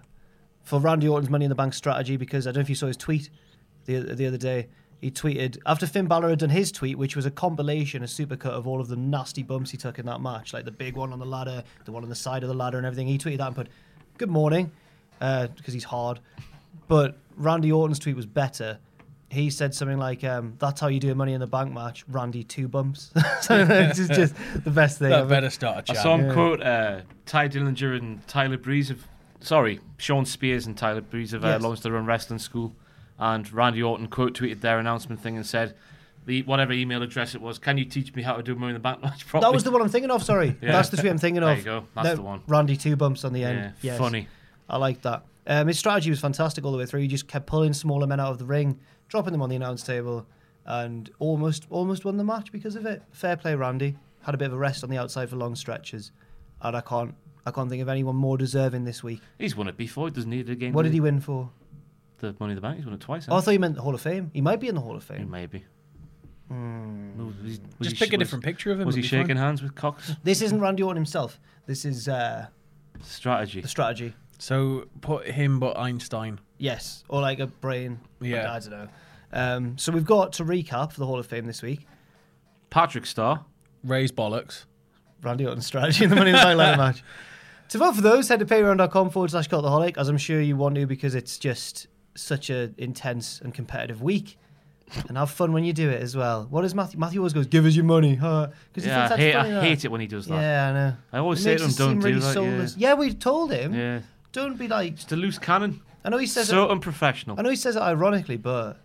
Speaker 2: for Randy Orton's Money in the Bank strategy because I don't know if you saw his tweet the the other day. He tweeted after Finn Balor had done his tweet, which was a compilation, a supercut of all of the nasty bumps he took in that match, like the big one on the ladder, the one on the side of the ladder, and everything. He tweeted that and put, "Good morning," because he's hard. But Randy Orton's tweet was better. He said something like, um, "That's how you do a Money in the Bank match, Randy two bumps." so it's just, just the best thing.
Speaker 4: That
Speaker 2: ever.
Speaker 4: better start a
Speaker 3: I
Speaker 4: chat.
Speaker 3: saw him quote uh, Ty Dillinger and Tyler Breeze of, sorry, Sean Spears and Tyler Breeze of uh,
Speaker 2: Yes.
Speaker 3: Lawrence Durham Wrestling School, and Randy Orton quote tweeted their announcement thing and said, the whatever email address it was, can you teach me how to do Money in the Bank match properly?
Speaker 2: That was the one I'm thinking of. Sorry,
Speaker 3: Yeah.
Speaker 2: that's the tweet I'm thinking of.
Speaker 3: There you go. That's the one.
Speaker 2: Randy two bumps on the end.
Speaker 3: Yeah,
Speaker 2: Yes.
Speaker 3: funny.
Speaker 2: I like that. Um, his strategy was fantastic all the way through. He just kept pulling smaller men out of the ring, dropping them on the announce table, and almost almost won the match because of it. Fair play, Randy. Had a bit of a rest on the outside for long stretches, and I can't I can't think of anyone more deserving this week.
Speaker 3: He's won it before. He doesn't need it again.
Speaker 2: What
Speaker 3: does
Speaker 2: did he win for?
Speaker 3: The Money in the Bank. He's won it twice.
Speaker 2: Oh, I
Speaker 3: hasn't
Speaker 2: thought you meant the Hall of Fame. He might be in the Hall of
Speaker 3: he?
Speaker 2: Fame.
Speaker 3: maybe. Was he- was
Speaker 4: Hmm. Just
Speaker 3: he-
Speaker 4: pick a
Speaker 3: was-
Speaker 4: different picture of him.
Speaker 3: Was he
Speaker 4: it'd be fine.
Speaker 3: shaking hands with Cox?
Speaker 2: This isn't Randy Orton himself. This is uh,
Speaker 3: Strategy.
Speaker 2: the strategy.
Speaker 4: So put him, but Einstein.
Speaker 2: Yes, or like a brain.
Speaker 4: Yeah.
Speaker 2: I don't know. Um, so we've got to recap for the Hall of Fame this week.
Speaker 3: Patrick Starr.
Speaker 4: Raise bollocks.
Speaker 2: Randy Orton's strategy in the Money in the Bank ladder match. To vote for those, head to patreon.com forward slash cultaholic, as I'm sure you want to because it's just such an intense and competitive week. And have fun when you do it as well. What is Matthew? Matthew always goes, give us your money. Because
Speaker 3: Yeah, I hate, I hate it when he does that.
Speaker 2: Yeah, I know.
Speaker 3: I always say
Speaker 2: makes
Speaker 3: to him,
Speaker 2: us
Speaker 3: "Don't
Speaker 2: seem
Speaker 3: do
Speaker 2: really
Speaker 3: that," yeah.
Speaker 2: soulless. Yeah. we told him.
Speaker 3: Yeah.
Speaker 2: Don't be like.
Speaker 3: It's a loose cannon.
Speaker 2: I know he says
Speaker 3: so
Speaker 2: it.
Speaker 3: unprofessional.
Speaker 2: I know he says it ironically, but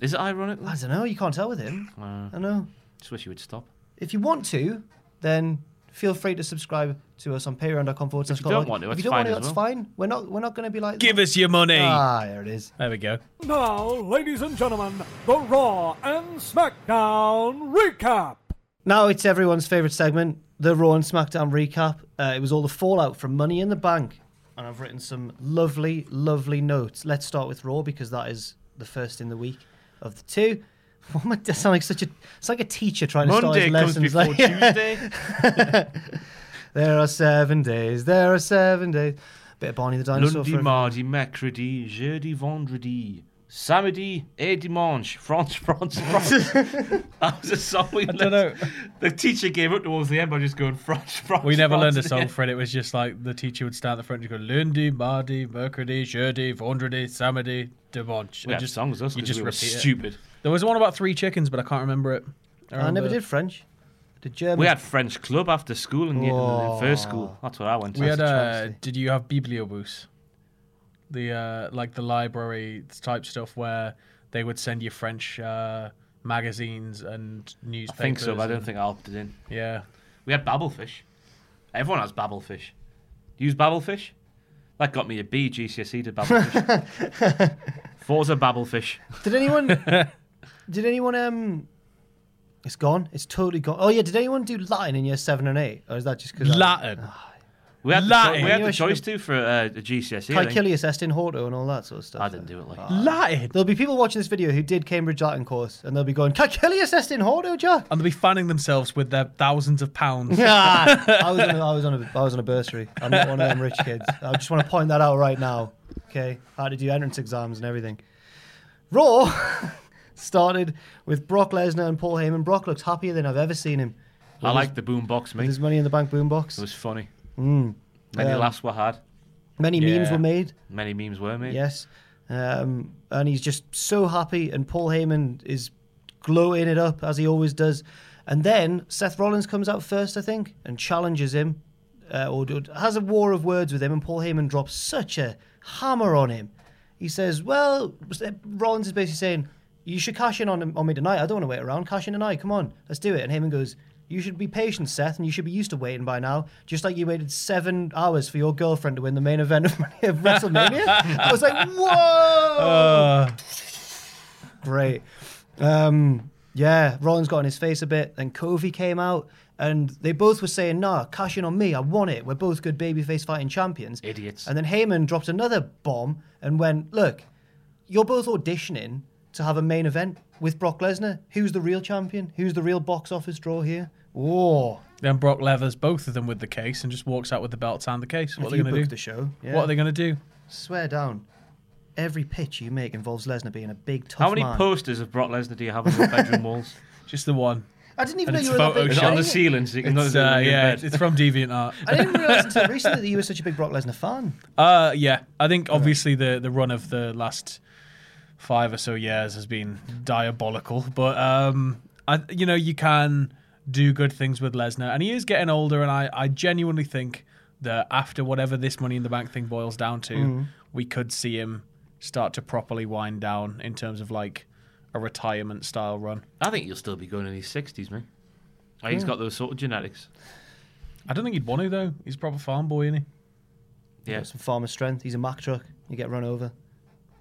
Speaker 3: Is it ironic? though?
Speaker 2: I don't know. You can't tell with him.
Speaker 3: Uh,
Speaker 2: I know.
Speaker 3: just wish he would stop.
Speaker 2: If you want to, then feel free to subscribe to us on patreon.com forward slash
Speaker 3: you don't
Speaker 2: Cultaholic.
Speaker 3: want to,
Speaker 2: If
Speaker 3: that's
Speaker 2: you don't
Speaker 3: fine
Speaker 2: want to,
Speaker 3: as
Speaker 2: that's
Speaker 3: well.
Speaker 2: fine. We're not, we're not going to be like.
Speaker 4: Give us your money.
Speaker 2: Ah, there it is.
Speaker 4: There we go.
Speaker 1: Now, ladies and gentlemen, the Raw and SmackDown recap.
Speaker 2: Now it's everyone's favourite segment, the Raw and SmackDown recap. Uh, it was all the fallout from Money in the Bank. And I've written some lovely, lovely notes. Let's start with Raw because that is the first in the week of the two. What am I, that sound like such a, it's like a teacher trying to start
Speaker 3: Monday
Speaker 2: his
Speaker 3: comes
Speaker 2: lessons.
Speaker 3: before
Speaker 2: like-
Speaker 3: Tuesday.
Speaker 2: There are seven days, there are seven days. Bit of Barney the Dinosaur.
Speaker 3: Lundi,
Speaker 2: for-
Speaker 3: mardi, mercredi, jeudi, vendredi, samedi et dimanche. France, France, France. that was a song we I
Speaker 4: don't know.
Speaker 3: The teacher gave up towards the end by just going France, France.
Speaker 4: We never
Speaker 3: France,
Speaker 4: learned a
Speaker 3: yeah.
Speaker 4: song for it. It was just like the teacher would stand at the front and go Lundi, Mardi, Mercredi, Jeudi, Vendredi, Samedi, Dimanche.
Speaker 3: We had
Speaker 4: And just
Speaker 3: songs, us,
Speaker 4: You
Speaker 3: 'cause
Speaker 4: just
Speaker 3: we were
Speaker 4: repeat it.
Speaker 3: stupid.
Speaker 4: There was one about three chickens, but I can't remember it.
Speaker 2: I never
Speaker 4: remember-
Speaker 2: did French. I did German.
Speaker 3: We had French club after school and in first school. That's what I went to.
Speaker 4: Oh. We had. Uh,
Speaker 2: travesty.
Speaker 4: did you have bibliobus? The uh, like the library type stuff where they would send you French uh, magazines and
Speaker 3: I
Speaker 4: newspapers.
Speaker 3: think so, but I don't
Speaker 4: and-
Speaker 3: think I opted in.
Speaker 4: Yeah.
Speaker 3: We had babblefish. Everyone has babblefish. Do you use babblefish? That got me a B GCSE E to babblefish. Forza babblefish.
Speaker 2: Did anyone? did anyone? Um, it's gone. It's totally gone. Oh yeah. Did anyone do Latin in year seven and eight, or is that just because
Speaker 4: Latin.
Speaker 3: We had the,
Speaker 4: Latin.
Speaker 3: cho- we had
Speaker 2: Knew I
Speaker 3: the
Speaker 2: should've-
Speaker 3: choice to for uh, a GCSE. I, think.
Speaker 2: Caecilius, Estin Horto, and all that sort of stuff?
Speaker 3: I didn't do it like
Speaker 4: Latin.
Speaker 2: There'll be people watching this video who did Cambridge Latin course, and they'll be going Caecilius, Estin Horto, Jack.
Speaker 4: And they'll be fanning themselves with their thousands of pounds.
Speaker 2: Ah, I was on a, I was on a I was on a bursary. I'm not one of them rich kids. I just want to point that out right now. Okay, I had to do entrance exams and everything. Raw started with Brock Lesnar and Paul Heyman. Brock looks happier than I've ever seen him.
Speaker 3: I like the boombox, mate.
Speaker 2: There's
Speaker 3: It
Speaker 2: money in the bank boombox.
Speaker 3: was funny.
Speaker 4: Mm.
Speaker 3: Many
Speaker 2: Um,
Speaker 3: laughs were had.
Speaker 2: Many memes
Speaker 4: Yeah.
Speaker 2: were made.
Speaker 3: Many memes were made.
Speaker 2: Yes. Um, and he's just so happy, and Paul Heyman is glowing it up as he always does. And then Seth Rollins comes out first, I think, and challenges him, uh, or, or has a war of words with him. And Paul Heyman drops such a hammer on him. He says, "Well, uh, Rollins is basically saying you should cash in on on me tonight. I don't want to wait around. Cash in tonight. Come on, let's do it." And Heyman goes. You should be patient, Seth, and you should be used to waiting by now. Just like you waited seven hours for your girlfriend to win the main event of of WrestleMania. I was like, whoa!
Speaker 4: Uh,
Speaker 2: Great. Um, yeah, Rollins got on his face a bit, and Kofi came out, and they both were saying, "Nah, cash in on me. I want it. We're both good babyface fighting champions."
Speaker 3: Idiots.
Speaker 2: And then Heyman dropped another bomb and went, "Look, you're both auditioning to have a main event with Brock Lesnar. Who's the real champion? Who's the real box office draw here?" Whoa!
Speaker 4: Then Brock levers both of them with the case and just walks out with the belts and the case.
Speaker 2: If
Speaker 4: What are
Speaker 2: you
Speaker 4: they going to
Speaker 2: book
Speaker 4: do?
Speaker 2: the show, yeah.
Speaker 4: What are they going to do?
Speaker 2: Swear down. every pitch you make involves Lesnar being a big tough
Speaker 3: How many
Speaker 2: man.
Speaker 3: posters of Brock Lesnar do you have on your bedroom walls?
Speaker 4: Just the one.
Speaker 2: I didn't even
Speaker 4: and
Speaker 2: know
Speaker 4: it's
Speaker 2: you were that big.
Speaker 4: Photoshop.
Speaker 3: It's
Speaker 2: I
Speaker 3: on the
Speaker 2: didn't-
Speaker 3: ceiling, so you can
Speaker 4: It's,
Speaker 3: notice it
Speaker 4: uh,
Speaker 3: when you're in
Speaker 4: yeah,
Speaker 3: bed.
Speaker 4: it's from DeviantArt.
Speaker 2: I didn't realize until recently that you were such a big Brock Lesnar fan.
Speaker 4: Uh, yeah, I think obviously the the run of the last five or so years has been diabolical, but um, I you know you can do good things with Lesnar, and he is getting older, and I I genuinely think that after whatever this Money in the Bank thing boils down to, we could see him start to properly wind down in terms of like a retirement style run.
Speaker 3: I think you'll still be going in his 60s, mate. Oh, He's got those sort of genetics.
Speaker 4: I don't think he'd want to though. He's a proper farm boy, isn't he?
Speaker 3: Yeah,
Speaker 2: Got some farmer strength. He's a Mack truck. You get run over.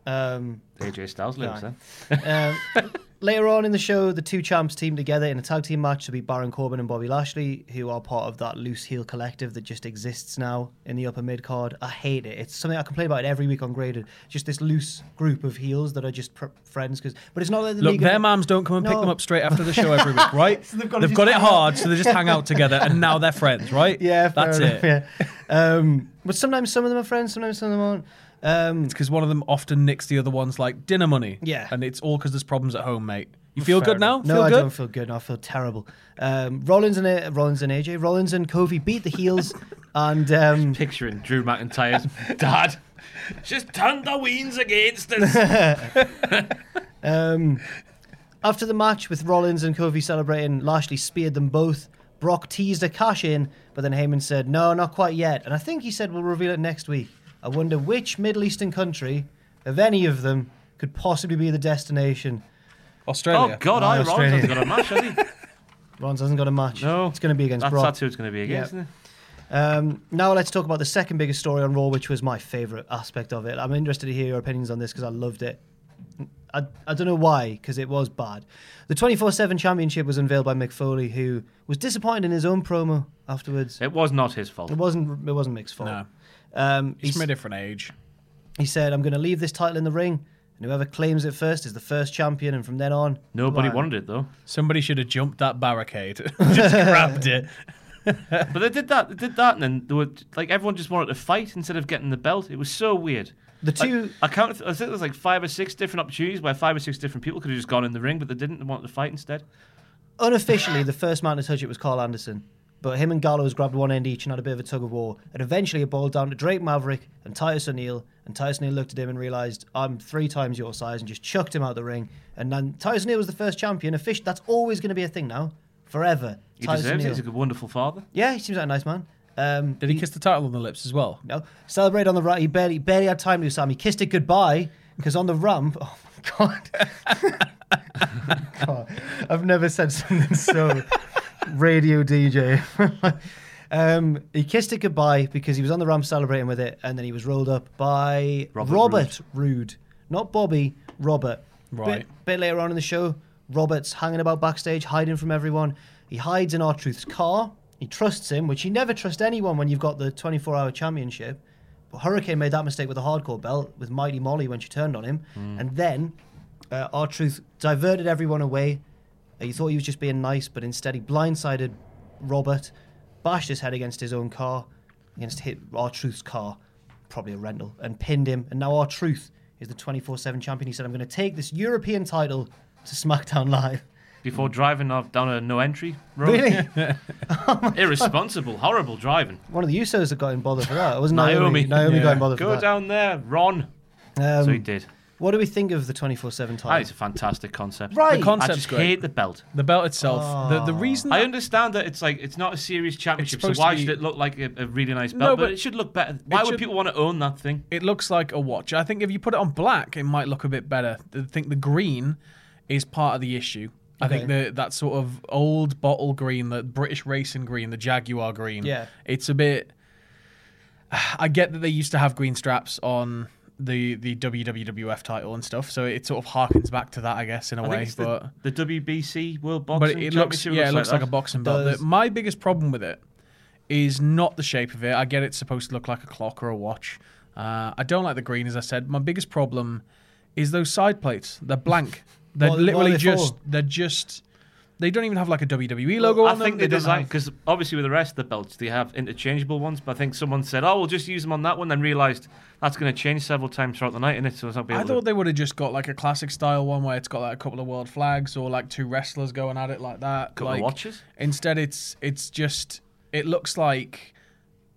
Speaker 2: Um,
Speaker 3: AJ Styles eh? lives
Speaker 2: Aye.
Speaker 3: there.
Speaker 2: Um, later on in the show, the two champs team together in a tag team match to beat Baron Corbin and Bobby Lashley, who are part of that loose heel collective that just exists now in the upper mid card. I hate it. It's something I complain about every week on Graded. Just this loose group of heels that are just pr- friends. Cause, but it's not like the
Speaker 4: Look,
Speaker 2: League
Speaker 4: their
Speaker 2: of-
Speaker 4: moms don't come and pick
Speaker 2: No.
Speaker 4: them up straight after the show every week, right?
Speaker 2: they've
Speaker 4: they've
Speaker 2: gotta
Speaker 4: got,
Speaker 2: just
Speaker 4: it
Speaker 2: hang out.
Speaker 4: hard, so they just hang out together, and now they're friends, right?
Speaker 2: Yeah, fair
Speaker 4: that's
Speaker 2: enough,
Speaker 4: it.
Speaker 2: Yeah. Um, but sometimes some of them are friends, sometimes some of them aren't. Um,
Speaker 4: It's because one of them often nicks the other one's like dinner money.
Speaker 2: Yeah.
Speaker 4: and it's all because there's problems at home, mate. You feel good now?
Speaker 2: No,
Speaker 4: feel
Speaker 2: I
Speaker 4: good?
Speaker 2: don't feel good. No, I feel terrible. Um, Rollins and uh, Rollins and AJ, Rollins and Kofi beat the heels, and um,
Speaker 3: Picturing Drew McIntyre's dad. Just turned the weens against us.
Speaker 2: After the match, with Rollins and Kofi celebrating, Lashley speared them both. Brock teased a cash in, but then Heyman said, No, not quite yet. And I think he said, We'll reveal it next week. I wonder which Middle Eastern country, if any of them, could possibly be the destination.
Speaker 4: Australia.
Speaker 3: oh, God, I
Speaker 2: Australia.
Speaker 3: Rollins has got a match, has he?
Speaker 2: Rollins hasn't got a match.
Speaker 3: No.
Speaker 2: It's going to be against
Speaker 3: That's,
Speaker 2: Brock.
Speaker 3: that's who it's going to be against,
Speaker 2: Yeah.
Speaker 3: isn't it?
Speaker 2: Um, now let's talk about the second biggest story on Raw, which was my favourite aspect of it. I'm interested to hear your opinions on this because I loved it. I, I don't know why, because it was bad. The 24 7 championship was unveiled by Mick Foley, who was disappointed in his own promo afterwards.
Speaker 3: It was not his fault.
Speaker 2: It wasn't it wasn't Mick's fault.
Speaker 4: No.
Speaker 2: Um, he,
Speaker 4: He's from a
Speaker 2: s-
Speaker 4: different age.
Speaker 2: he said, I'm going to leave this title in the ring, and whoever claims it first is the first champion, and from then on.
Speaker 3: Nobody
Speaker 2: Right.
Speaker 3: wanted it, though.
Speaker 4: Somebody should have jumped that barricade, just grabbed it.
Speaker 3: But they did that. They did that, and then they were like everyone just wanted to fight instead of getting the belt. It was so weird.
Speaker 2: The
Speaker 3: Like,
Speaker 2: two.
Speaker 3: I counted. I think there's like five or six different opportunities where five or six different people could have just gone in the ring, but they didn't. They wanted to fight instead.
Speaker 2: unofficially, the first man to touch it was Carl Anderson, but him and Gallows grabbed one end each and had a bit of a tug of war. And eventually, it boiled down to Drake Maverick and Titus O'Neil. And Titus O'Neil looked at him and realized, "I'm three times your size," and just chucked him out the ring. And then Titus O'Neil was the first champion. A fish that's always going to be a thing now, forever.
Speaker 3: He
Speaker 2: Titus
Speaker 3: deserves it.
Speaker 2: O'Neil.
Speaker 3: He's a good, wonderful father.
Speaker 2: Yeah, he seems like a nice man. Um,
Speaker 4: Did he kiss the title on the lips as well?
Speaker 2: no, celebrate on the right. He barely barely had time to do Sam. He kissed it goodbye because on the ramp. Oh my god. god, I've never said something so radio DJ. um, he kissed it goodbye because he was on the ramp celebrating with it, and then he was rolled up by Robert,
Speaker 3: Robert
Speaker 2: Roode. not Bobby. Robert.
Speaker 4: Right.
Speaker 2: Bit, bit later on in the show, Robert's hanging about backstage, hiding from everyone. He hides in R Truth's car. He trusts him, which you never trust anyone when you've got the 24 hour championship. But Hurricane made that mistake with the hardcore belt with Mighty Molly when she turned on him. And then uh, R Truth diverted everyone away. Uh, He thought he was just being nice, but instead he blindsided Robert, bashed his head against his own car, against hit R Truth's car, probably a rental, and pinned him. And now R Truth is the 24 7 champion. He said, I'm going to take this European title to SmackDown Live.
Speaker 3: Before driving off down a no entry road.
Speaker 2: Really?
Speaker 3: Irresponsible, horrible driving.
Speaker 2: One of the Usos that got in bother for that. It was Naomi.
Speaker 3: Naomi.
Speaker 2: Naomi got in bother for
Speaker 3: Go
Speaker 2: that. Um,
Speaker 3: down there, Ron. so he did.
Speaker 2: What do we think of the 24 7 title?
Speaker 3: That is a fantastic concept.
Speaker 2: Right.
Speaker 4: The
Speaker 3: I
Speaker 4: concept's
Speaker 3: just
Speaker 4: great.
Speaker 3: hate the belt.
Speaker 4: The belt itself. The, the reason
Speaker 3: I understand that it's like it's not a serious championship, so
Speaker 4: supposed to
Speaker 3: why
Speaker 4: be-
Speaker 3: should it look like a, a really nice belt?
Speaker 4: No,
Speaker 3: but,
Speaker 4: but
Speaker 3: it should look better. Why would
Speaker 4: should-
Speaker 3: people want to own that thing?
Speaker 4: it looks like a watch. I think if you put it on black, it might look a bit better. I think the green is part of the issue. I think the, that sort of old bottle green, the British racing green, the Jaguar green.
Speaker 2: Yeah.
Speaker 4: It's a bit. I get that they used to have green straps on the the WWF title and stuff, so it sort of harkens back to that, I guess, in a
Speaker 3: I
Speaker 4: way.
Speaker 3: think it's
Speaker 4: but
Speaker 3: the, the WBC World
Speaker 4: but
Speaker 3: Boxing
Speaker 4: it looks
Speaker 3: Championship.
Speaker 4: yeah, it looks like,
Speaker 3: that.
Speaker 4: a boxing belt.
Speaker 2: Does-
Speaker 4: The- my biggest problem with it is not the shape of it. I get it's supposed to look like a clock or a watch. Uh, I don't like the green, as I said. My biggest problem is those side plates. They're blank. They're
Speaker 2: What- what are
Speaker 4: literally
Speaker 2: they
Speaker 4: just
Speaker 2: for?
Speaker 4: they're just They don't even have like a WWE logo
Speaker 3: I
Speaker 4: on them.
Speaker 3: think
Speaker 4: they
Speaker 3: they
Speaker 4: don't
Speaker 3: designed
Speaker 4: have-
Speaker 3: because obviously with the rest of the belts they have interchangeable ones, but I think someone said, "Oh, we'll just use them on that one," then realised that's going to change several times throughout the night, and it's so it's not be able
Speaker 4: I
Speaker 3: to-
Speaker 4: thought they would have just got like a classic style one where it's got like a couple of world flags or like two wrestlers going at it like that.
Speaker 3: Couple of
Speaker 4: like,
Speaker 3: watches?
Speaker 4: Instead, it's it's just it looks like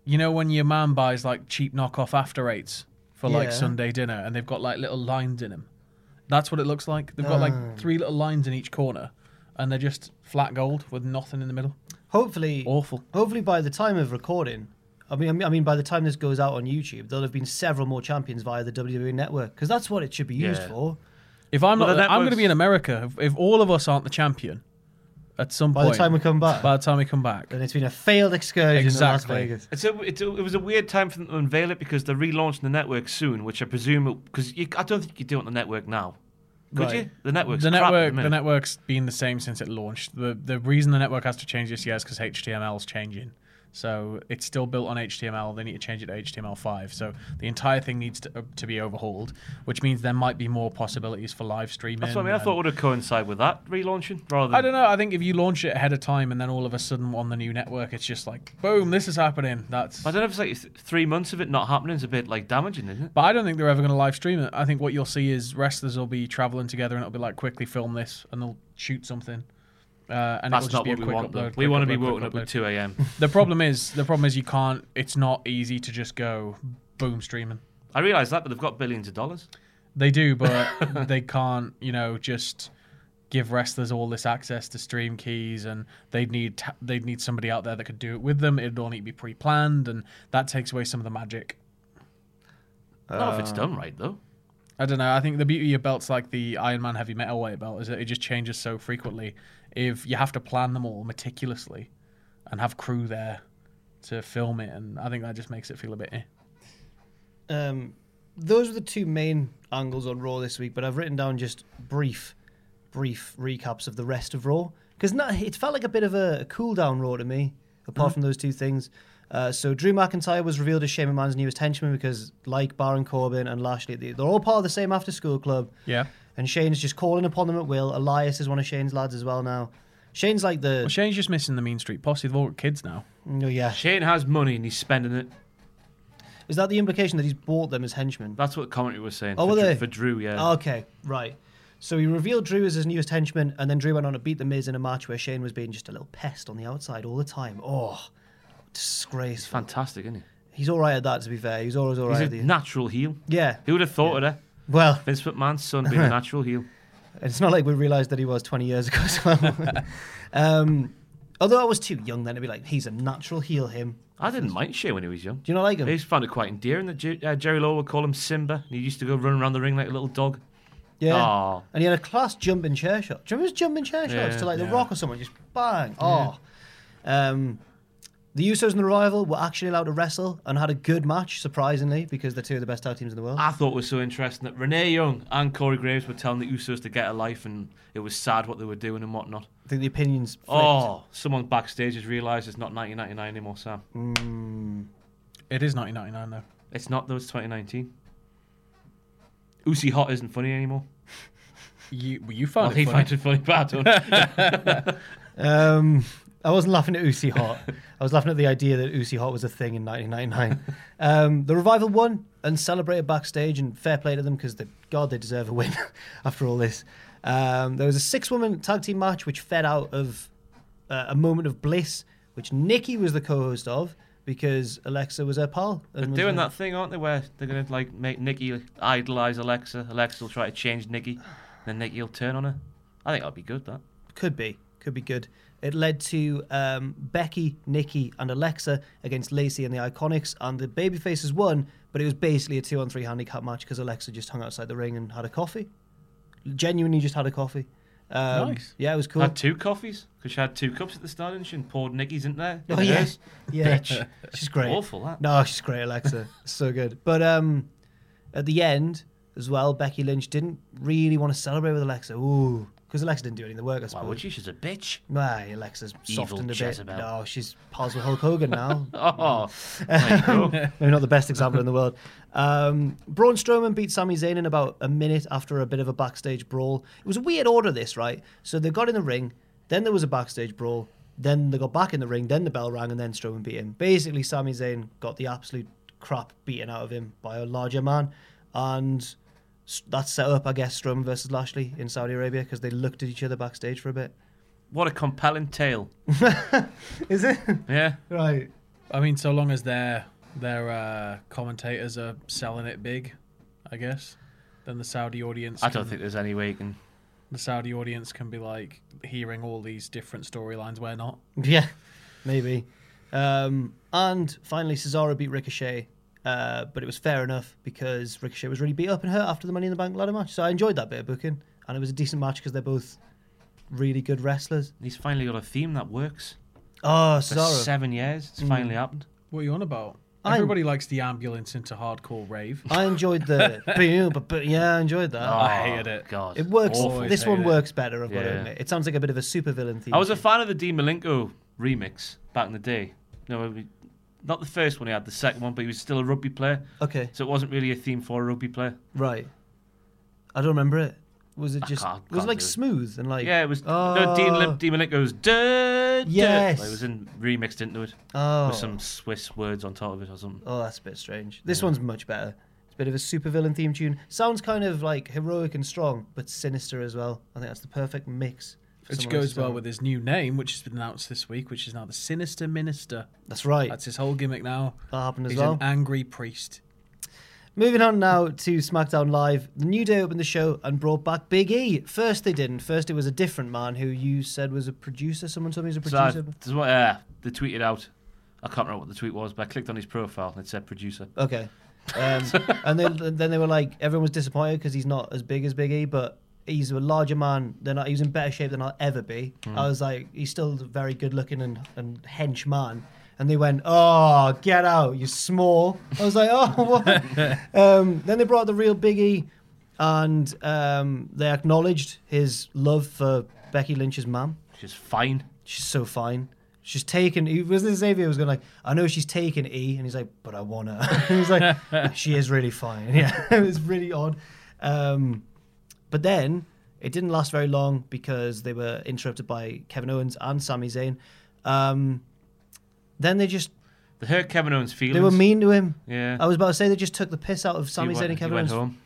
Speaker 4: you know when your man buys like cheap knockoff after eights for like
Speaker 2: Yeah.
Speaker 4: Sunday dinner, and they've got like little lines in them. That's what it looks like. They've got
Speaker 2: Ah.
Speaker 4: like three little lines in each corner, and they're just flat gold with nothing in the middle.
Speaker 2: Hopefully,
Speaker 4: Awful.
Speaker 2: Hopefully, by the time of recording, I mean, I mean, by the time this goes out on YouTube, there'll have been several more champions via the WWE network because that's what it should be used
Speaker 3: Yeah.
Speaker 2: for.
Speaker 4: If I'm
Speaker 3: Well,
Speaker 4: not,
Speaker 3: the
Speaker 4: I'm going to
Speaker 3: networks-
Speaker 4: be in America. If, if all of us aren't the champion, at some
Speaker 2: By the
Speaker 4: point,
Speaker 2: time we come back.
Speaker 4: by the time we come back,
Speaker 2: And it's been a failed excursion
Speaker 4: Exactly.
Speaker 2: to Las Vegas.
Speaker 3: It's a, it's a, it was a weird time for them to unveil it because they're relaunching the network soon, which I presume because I don't think you do it on the network now, could
Speaker 4: Right.
Speaker 3: you? The network's
Speaker 4: the
Speaker 3: crap at
Speaker 4: network,
Speaker 3: the,
Speaker 4: the
Speaker 3: minute.
Speaker 4: network's been the same since it launched. the The reason the network has to change this year is because HTML's changing. So it's still built on HTML. They need to change it to HTML5. So the entire thing needs to, uh, to be overhauled, which means there might be more possibilities for live streaming.
Speaker 3: That's what I mean. I
Speaker 4: and-
Speaker 3: thought it would have coincided with that relaunching rather than
Speaker 4: I don't know. I think if you launch it ahead of time and then all of a sudden on the new network, it's just like boom, this is happening. That's.
Speaker 3: I don't know if it's like th- three months of it not happening is a bit like damaging, isn't it?
Speaker 4: But I don't think they're ever going to live stream it. I think what you'll see is wrestlers will be traveling together and it'll be like quickly film this and they'll shoot something. Uh, and
Speaker 3: That's
Speaker 4: it'll just
Speaker 3: not
Speaker 4: be a
Speaker 3: what we
Speaker 4: quick
Speaker 3: want. though.
Speaker 4: upload,
Speaker 3: We
Speaker 4: quick
Speaker 3: want to be
Speaker 4: upload, quick
Speaker 3: woken up
Speaker 4: upload.
Speaker 3: at two a.m.
Speaker 4: The problem is, the problem is you can't. It's not easy to just go boom streaming.
Speaker 3: I realise that, but they've got billions of dollars.
Speaker 4: They do, but they can't. You know, just give wrestlers all this access to stream keys, and they'd need ta- they'd need somebody out there that could do it with them. It'd all need to be pre-planned, and that takes away some of the magic.
Speaker 3: Not
Speaker 4: Uh,
Speaker 3: if it's done right though.
Speaker 4: I don't know. I think the beauty of belts like the Iron Man heavy metal weight belt is that it just changes so frequently. If you have to plan them all meticulously, and have crew there to film it, and I think that just makes it feel a bit. Eh.
Speaker 2: Um, those were the two main angles on Raw this week, but I've written down just brief, brief recaps of the rest of Raw because it felt like a bit of a, cool down Raw to me,
Speaker 4: Mm-hmm.
Speaker 2: apart from those two things. Uh, so Drew McIntyre was revealed as Shane McMahon's newest henchman because, like Baron Corbin and Lashley, they- they're all part of the same after school club.
Speaker 4: Yeah.
Speaker 2: And Shane's just calling upon them at will. Elias is one of Shane's lads as well now. Shane's like the
Speaker 4: Well, Shane's just missing the Mean Street Posse. They've all got kids now.
Speaker 2: oh yeah.
Speaker 3: Shane has money and he's spending it.
Speaker 2: Is that the implication that he's bought them as henchmen?
Speaker 3: That's what commentary was saying.
Speaker 2: Oh,
Speaker 3: for,
Speaker 2: were
Speaker 3: Drew,
Speaker 2: they? Oh,
Speaker 3: for Drew, yeah.
Speaker 2: Okay, right. So he revealed Drew as his newest henchman, and then Drew went on to beat The Miz in a match where Shane was being just a little pest on the outside all the time. Oh, disgrace.
Speaker 3: Fantastic, isn't he?
Speaker 2: He's all right at that, to be fair. He's always all right
Speaker 3: He's
Speaker 2: at
Speaker 3: a
Speaker 2: the
Speaker 3: natural heel.
Speaker 2: Yeah.
Speaker 3: Who would have thought of that?
Speaker 2: Well,
Speaker 3: Vince McMahon's son being a natural heel.
Speaker 2: it's not like we realised that he was 20 years ago as well. um, although I was too young then to be like, he's a natural heel, him.
Speaker 3: I didn't mind Shane when he was young.
Speaker 2: Do you not like
Speaker 3: I
Speaker 2: him?
Speaker 3: used to find it quite endearing that Jer- uh, Jerry Law would call him Simba. And he used to go running around the ring like a little dog.
Speaker 2: Yeah.
Speaker 3: Aw.
Speaker 2: And he had a class jumping chair shot. Do you remember his jumping chair shots
Speaker 3: Yeah,
Speaker 2: to like the rock or someone? Just bang. Oh. Um, the Usos and the Rival were actually allowed to wrestle and had a good match, surprisingly, because they're two of the best tag teams in the world.
Speaker 3: I thought was so interesting that Renee Young and Corey Graves were telling the Usos to get a life, and it was sad what they were doing and whatnot.
Speaker 2: I think the opinions. Flipped.
Speaker 3: Oh, someone backstage has realised it's not 1999 anymore, Sam.
Speaker 4: It is 1999 though.
Speaker 3: It's not though. It's 2019. Usi Hot isn't funny anymore.
Speaker 4: You well, you found
Speaker 3: Well,
Speaker 4: it
Speaker 3: Oh, he
Speaker 4: funny.
Speaker 3: finds it funny, but I don't.
Speaker 2: Um, I wasn't laughing at Usi Hot. I was laughing at the idea that Usi Hot was a thing in 1999. um, the Revival won and celebrated backstage, and fair play to them because, God, they deserve a win after all this. Um, there was a six woman tag team match which fed out of uh, A Moment of Bliss, which Nikki was the co host of because Alexa was her pal.
Speaker 3: They're
Speaker 2: and was
Speaker 3: doing
Speaker 2: a-
Speaker 3: that thing, aren't they? Where they're gonna like make Nikki idolize Alexa. Alexa will try to change Nikki, then Nikki will turn on her. I think that'd be good. That
Speaker 2: Could be. Could be good. It led to um, Becky, Nikki, and Alexa against Lacey and the Iconics, and the Babyfaces won, but it was basically a two on three handicap match because Alexa just hung outside the ring and had a coffee. Genuinely just had a coffee. Um,
Speaker 4: Nice.
Speaker 2: Yeah, it was cool.
Speaker 3: had two coffees because she had two cups at the start, didn't she? And poured Nikki's in there.
Speaker 2: Oh,
Speaker 3: in
Speaker 2: yeah.
Speaker 3: hers.
Speaker 2: yeah.
Speaker 3: Bitch.
Speaker 2: She's great.
Speaker 3: Awful, that.
Speaker 2: No, she's great, Alexa. so good. But um, at the end as well, Becky Lynch didn't really want to celebrate with Alexa. Ooh, because Alexa didn't do any of the work, I
Speaker 3: Why
Speaker 2: suppose.
Speaker 3: would she? She's a bitch.
Speaker 2: Nah, Alexa's
Speaker 3: Evil
Speaker 2: softened a
Speaker 3: Jezebel.
Speaker 2: bit. No, she's pals with Hulk Hogan now.
Speaker 3: Oh, there you go.
Speaker 2: Maybe not the best example in the world. Um, Braun Strowman beat Sami Zayn in about a minute after a bit of a backstage brawl. It was a weird order, this, right? So they got in the ring. Then there was a backstage brawl. Then they got back in the ring. Then the bell rang, and then Strowman beat him. Basically, Sami Zayn got the absolute crap beaten out of him by a larger man, and s- that set up, I guess, Strowman versus Lashley in Saudi Arabia because they looked at each other backstage for a bit.
Speaker 3: What a compelling tale.
Speaker 2: Is it
Speaker 3: Yeah.
Speaker 2: right?
Speaker 4: I mean, so long as their their uh, commentators are selling it big, I guess, then the Saudi audience.
Speaker 3: I don't
Speaker 4: can-
Speaker 3: think there's any way you can.
Speaker 4: the Saudi audience can be like hearing all these different storylines where not.
Speaker 2: Yeah, maybe. Um, and finally, Cesaro beat Ricochet, uh, but it was fair enough because Ricochet was really beat up and hurt after the Money in the Bank ladder match. So I enjoyed that bit of booking, and it was a decent match because they're both really good wrestlers.
Speaker 3: He's finally got a theme that works.
Speaker 2: Oh,
Speaker 3: For
Speaker 2: Cesaro.
Speaker 3: seven years,
Speaker 2: Hmm.
Speaker 3: it's finally happened.
Speaker 4: What are you on about?
Speaker 2: I'm-
Speaker 4: Everybody likes the ambulance into hardcore rave.
Speaker 2: I enjoyed the. but, but, but yeah, I enjoyed that.
Speaker 4: I hated it.
Speaker 3: God.
Speaker 2: it works.
Speaker 3: Oh, Awful.
Speaker 2: This
Speaker 4: hated
Speaker 2: one
Speaker 4: it.
Speaker 2: works better, I've got to
Speaker 3: Yeah.
Speaker 2: admit. It sounds like a bit of a supervillain theme.
Speaker 3: I was a
Speaker 2: tune.
Speaker 3: fan of the D Malenko remix back in the day. No, it was- not the first one he had, the second one, but he was still a rugby player,
Speaker 2: Okay,
Speaker 3: so it wasn't really a theme for a rugby player.
Speaker 2: right. I don't remember it. Was it
Speaker 3: I
Speaker 2: just.
Speaker 3: can't-
Speaker 2: was it
Speaker 3: can't
Speaker 2: like
Speaker 3: do it.
Speaker 2: smooth and like.
Speaker 3: Yeah, it was. no, Dean
Speaker 2: Oh.
Speaker 3: Lim, Dean Malenko's dirt.
Speaker 2: Yes.
Speaker 3: it was in remixed into it
Speaker 2: Oh.
Speaker 3: with some Swiss words on top of it or something.
Speaker 2: Oh, that's a bit strange. This one's much better. It's a bit of a supervillain theme tune. Sounds kind of like heroic and strong, but sinister as well. I think that's the perfect mix. for
Speaker 4: Which
Speaker 2: someone else's
Speaker 4: goes well
Speaker 2: song.
Speaker 4: with his new name, which has been announced this week, which is now the Sinister Minister.
Speaker 2: That's right.
Speaker 4: That's his whole gimmick now.
Speaker 2: that happened as
Speaker 4: He's
Speaker 2: well.
Speaker 4: an angry priest.
Speaker 2: Moving on now to SmackDown Live. The New Day opened the show and brought back Big E. First they didn't. First it was a different man who you said was a producer. Someone told me he was a
Speaker 3: So I,
Speaker 2: producer.
Speaker 3: this is what, uh, they tweeted out. I can't remember what the tweet was, but I clicked on his profile and it said producer.
Speaker 2: Okay. Um, and then, then they were like, everyone was disappointed because he's not as big as Big E, but he's a larger man. They're not. He was in better shape than I'll ever be. I was like, he's still very good looking and and hench man. And they went, oh, get out, you small. I was like, oh, what? um, then they brought the real Big E, and um, they acknowledged his love for Becky Lynch's mum.
Speaker 3: Which is fine.
Speaker 2: She's so fine. She's taken. He wasn't Xavier who was going like, I know she's taken E, and he's like, but I want her. he was like, she is really fine. Yeah, it was really odd. Um, but then it didn't last very long because they were interrupted by Kevin Owens and Sami Zayn. Um, then they just
Speaker 3: They hurt Kevin Owens' feelings.
Speaker 2: they were mean to him.
Speaker 3: Yeah.
Speaker 2: I was about to say they just took the piss out of
Speaker 3: He
Speaker 2: Sami
Speaker 3: went-
Speaker 2: Zayn and
Speaker 3: he
Speaker 2: Kevin
Speaker 3: went
Speaker 2: Owens
Speaker 3: home.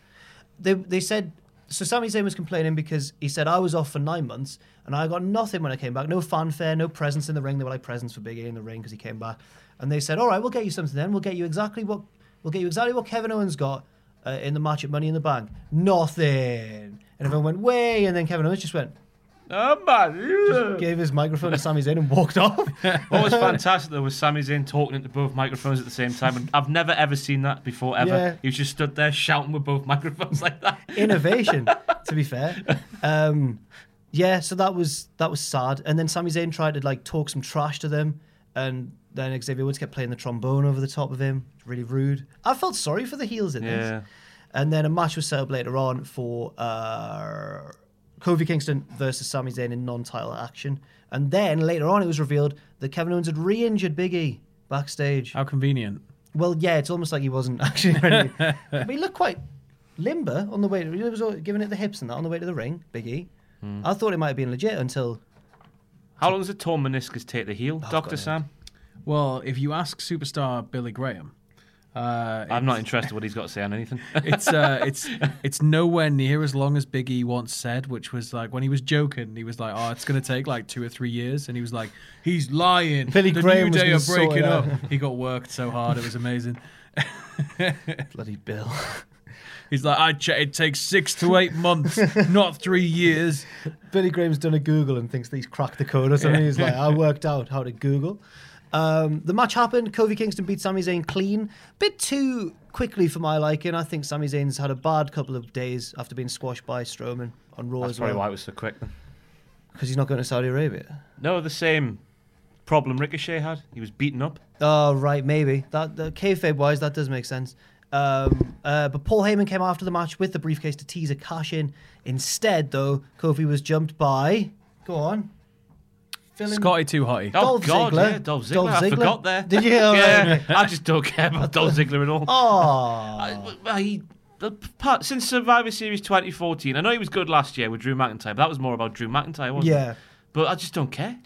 Speaker 2: they they said so Sami Zayn was complaining because he said I was off for nine months and I got nothing when I came back. No fanfare, no presents in the ring. They were like presents for Big E in the ring because he came back. And they said, "All right, we'll get you something. Then we'll get you exactly what we'll get you exactly what Kevin Owens got uh, in the match at Money in the Bank. Nothing." And everyone went, "Way!" And then Kevin Owens just went,
Speaker 3: Oh, man.
Speaker 2: gave his microphone to Sami Zayn and walked off.
Speaker 3: What was fantastic though was Sami Zayn talking into both microphones at the same time, and I've never ever seen that before ever.
Speaker 2: Yeah.
Speaker 3: He was just stood there shouting with both microphones like that.
Speaker 2: innovation, to be fair. Um, yeah, so that was that was sad. And then Sami Zayn tried to like talk some trash to them, and then Xavier Woods kept playing the trombone over the top of him. Really rude. I felt sorry for the heels in
Speaker 3: Yeah.
Speaker 2: this. And then a match was set up later on for uh, Kofi Kingston versus Sami Zayn in non-title action. And then later on, it was revealed that Kevin Owens had re-injured Big E backstage.
Speaker 4: How convenient.
Speaker 2: Well, yeah, it's almost like he wasn't actually ready. but he looked quite limber on the way. He was all- giving it the hips and that on the way to the ring, Big E. I
Speaker 3: Hmm.
Speaker 2: thought it might have been legit until
Speaker 3: How long does a torn meniscus take to heal, Doctor
Speaker 2: God,
Speaker 3: Sam?
Speaker 4: Well, if you ask superstar Billy Graham, uh,
Speaker 3: I'm not interested what he's got to say on anything.
Speaker 4: it's uh, it's it's nowhere near as long as Big E once said, which was like when he was joking, he was like, "Oh, it's gonna take like two or three years," and he was like, "He's lying."
Speaker 2: Billy
Speaker 4: the
Speaker 2: Graham
Speaker 4: New
Speaker 2: was
Speaker 4: Day
Speaker 2: gonna
Speaker 4: are
Speaker 2: sort
Speaker 4: breaking
Speaker 2: it
Speaker 4: up.
Speaker 2: out.
Speaker 4: He got worked so hard, it was amazing.
Speaker 2: bloody Bill.
Speaker 4: He's like, "I ch- it takes six to eight months, not three years."
Speaker 2: Billy Graham's done a Google and thinks that he's cracked the code or something. He's like, I worked out how to Google. Um, the match happened. Kofi Kingston beat Sami Zayn clean. Bit too quickly for my liking. I think Sami Zayn's had a bad couple of days after being squashed by Strowman on Raw
Speaker 3: That's
Speaker 2: as
Speaker 3: probably why
Speaker 2: well.
Speaker 3: it was so quick. Then.
Speaker 2: Because he's not going to Saudi Arabia.
Speaker 3: No, the same problem Ricochet had. He was beaten up.
Speaker 2: Oh right, maybe that the kayfabe wise that does make sense. Um, uh, but Paul Heyman came after the match with the briefcase to tease a cash in. Instead, though, Kofi was jumped by. Go on. Fill in-
Speaker 4: Scotty too hotty.
Speaker 3: Oh
Speaker 2: Dolph
Speaker 3: God,
Speaker 2: Ziggler.
Speaker 3: yeah, Dolph Ziggler.
Speaker 2: Dolph
Speaker 3: I
Speaker 2: Ziggler.
Speaker 3: forgot there.
Speaker 2: Did you?
Speaker 3: yeah, I just don't care about Dolph Ziggler at all.
Speaker 2: Oh,
Speaker 3: I- well, he, the part, since Survivor Series 2014, I know he was good last year with Drew McIntyre, but that was more about Drew McIntyre, wasn't
Speaker 2: yeah.
Speaker 3: it? But I just don't care.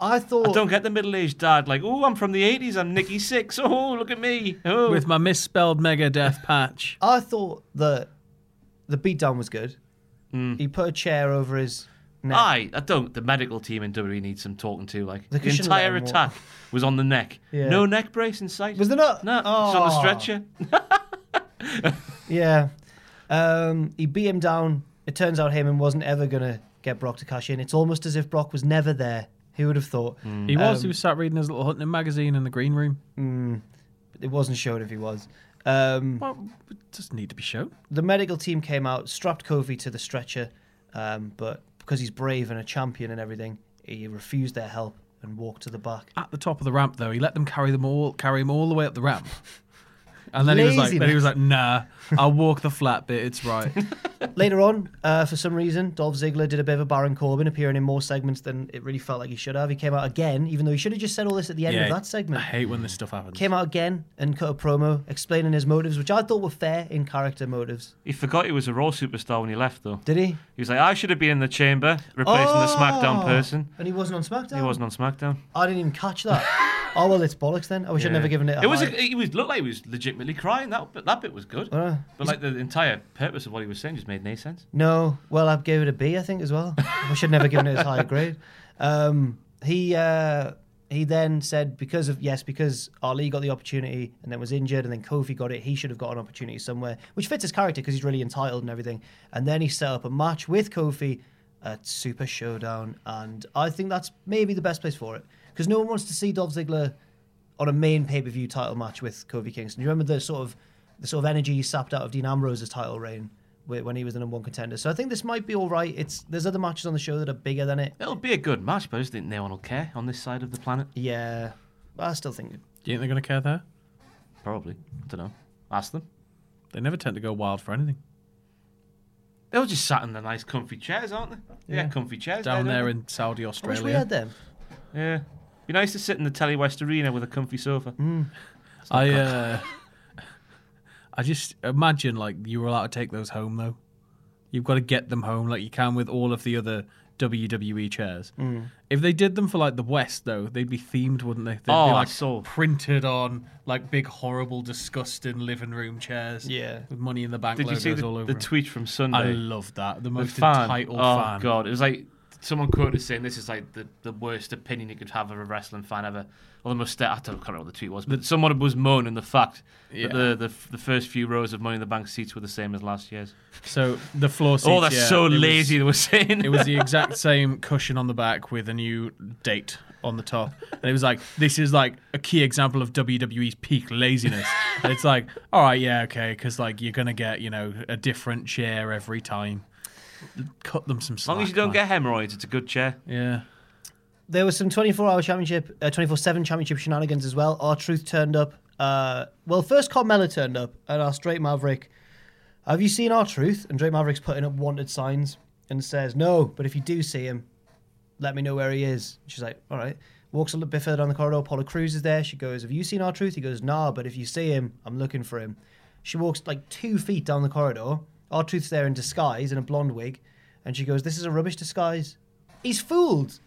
Speaker 2: I thought.
Speaker 3: I don't get the middle-aged dad like, oh, I'm from the '80s. I'm Nicky Six. Oh, look at me. Oh,
Speaker 4: With my misspelled mega death patch.
Speaker 2: I thought that the beatdown was good.
Speaker 3: Hmm.
Speaker 2: He put a chair over his neck.
Speaker 3: Aye, I don't. The medical team in WWE needs some talking to. Like
Speaker 2: They
Speaker 3: the
Speaker 2: shouldn't let
Speaker 3: entire
Speaker 2: him walk.
Speaker 3: attack was on the neck.
Speaker 2: Yeah.
Speaker 3: No neck brace in sight.
Speaker 2: Was there not?
Speaker 3: No, it's on the
Speaker 2: Oh.
Speaker 3: stretcher.
Speaker 2: Yeah. Um, he beat him down. It turns out Heyman wasn't ever going to get Brock to cash in. It's almost as if Brock was never there. Who would have thought?
Speaker 3: Hmm.
Speaker 4: He was. he was sat reading his little hunting magazine in the green room.
Speaker 2: It wasn't shown if he was. Um,
Speaker 4: Well, it doesn't need to be shown.
Speaker 2: the medical team came out, strapped Kofi to the stretcher, um, but because he's brave and a champion and everything, he refused their help and walked to the back.
Speaker 4: At the top of the ramp, though, he let them carry them all, carry him all the way up the ramp. And then he was like, then he was like, nah, I'll walk the flat bit. It's right.
Speaker 2: Later on, uh, for some reason, Dolph Ziggler did a bit of a Baron Corbin, appearing in more segments than it really felt like he should have. He came out again, even though he should have just said all this at the end of that segment.
Speaker 4: I hate when this stuff happens.
Speaker 2: Came out again and cut a promo explaining his motives, which I thought were fair in character motives.
Speaker 3: he forgot he was a Raw superstar when he left, though.
Speaker 2: Did he?
Speaker 3: He was like, I should have been in the chamber replacing the SmackDown
Speaker 2: Oh!
Speaker 3: person.
Speaker 2: And he wasn't on SmackDown.
Speaker 3: He wasn't on SmackDown.
Speaker 2: I didn't even catch that. oh well, it's bollocks then. I wish I'd never given it. A
Speaker 3: It was.
Speaker 2: high.
Speaker 3: A, he was looked like he was legitimately crying. That bit, that bit was good. but like the entire purpose of what he was saying just made no sense.
Speaker 2: No, well, I gave it a B, I think, as well. I should never given it as high a grade. Um, he uh, he then said because of yes, because Ali got the opportunity and then was injured, and then Kofi got it. He should have got an opportunity somewhere, which fits his character because he's really entitled and everything. And then he set up a match with Kofi at Super Showdown, and I think that's maybe the best place for it because no one wants to see Dolph Ziggler on a main pay per view title match with Kofi Kingston. You remember the sort of the sort of energy he sapped out of Dean Ambrose's title reign wh- when he was the number one contender. So I think this might be all right. It's there's other matches on the show that are bigger than it.
Speaker 3: It'll be a good match, but I just think no one will care on this side of the planet.
Speaker 2: Yeah, but I still think
Speaker 4: Do you think they're going to care there?
Speaker 3: Probably. I don't know. Ask them.
Speaker 4: They never tend to go wild for anything.
Speaker 3: They were just sat in the nice comfy chairs, aren't they? They yeah, comfy chairs
Speaker 4: Down
Speaker 3: don't
Speaker 4: there
Speaker 3: they?
Speaker 4: in Saudi,
Speaker 2: I wish we had
Speaker 4: Australia.
Speaker 2: them.
Speaker 3: Yeah. Be nice to sit in the Telly West Arena with a comfy sofa.
Speaker 2: Mm.
Speaker 4: I uh, I just imagine like you were allowed to take those home though. You've got to get them home like you can with all of the other WWE chairs.
Speaker 3: Mm.
Speaker 4: If they did them for like the West though, they'd be themed, wouldn't they? They'd
Speaker 3: Oh,
Speaker 4: be
Speaker 3: I
Speaker 4: like
Speaker 3: saw.
Speaker 4: printed on like big horrible disgusting living room chairs.
Speaker 2: Yeah.
Speaker 4: With money in the bank
Speaker 3: Did you
Speaker 4: logos
Speaker 3: see the,
Speaker 4: all over.
Speaker 3: the
Speaker 4: them.
Speaker 3: tweet from Sunday?
Speaker 4: I love that. The
Speaker 3: The
Speaker 4: most
Speaker 3: fan.
Speaker 4: entitled
Speaker 3: oh
Speaker 4: fan.
Speaker 3: god, it was like someone quoted saying this is like the, the worst opinion you could have of a wrestling fan ever. Or the most, I don't I can't remember what the tweet was, but someone was moaning the fact
Speaker 4: Yeah.
Speaker 3: that the, the f- the first few rows of Money in the Bank seats were the same as last year's.
Speaker 4: So the floor seats.
Speaker 3: oh, that's
Speaker 4: yeah,
Speaker 3: so
Speaker 4: it was-
Speaker 3: lazy. they were saying
Speaker 4: It was the exact same cushion on the back with a new date on the top. And it was like, this is like a key example of WWE's peak laziness. And it's like, all right, yeah, okay, because like you're going to get, you know, a different chair every time. Cut them some
Speaker 3: As
Speaker 4: slack.
Speaker 3: long as you don't
Speaker 4: man.
Speaker 3: get hemorrhoids, it's a good chair.
Speaker 4: Yeah.
Speaker 2: There was some 24-hour championship, uh, 24/7 championship shenanigans as well. Our truth turned up. Uh, well, first Carmella turned up, and our Straight Maverick. Have you seen our truth? And Drake Maverick's putting up wanted signs and says, "No, but if you do see him, let me know where he is. She's like, all right. Walks a little bit further down the corridor. Paula Cruz is there. She goes, have you seen our truth? He goes, nah, but if you see him, I'm looking for him. She walks like two feet down the corridor. Our truth's there in disguise in a blonde wig, and she goes, this is a rubbish disguise. He's fooled.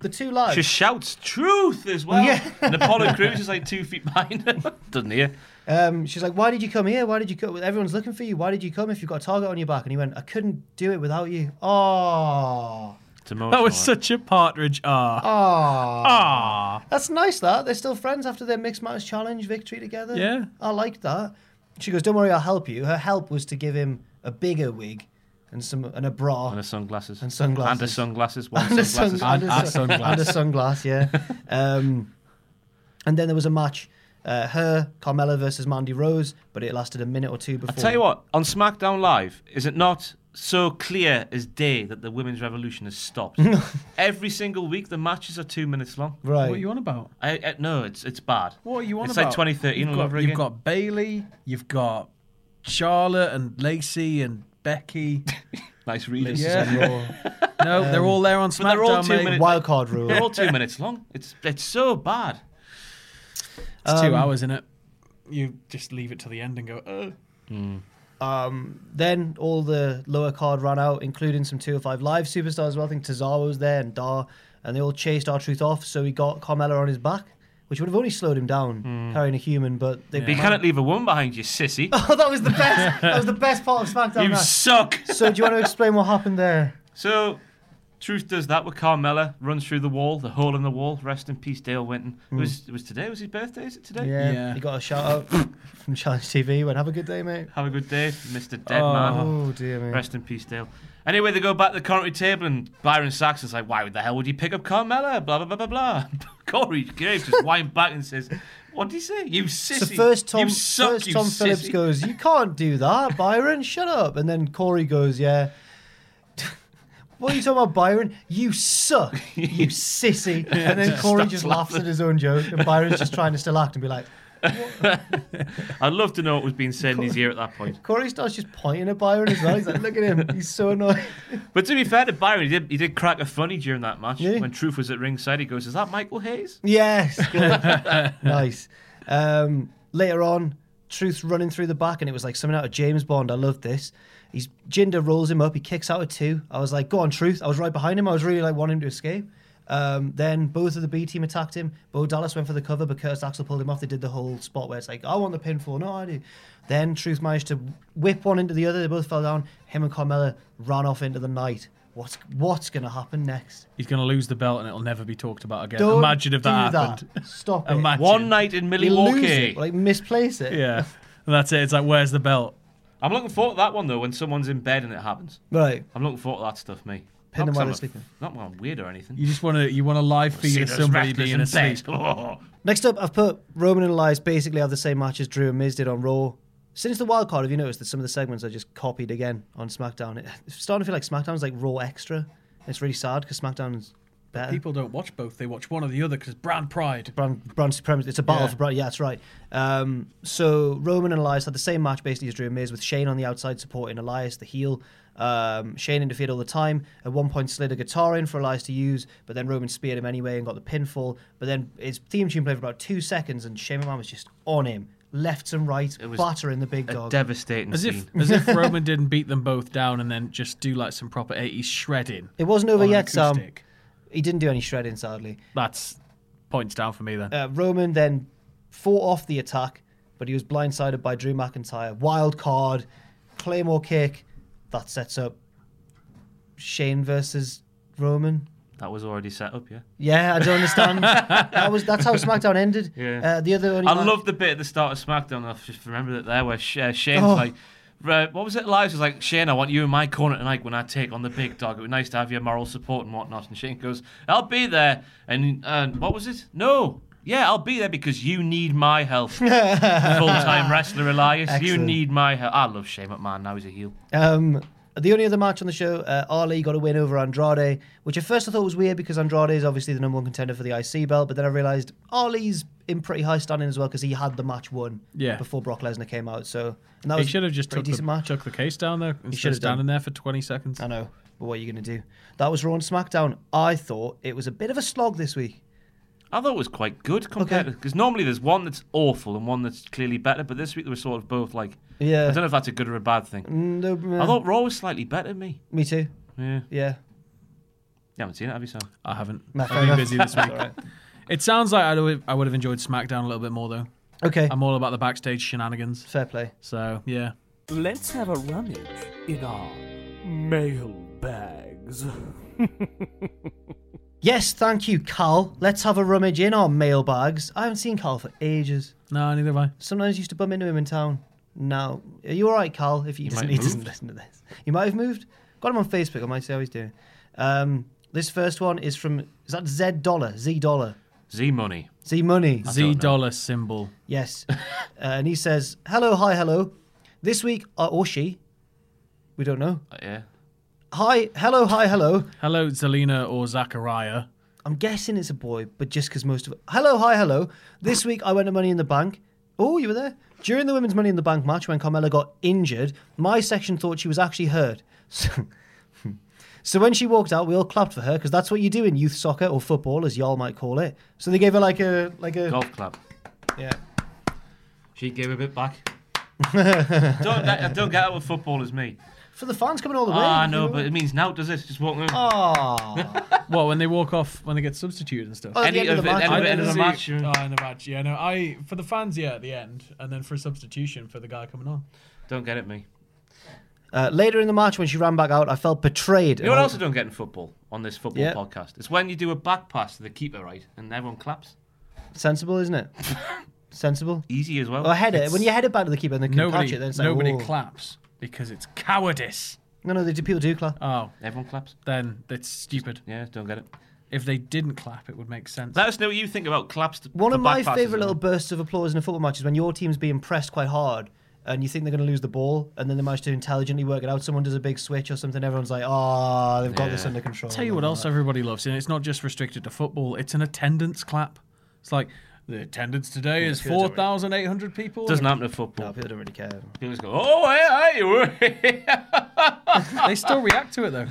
Speaker 2: The two lies.
Speaker 3: She shouts truth as well.
Speaker 2: Yeah.
Speaker 3: and Apollo Crews is like two feet behind her. Doesn't hear.
Speaker 2: Um, she's like, why did you come here? Why did you come? Everyone's looking for you. Why did you come if you've got a target on your back? And he went, I couldn't do it without you. Oh,
Speaker 3: It's emotional.
Speaker 4: That was
Speaker 3: like.
Speaker 4: such a partridge. Ah.
Speaker 2: that's nice. That they're still friends after their mixed match challenge victory together.
Speaker 4: Yeah.
Speaker 2: I like that. She goes, don't worry, I'll help you. Her help was to give him a bigger wig and some and a bra.
Speaker 3: And the sunglasses.
Speaker 2: And sunglasses.
Speaker 3: And the sunglasses. One
Speaker 2: and a
Speaker 3: sunglasses.
Speaker 2: sun- and a
Speaker 4: And a
Speaker 2: sun-
Speaker 4: sunglass.
Speaker 2: and a sunglass, yeah. Um, and then there was a match, uh, her Carmella versus Mandy Rose, but it lasted a minute or two before.
Speaker 3: I tell you what, on SmackDown Live, is it not so clear as day that the women's revolution has stopped? Every single week, the matches are two minutes long.
Speaker 2: right?
Speaker 4: What are you on about?
Speaker 3: I, I no, it's it's bad.
Speaker 4: What are you on
Speaker 3: it's
Speaker 4: about?
Speaker 3: like 2013
Speaker 4: You've
Speaker 3: all
Speaker 4: got,
Speaker 3: over
Speaker 4: you've
Speaker 3: again.
Speaker 4: got Bailey, you've got Charlotte and Lacey and Becky.
Speaker 3: nice reading.
Speaker 4: No,
Speaker 3: Um,
Speaker 4: they're all there on SmackDown.
Speaker 3: but they're all two
Speaker 4: mate.
Speaker 3: minute-
Speaker 2: Wild card rule.
Speaker 3: They're all two minutes long. It's it's so bad. Um,
Speaker 4: It's two hours in it. You just leave it to the end and go. Uh.
Speaker 2: Um, then all the lower card ran out, including some 205 Live superstars as well. I think Tazawa was there and Dar, and they all chased our Truth off, so he got Carmella on his back, which would have only slowed him down carrying a human, but they
Speaker 3: But you cannot leave a woman behind you, sissy.
Speaker 2: Oh, that was the best. that was the best part of SmackDown.
Speaker 3: you
Speaker 2: night.
Speaker 3: suck.
Speaker 2: so, do you want to explain what happened there?
Speaker 3: So, Truth does that with Carmella, runs through the wall, the hole in the wall. Rest in peace, Dale Winton. It was it was today. Was his birthday? Is it today?
Speaker 2: Mm. Yeah,
Speaker 4: Yeah.
Speaker 2: he got a shout out from Challenge TV. Went, have a good day, mate.
Speaker 3: Have a good day, Mr. Dead Man.
Speaker 2: Oh dear me.
Speaker 3: Rest in peace, Dale. Anyway, they go back to the commentary table, and Byron Saxon's like, "Why the hell would you pick up Carmella?" Blah blah blah blah blah. Corey Graves just winds back and says, "What did he say? You
Speaker 2: So
Speaker 3: sissy!
Speaker 2: first Tom,
Speaker 3: you suck,
Speaker 2: first
Speaker 3: you
Speaker 2: Tom Phillips
Speaker 3: sissy."
Speaker 2: goes, "You can't do that, Byron. Shut up." And then Corey goes, "Yeah." What are you talking about, Byron? You suck, you sissy. and then Corey just laughs at his own joke, and Byron's just trying to still act and be like,
Speaker 3: I'd love to know what was being said in his ear at that point.
Speaker 2: Corey starts just pointing at Byron as well. He's like, look at him. He's so annoyed.
Speaker 3: But to be fair to Byron, he did he did crack a funny during that match
Speaker 2: Yeah.
Speaker 3: when Truth was at ringside. He goes, "Is that Michael Hayes?"
Speaker 2: Yes. good. nice. Um, later on, Truth running through the back, and it was like something out of James Bond. I loved this. He's Jinder rolls him up. He kicks out a two. I was like, go on, Truth. I was right behind him. I was really like wanting him to escape. Um, then both of the B team attacked him. Bo Dallas went for the cover, but Curtis Axel pulled him off. They did the whole spot where it's like, I want the pinfall. No, I do. Then Truth managed to whip one into the other. They both fell down. Him and Carmella ran off into the night. What's what's gonna happen next?
Speaker 4: He's going to lose the belt and it'll never be talked about again.
Speaker 2: Don't
Speaker 4: Imagine if that
Speaker 2: do
Speaker 4: happened.
Speaker 2: Stop it.
Speaker 4: Imagine.
Speaker 3: One night in
Speaker 2: You lose
Speaker 3: Milwaukee.
Speaker 2: it, like misplace it.
Speaker 4: Yeah. And that's it. It's like, where's the belt?
Speaker 3: I'm looking forward to that one though. When someone's in bed and it happens,
Speaker 2: Right.
Speaker 3: I'm looking forward to that stuff. Me.
Speaker 2: Pin them while
Speaker 3: not because
Speaker 2: they're
Speaker 3: I'm a-
Speaker 2: sleeping.
Speaker 3: Not while I'm weird or anything.
Speaker 4: You just want to you want to live feed of
Speaker 3: those
Speaker 4: somebody
Speaker 3: raptors
Speaker 4: being
Speaker 3: in
Speaker 4: asleep.
Speaker 3: bed. Oh.
Speaker 2: Next up, I've put Roman and Elias basically have the same match as Drew and Miz did on Raw. Since the wild card, have you noticed that some of the segments are just copied again on SmackDown? It's starting to feel like SmackDown's like Raw extra. It's really sad because SmackDown's better.
Speaker 4: People don't watch both; they watch one or the other because brand pride.
Speaker 2: Brand, brand supremacy. It's a battle
Speaker 4: Yeah.
Speaker 2: for brand. Yeah, that's right. Um, so Roman and Elias had the same match basically as Drew and Miz, with Shane on the outside supporting Elias, the heel. Um, Shane interfered all the time. At one point, slid a guitar in for Elias to use, but then Roman speared him anyway and got the pinfall. But then his theme tune played for about two seconds, and Shane McMahon was just on him, left and right,
Speaker 3: was
Speaker 2: battering the big
Speaker 3: A
Speaker 2: dog.
Speaker 3: devastating
Speaker 4: As
Speaker 3: scene.
Speaker 4: if as if Roman didn't beat them both down and then just do like some proper eighties shredding.
Speaker 2: it wasn't over
Speaker 4: on an
Speaker 2: yet, Sam.
Speaker 4: acoustic.
Speaker 2: He didn't do any shredding, sadly.
Speaker 4: That's points down for me then.
Speaker 2: Uh, Roman then fought off the attack, but he was blindsided by Drew McIntyre. Wild card, Claymore kick. That sets up Shane versus Roman.
Speaker 3: that was already set up, yeah.
Speaker 2: Yeah, I don't understand. that was that's how SmackDown ended.
Speaker 3: Yeah.
Speaker 2: Uh, the other only
Speaker 3: I
Speaker 2: match-
Speaker 3: love the bit at the start of SmackDown. I just remember that there where Sh- uh, Shane's
Speaker 2: Oh.
Speaker 3: like, "Right, what was it? Lives was like, Shane, I want you in my corner tonight when I take on the big dog. It would be nice to have your moral support and whatnot. And Shane goes, I'll be there. And uh, what was it? No. Yeah, I'll be there because you need my help. Full time wrestler Elias, you
Speaker 2: Excellent.
Speaker 3: need my help. I love Shane McMahon. Now he's a heel.
Speaker 2: Um, the only other match on the show, uh, Ali got a win over Andrade, which at first I thought was weird because Andrade is obviously the number one contender for the IC belt, but then I realised Ali's in pretty high standing as well because he had the match won
Speaker 4: Yeah.
Speaker 2: before Brock Lesnar came out. So and that
Speaker 4: he
Speaker 2: was
Speaker 4: should have just
Speaker 2: a pretty
Speaker 4: took the,
Speaker 2: decent match.
Speaker 4: took the case down there instead
Speaker 2: should
Speaker 4: of
Speaker 2: have done.
Speaker 4: standing there for twenty seconds.
Speaker 2: I know, but what are you going to do? That was Raw and SmackDown. I thought it was a bit of a slog this week.
Speaker 3: I thought it was quite good compared
Speaker 2: Okay.
Speaker 3: to because normally there's one that's awful and one that's clearly better, but this week they were sort of both like
Speaker 2: Yeah.
Speaker 3: I don't know if that's a good or a bad thing.
Speaker 2: No,
Speaker 3: I thought Raw was slightly better than me.
Speaker 2: Mm, me too.
Speaker 3: Yeah.
Speaker 2: Yeah,
Speaker 3: You haven't seen it, have you, Sam?
Speaker 4: I haven't.
Speaker 2: No, fair
Speaker 4: I've been
Speaker 2: enough.
Speaker 4: busy this week. It sounds like I'd, have- I would have enjoyed SmackDown a little bit more though.
Speaker 2: okay,
Speaker 4: I'm all about the backstage shenanigans.
Speaker 2: fair play.
Speaker 4: So yeah,
Speaker 1: Let's have a rummage in our mailbags.
Speaker 2: Yes, thank you, Cal. Let's have a rummage in our mailbags. I haven't seen Cal for ages.
Speaker 4: no, neither have I.
Speaker 2: Sometimes used to bump into him in town. Now, are you all right, Cal? If he, doesn't,
Speaker 3: might
Speaker 2: he
Speaker 3: have
Speaker 2: doesn't listen to this, he might have moved. Got him on Facebook. I might see how he's doing. Um, this first one is from is that Z Dollar Z Dollar
Speaker 3: Z Money.
Speaker 2: Z Money.
Speaker 4: Z dollar symbol.
Speaker 2: Yes. uh, and he says, Hello, hi, hello. This week, uh, or she, we don't know.
Speaker 3: Uh, yeah.
Speaker 2: Hi, hello, hi, hello.
Speaker 4: Hello, Zelina or Zachariah.
Speaker 2: I'm guessing it's a boy, but just because most of Hello, hi, hello. This week, I went to Money in the Bank. Oh, you were there? During the Women's Money in the Bank match, when Carmella got injured, my section thought she was actually hurt. So, so when she walked out, we all clapped for her because that's what you do in youth soccer or football, as y'all might call it. So they gave her like a like a
Speaker 3: Golf club.
Speaker 2: yeah.
Speaker 3: She gave a bit back. don't, I don't get it with football as me.
Speaker 2: For the fans coming all the way.
Speaker 3: Ah, no, but it means now, does it? Just walking. Oh,
Speaker 2: Oh,
Speaker 4: Well, when they walk off, when they get substituted and stuff.
Speaker 2: Oh,
Speaker 3: any
Speaker 2: end of
Speaker 3: of
Speaker 2: the
Speaker 3: it-
Speaker 2: match.
Speaker 3: any of it-
Speaker 2: I
Speaker 3: end of the
Speaker 2: didn't
Speaker 3: match.
Speaker 4: Oh, in the match, yeah. No, I for the fans, yeah, at the end, and then for a substitution for the guy coming on.
Speaker 3: Don't get it, me.
Speaker 2: Uh, later in the match, when she ran back out, I felt betrayed.
Speaker 3: You know what else I don't get in football on this football
Speaker 2: Yeah.
Speaker 3: podcast? It's when you do a back pass to the keeper, right, and everyone claps.
Speaker 2: Sensible, isn't it? Sensible.
Speaker 3: Easy as well.
Speaker 2: Or head it. When you head it back to the keeper and they can
Speaker 4: Nobody,
Speaker 2: catch it, then it's like,
Speaker 4: nobody
Speaker 2: whoa.
Speaker 4: claps because it's cowardice.
Speaker 2: No, no, they do, people do clap.
Speaker 4: Oh,
Speaker 3: Everyone claps.
Speaker 4: then it's stupid.
Speaker 3: Yeah, don't get it.
Speaker 4: If they didn't clap, it would make sense.
Speaker 3: Let us know what you think about claps. To,
Speaker 2: One
Speaker 3: for
Speaker 2: of
Speaker 3: back
Speaker 2: my
Speaker 3: passes,
Speaker 2: favourite little
Speaker 3: isn't
Speaker 2: bursts of applause in a football match is when your team's being pressed quite hard and you think they're going to lose the ball and then they manage to intelligently work it out. Someone does a big switch or something, everyone's like, oh, they've got this under control.
Speaker 4: Tell you what else everybody loves, and it's not just restricted to football. It's an attendance clap. It's like the attendance today is
Speaker 2: good, don't worry.
Speaker 4: four thousand eight hundred people.
Speaker 3: it? Doesn't happen in football.
Speaker 2: No, people don't really care.
Speaker 3: People just go, oh, hey, hey, you were-"
Speaker 4: they still react to it though.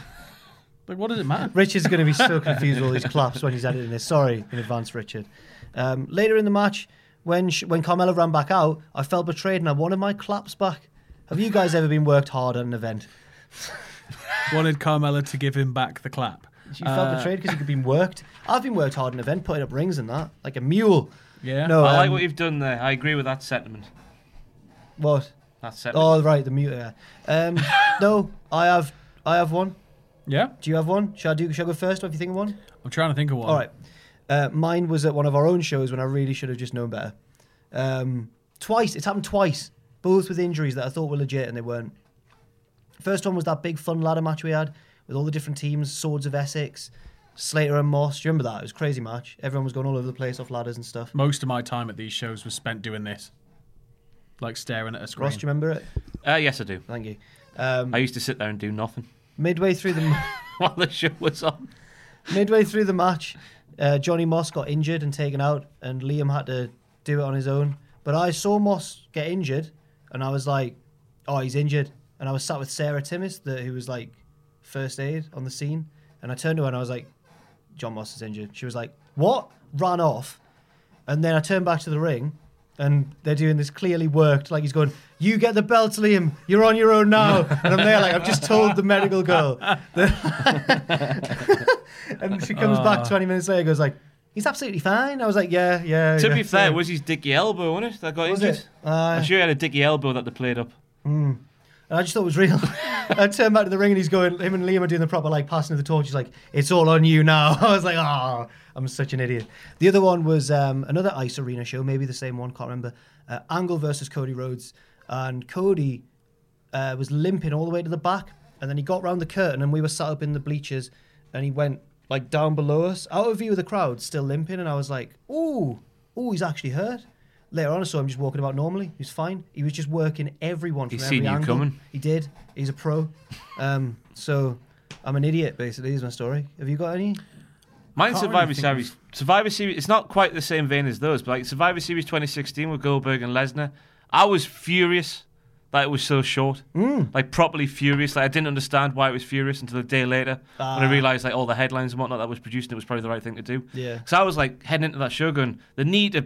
Speaker 4: Like, what does it matter?
Speaker 2: Rich is going to be so confused with all these claps when he's editing this. Sorry in advance, Richard. Um, later in the match, when sh- when Carmella ran back out, I felt betrayed and I wanted my claps back. Have you guys ever been worked hard at an event?
Speaker 4: Wanted Carmella to give him back the clap.
Speaker 2: You
Speaker 4: Uh,
Speaker 2: felt betrayed because you've been worked. I've been worked hard at an event, putting up rings and that, like a mule.
Speaker 4: Yeah.
Speaker 2: No,
Speaker 3: I like
Speaker 2: um,
Speaker 3: what you've done there. I agree with that sentiment.
Speaker 2: What?
Speaker 3: That sentiment.
Speaker 2: Oh, right, the mute. Yeah. Um, no, I have, I have one.
Speaker 4: Yeah.
Speaker 2: Do you have one? Shall I do? Shall I go first? Or if you think of one.
Speaker 4: I'm trying to think of one.
Speaker 2: All right. Uh, mine was at one of our own shows when I really should have just known better. Um, twice. It's happened twice. Both with injuries that I thought were legit and they weren't. First one was that big fun ladder match we had with all the different teams Swords of Essex, Slater and Moss. Do you remember that? It was a crazy match. Everyone was going all over the place off ladders and stuff.
Speaker 4: Most of my time at these shows was spent doing this, like staring at a screen.
Speaker 2: Ross, do you remember it?
Speaker 3: Uh, yes, I do.
Speaker 2: Thank you. Oh, Um,
Speaker 3: I used to sit there and do nothing
Speaker 2: midway through the.
Speaker 3: while the show was on.
Speaker 2: Midway through the match, uh, Johnny Moss got injured and taken out, and Liam had to do it on his own. But I saw Moss get injured, and I was like, "Oh, he's injured." And I was sat with Sarah Timmis, the, who was like first aid on the scene, and I turned to her and I was like, "John Moss is injured." She was like, "What?" Ran off, and then I turned back to the ring. And they're doing this clearly worked. Like he's going, You get the belt, Liam. You're on your own now. And I'm there, like, I've just told the medical girl and she comes
Speaker 3: Oh.
Speaker 2: back 20 minutes later goes like, he's absolutely fine. I was like, yeah, yeah.
Speaker 3: To
Speaker 2: yeah,
Speaker 3: be fair,
Speaker 2: yeah."
Speaker 3: it was his dicky elbow, wasn't it? That got
Speaker 2: Was
Speaker 3: injured.
Speaker 2: it? Uh, Aye.
Speaker 3: I'm sure he had a dicky elbow that they played up.
Speaker 2: And I just thought it was real. I turned back to the ring and he's going, him and Liam are doing the proper like passing of the torch. He's like, it's all on you now. I was like, oh, I'm such an idiot. The other one was um, another Ice Arena show, maybe the same one, can't remember. Uh, Angle versus Cody Rhodes. And Cody uh, was limping all the way to the back. And then he got round the curtain and we were sat up in the bleachers and he went like down below us, out of view of the crowd, still limping. And I was like, ooh, ooh, he's actually hurt. Later on, I saw him just walking about normally. He was fine. He was just working everyone from
Speaker 3: He's
Speaker 2: every
Speaker 3: seen you
Speaker 2: angle.
Speaker 3: coming.
Speaker 2: He did. He's a pro. Um, so I'm an idiot, basically, is my story. Have you got any?
Speaker 3: Mine's
Speaker 4: Can't really
Speaker 3: Survivor
Speaker 4: think
Speaker 3: Series. Survivor Series. It's not quite the same vein as those, but like Survivor Series 2016 with Goldberg and Lesnar, I was furious that it was so short.
Speaker 4: Hmm.
Speaker 3: Like properly furious. Like I didn't understand why it was furious until a day later
Speaker 4: Ah.
Speaker 3: when I realised like all the headlines and whatnot that was produced. And it was probably the right thing to do.
Speaker 2: Yeah.
Speaker 3: So I was like heading into that show going, they need to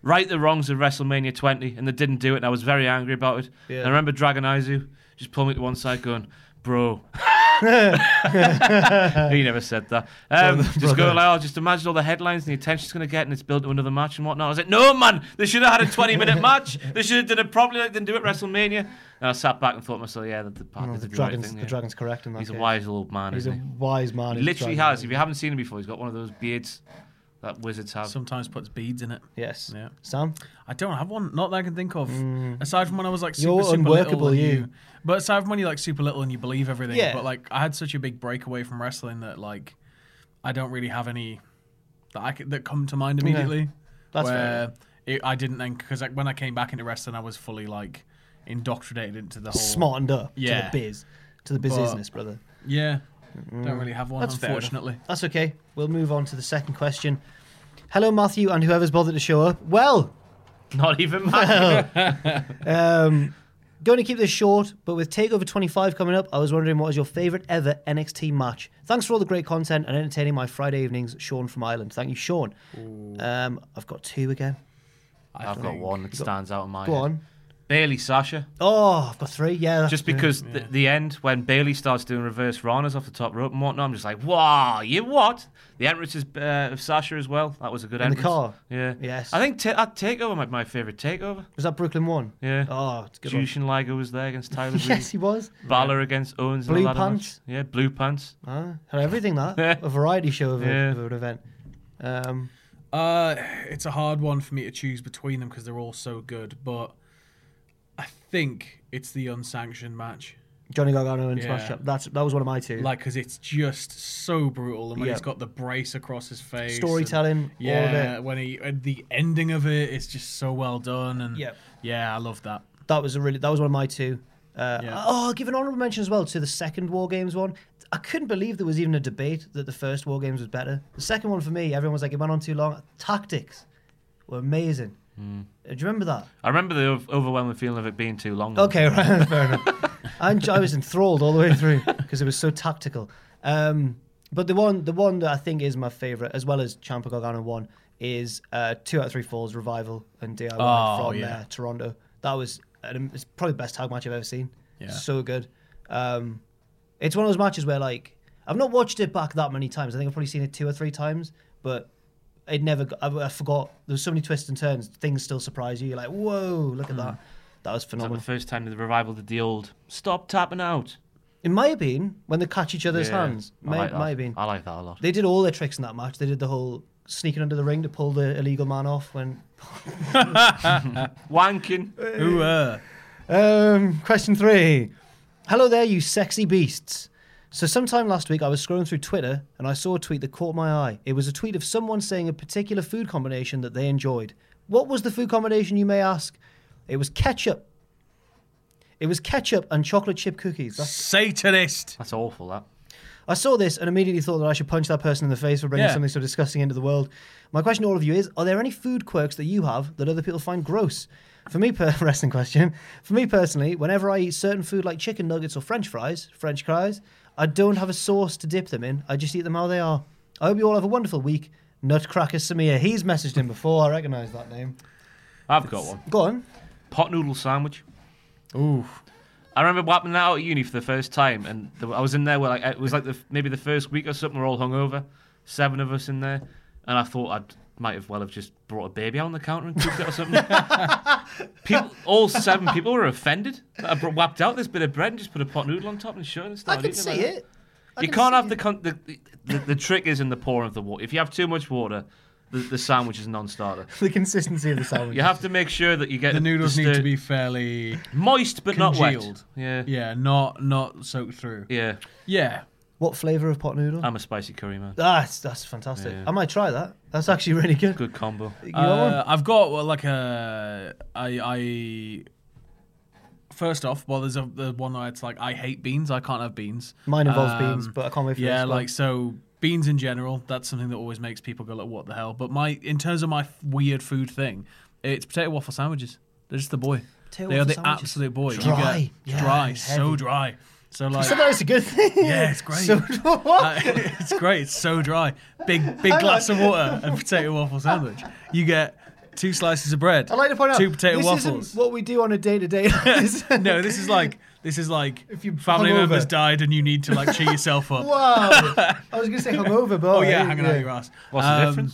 Speaker 3: right the wrongs of WrestleMania 20, and they didn't do it. And I was very angry about it.
Speaker 2: Yeah.
Speaker 3: And I remember Dragon Izu just pulling me to one side going, bro. he never said that. Um, just go like, oh, just imagine all the headlines and the attention it's going to get, and it's built to another match and whatnot. I was like, no, man, they should have had a 20 minute match. They should have done it properly like they didn't do it at WrestleMania. And I sat back and thought to myself, yeah, the, the,
Speaker 2: Oh,
Speaker 3: the,
Speaker 2: the,
Speaker 3: the,
Speaker 2: dragon's,
Speaker 3: right thing,
Speaker 2: the
Speaker 3: yeah.
Speaker 2: dragon's correct in that
Speaker 3: He's a
Speaker 2: case.
Speaker 3: wise old man,
Speaker 2: He's
Speaker 3: isn't
Speaker 2: a
Speaker 3: he?
Speaker 2: wise man.
Speaker 3: He
Speaker 2: is the
Speaker 3: literally
Speaker 2: dragon.
Speaker 3: has. If you haven't seen him before, he's got one of those beards that wizards have.
Speaker 4: Sometimes puts beads in it.
Speaker 2: Yes.
Speaker 4: Yeah.
Speaker 2: Sam?
Speaker 4: I don't have one. Not that I can think of. Aside from when I was like super,
Speaker 2: Mm. You're
Speaker 4: super
Speaker 2: unworkable,
Speaker 4: little and
Speaker 2: you.
Speaker 4: But aside from when you're like super little and you believe everything.
Speaker 2: Yeah.
Speaker 4: But like I had such a big breakaway from wrestling that like I don't really have any that I c that come to mind immediately.
Speaker 2: That's
Speaker 4: where It, I didn't think because like when I came back into wrestling, I was fully like indoctrinated into the whole
Speaker 2: Smartened up
Speaker 4: Oh. Yeah.
Speaker 2: to the biz, to the biz
Speaker 4: But-
Speaker 2: business, brother.
Speaker 4: Yeah. Don't really have one,
Speaker 2: fair enough.
Speaker 4: unfortunately.
Speaker 2: Mm. That's okay. We'll move on to the second question. Hello, Matthew, and whoever's bothered to show up. Well,
Speaker 3: Not even mine.
Speaker 2: Going to keep this short, but with Takeover 25 coming up, I was wondering what is your favourite ever NXT match? Thanks for all the great content and entertaining my Friday evenings, Sean from Ireland. Thank you, Sean. Um, I've got two again.
Speaker 3: I've got one that stands out in my
Speaker 2: Go
Speaker 3: head.
Speaker 2: on.
Speaker 3: Bailey Sasha.
Speaker 2: Oh, I've got three. Yeah, that's
Speaker 3: Just because th- the end, when Bailey starts doing reverse ranas off the top rope and whatnot, I'm just like, wow, you what? The entrance is, uh, of Sasha as well. That was a good
Speaker 2: In the
Speaker 3: entrance.
Speaker 2: car?
Speaker 3: Yeah.
Speaker 2: Yes.
Speaker 3: I think ta- that takeover might be my favourite takeover.
Speaker 2: was that Brooklyn one?
Speaker 3: Yeah.
Speaker 2: Oh, it's a good. one.
Speaker 3: Jushin Liger was there against Tyler Breeze.
Speaker 2: Yes, he was.
Speaker 3: Balor against Owens. in a
Speaker 2: Blue
Speaker 3: ladder
Speaker 2: pants?
Speaker 3: Match. Yeah, blue pants.
Speaker 2: Ah, had everything that a variety show of, a,
Speaker 3: Yeah.
Speaker 2: of an event. Um,
Speaker 4: Uh, it's a hard one for me to choose between them because they're all so good, but I think it's the unsanctioned match.
Speaker 2: Johnny Gargano and
Speaker 4: Yeah.
Speaker 2: Smash Up. That's that was one of my two.
Speaker 4: Like, because it's just so brutal. And when
Speaker 2: Yeah.
Speaker 4: he's got the brace across his face, and-
Speaker 2: Storytelling, all of
Speaker 4: yeah.
Speaker 2: it.
Speaker 4: When he and the ending of it is just so well done, and
Speaker 2: Yep.
Speaker 4: yeah, I love that.
Speaker 2: that was a really that was one of my two. Uh,
Speaker 4: Yeah.
Speaker 2: Oh, I'll give an honourable mention as well to the second War Games one. I couldn't believe there was even a debate that the first War Games was better. The second one for me, everyone was like, it went on too long. Tactics were amazing. Uh, Do you remember that?
Speaker 3: I remember the ov- overwhelming feeling of it being too long.
Speaker 2: Okay, right, fair enough. I, enj- I was enthralled all the way through because it was so tactical. Um, but the one, the one that I think is my favorite, as well as Champa Gargano one, is uh, two out of three falls revival and DIY
Speaker 4: Oh,
Speaker 2: from
Speaker 4: yeah.
Speaker 2: uh, Toronto. That was an, it's probably the best tag match I've ever seen.
Speaker 4: Yeah.
Speaker 2: so good. Um, it's one of those matches where like I've not watched it back that many times. I think I've probably seen it two or three times, but it never. Got, I, I forgot there was so many twists and turns. Things still surprise you. You're like, whoa, look at
Speaker 4: Hmm.
Speaker 2: that. That was
Speaker 3: It's like
Speaker 2: phenomenal.
Speaker 3: the first time that the revival did the old stop tapping out.
Speaker 2: It might have been when they catch each other's
Speaker 3: Yeah.
Speaker 2: hands.
Speaker 3: I
Speaker 2: Might,
Speaker 3: like that.
Speaker 2: might have been.
Speaker 3: I like that a lot.
Speaker 2: They did all their tricks in that match. They did the whole sneaking under the ring to pull the illegal man off. When
Speaker 3: Wanking.
Speaker 4: Ooh, uh,
Speaker 2: um, question three, hello there, you sexy beasts. So sometime last week, I was scrolling through Twitter and I saw a tweet that caught my eye. It was a tweet of someone saying a particular food combination that they enjoyed. What was the food combination, you may ask? It was ketchup. It was ketchup and chocolate chip cookies. That's
Speaker 4: Satanist.
Speaker 3: That's awful, that.
Speaker 2: I saw this and immediately thought that I should punch that person in the face for bringing
Speaker 4: Yeah.
Speaker 2: something so disgusting into the world. My question to all of you is: Are there any food quirks that you have that other people find gross? For me, per- wrestling question. For me personally, whenever I eat certain food like chicken nuggets or French fries, French fries, I don't have a sauce to dip them in. I just eat them how they are. I hope you all have a wonderful week. Nutcracker Samir. He's messaged him before. I recognise that name.
Speaker 3: I've got one.
Speaker 2: Go on.
Speaker 3: Pot noodle sandwich. Ooh. I remember whapping that out at uni for the first time, and th- I was in there where like it was like the, maybe the first week or something. We're all hungover, seven of us in there, and I thought I might have well have just brought a baby out on the counter and cooked it or something. people, all seven people were offended that I br- whapped out this bit of bread and just put a pot noodle on top and showed and
Speaker 2: I
Speaker 3: started.
Speaker 2: can
Speaker 3: eating
Speaker 2: see
Speaker 3: like that.
Speaker 2: it. I
Speaker 3: you
Speaker 2: can
Speaker 3: can't
Speaker 2: see
Speaker 3: have
Speaker 2: it.
Speaker 3: the, con- the, the, the the trick is in the pouring of the water. If you have too much water, the, the sandwich is a non-starter.
Speaker 2: the consistency of the sandwich.
Speaker 3: You have to make sure that you get
Speaker 4: The noodles need to
Speaker 3: stir-
Speaker 4: be fairly
Speaker 3: moist but not wet.
Speaker 4: congealed.
Speaker 3: Yeah.
Speaker 4: yeah, not not soaked through.
Speaker 3: Yeah,
Speaker 4: Yeah,
Speaker 2: What flavour of pot noodle? Ah,
Speaker 3: I'm a spicy curry man.
Speaker 2: that's that's fantastic. I might try that. That's actually really good.
Speaker 3: Good combo.
Speaker 2: You
Speaker 4: Uh,
Speaker 2: got one?
Speaker 4: I've got well, like a I I. First off, well, there's a the one that's like I hate beans. I can't have beans. Um,
Speaker 2: Mine involves beans, but I can't wait for
Speaker 4: Yeah,
Speaker 2: this one.
Speaker 4: like so beans in general. That's something that always makes people go like, "What the hell?" But my in terms of my f- weird food thing, it's potato waffle sandwiches. They're just the boy.
Speaker 2: Potato
Speaker 4: they are
Speaker 2: waffle
Speaker 4: the
Speaker 2: sandwiches.
Speaker 4: absolute boy. You
Speaker 2: Dry.
Speaker 4: get
Speaker 2: Yeah,
Speaker 4: dry,
Speaker 2: it's
Speaker 4: so
Speaker 2: heavy.
Speaker 4: dry. So like,
Speaker 2: Sometimes it's a good thing.
Speaker 4: yeah, it's great.
Speaker 2: So
Speaker 4: Uh, it's great. It's so dry. Big big glass of water and potato waffle sandwich. You get two slices of bread.
Speaker 2: I'd like to point out
Speaker 4: two potato
Speaker 2: this
Speaker 4: waffles.
Speaker 2: isn't what we do on a day to day.
Speaker 4: no, this is like this is like
Speaker 2: If you
Speaker 4: family
Speaker 2: hungover.
Speaker 4: members died and you need to like cheer yourself up.
Speaker 2: Wow. I was going to say hungover, but
Speaker 4: Oh yeah,
Speaker 2: alright,
Speaker 4: hanging out your ass.
Speaker 3: What's the
Speaker 4: Um,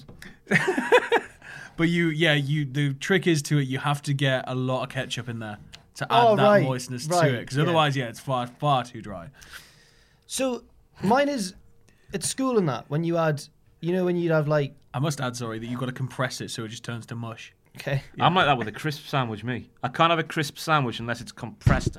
Speaker 3: difference?
Speaker 4: But you, yeah, you. The trick is to it. You have to get a lot of ketchup in there to add
Speaker 2: Oh,
Speaker 4: that
Speaker 2: right,
Speaker 4: moistness
Speaker 2: right,
Speaker 4: to it, because
Speaker 2: yeah.
Speaker 4: otherwise, yeah, it's far far too dry.
Speaker 2: So mine is at school and that when you had, you know, when you'd have like,
Speaker 4: I must add, sorry, that you've got to compress it so it just turns to mush.
Speaker 2: okay,
Speaker 3: I'm like that with a crisp sandwich. Me, I can't have a crisp sandwich unless it's compressed.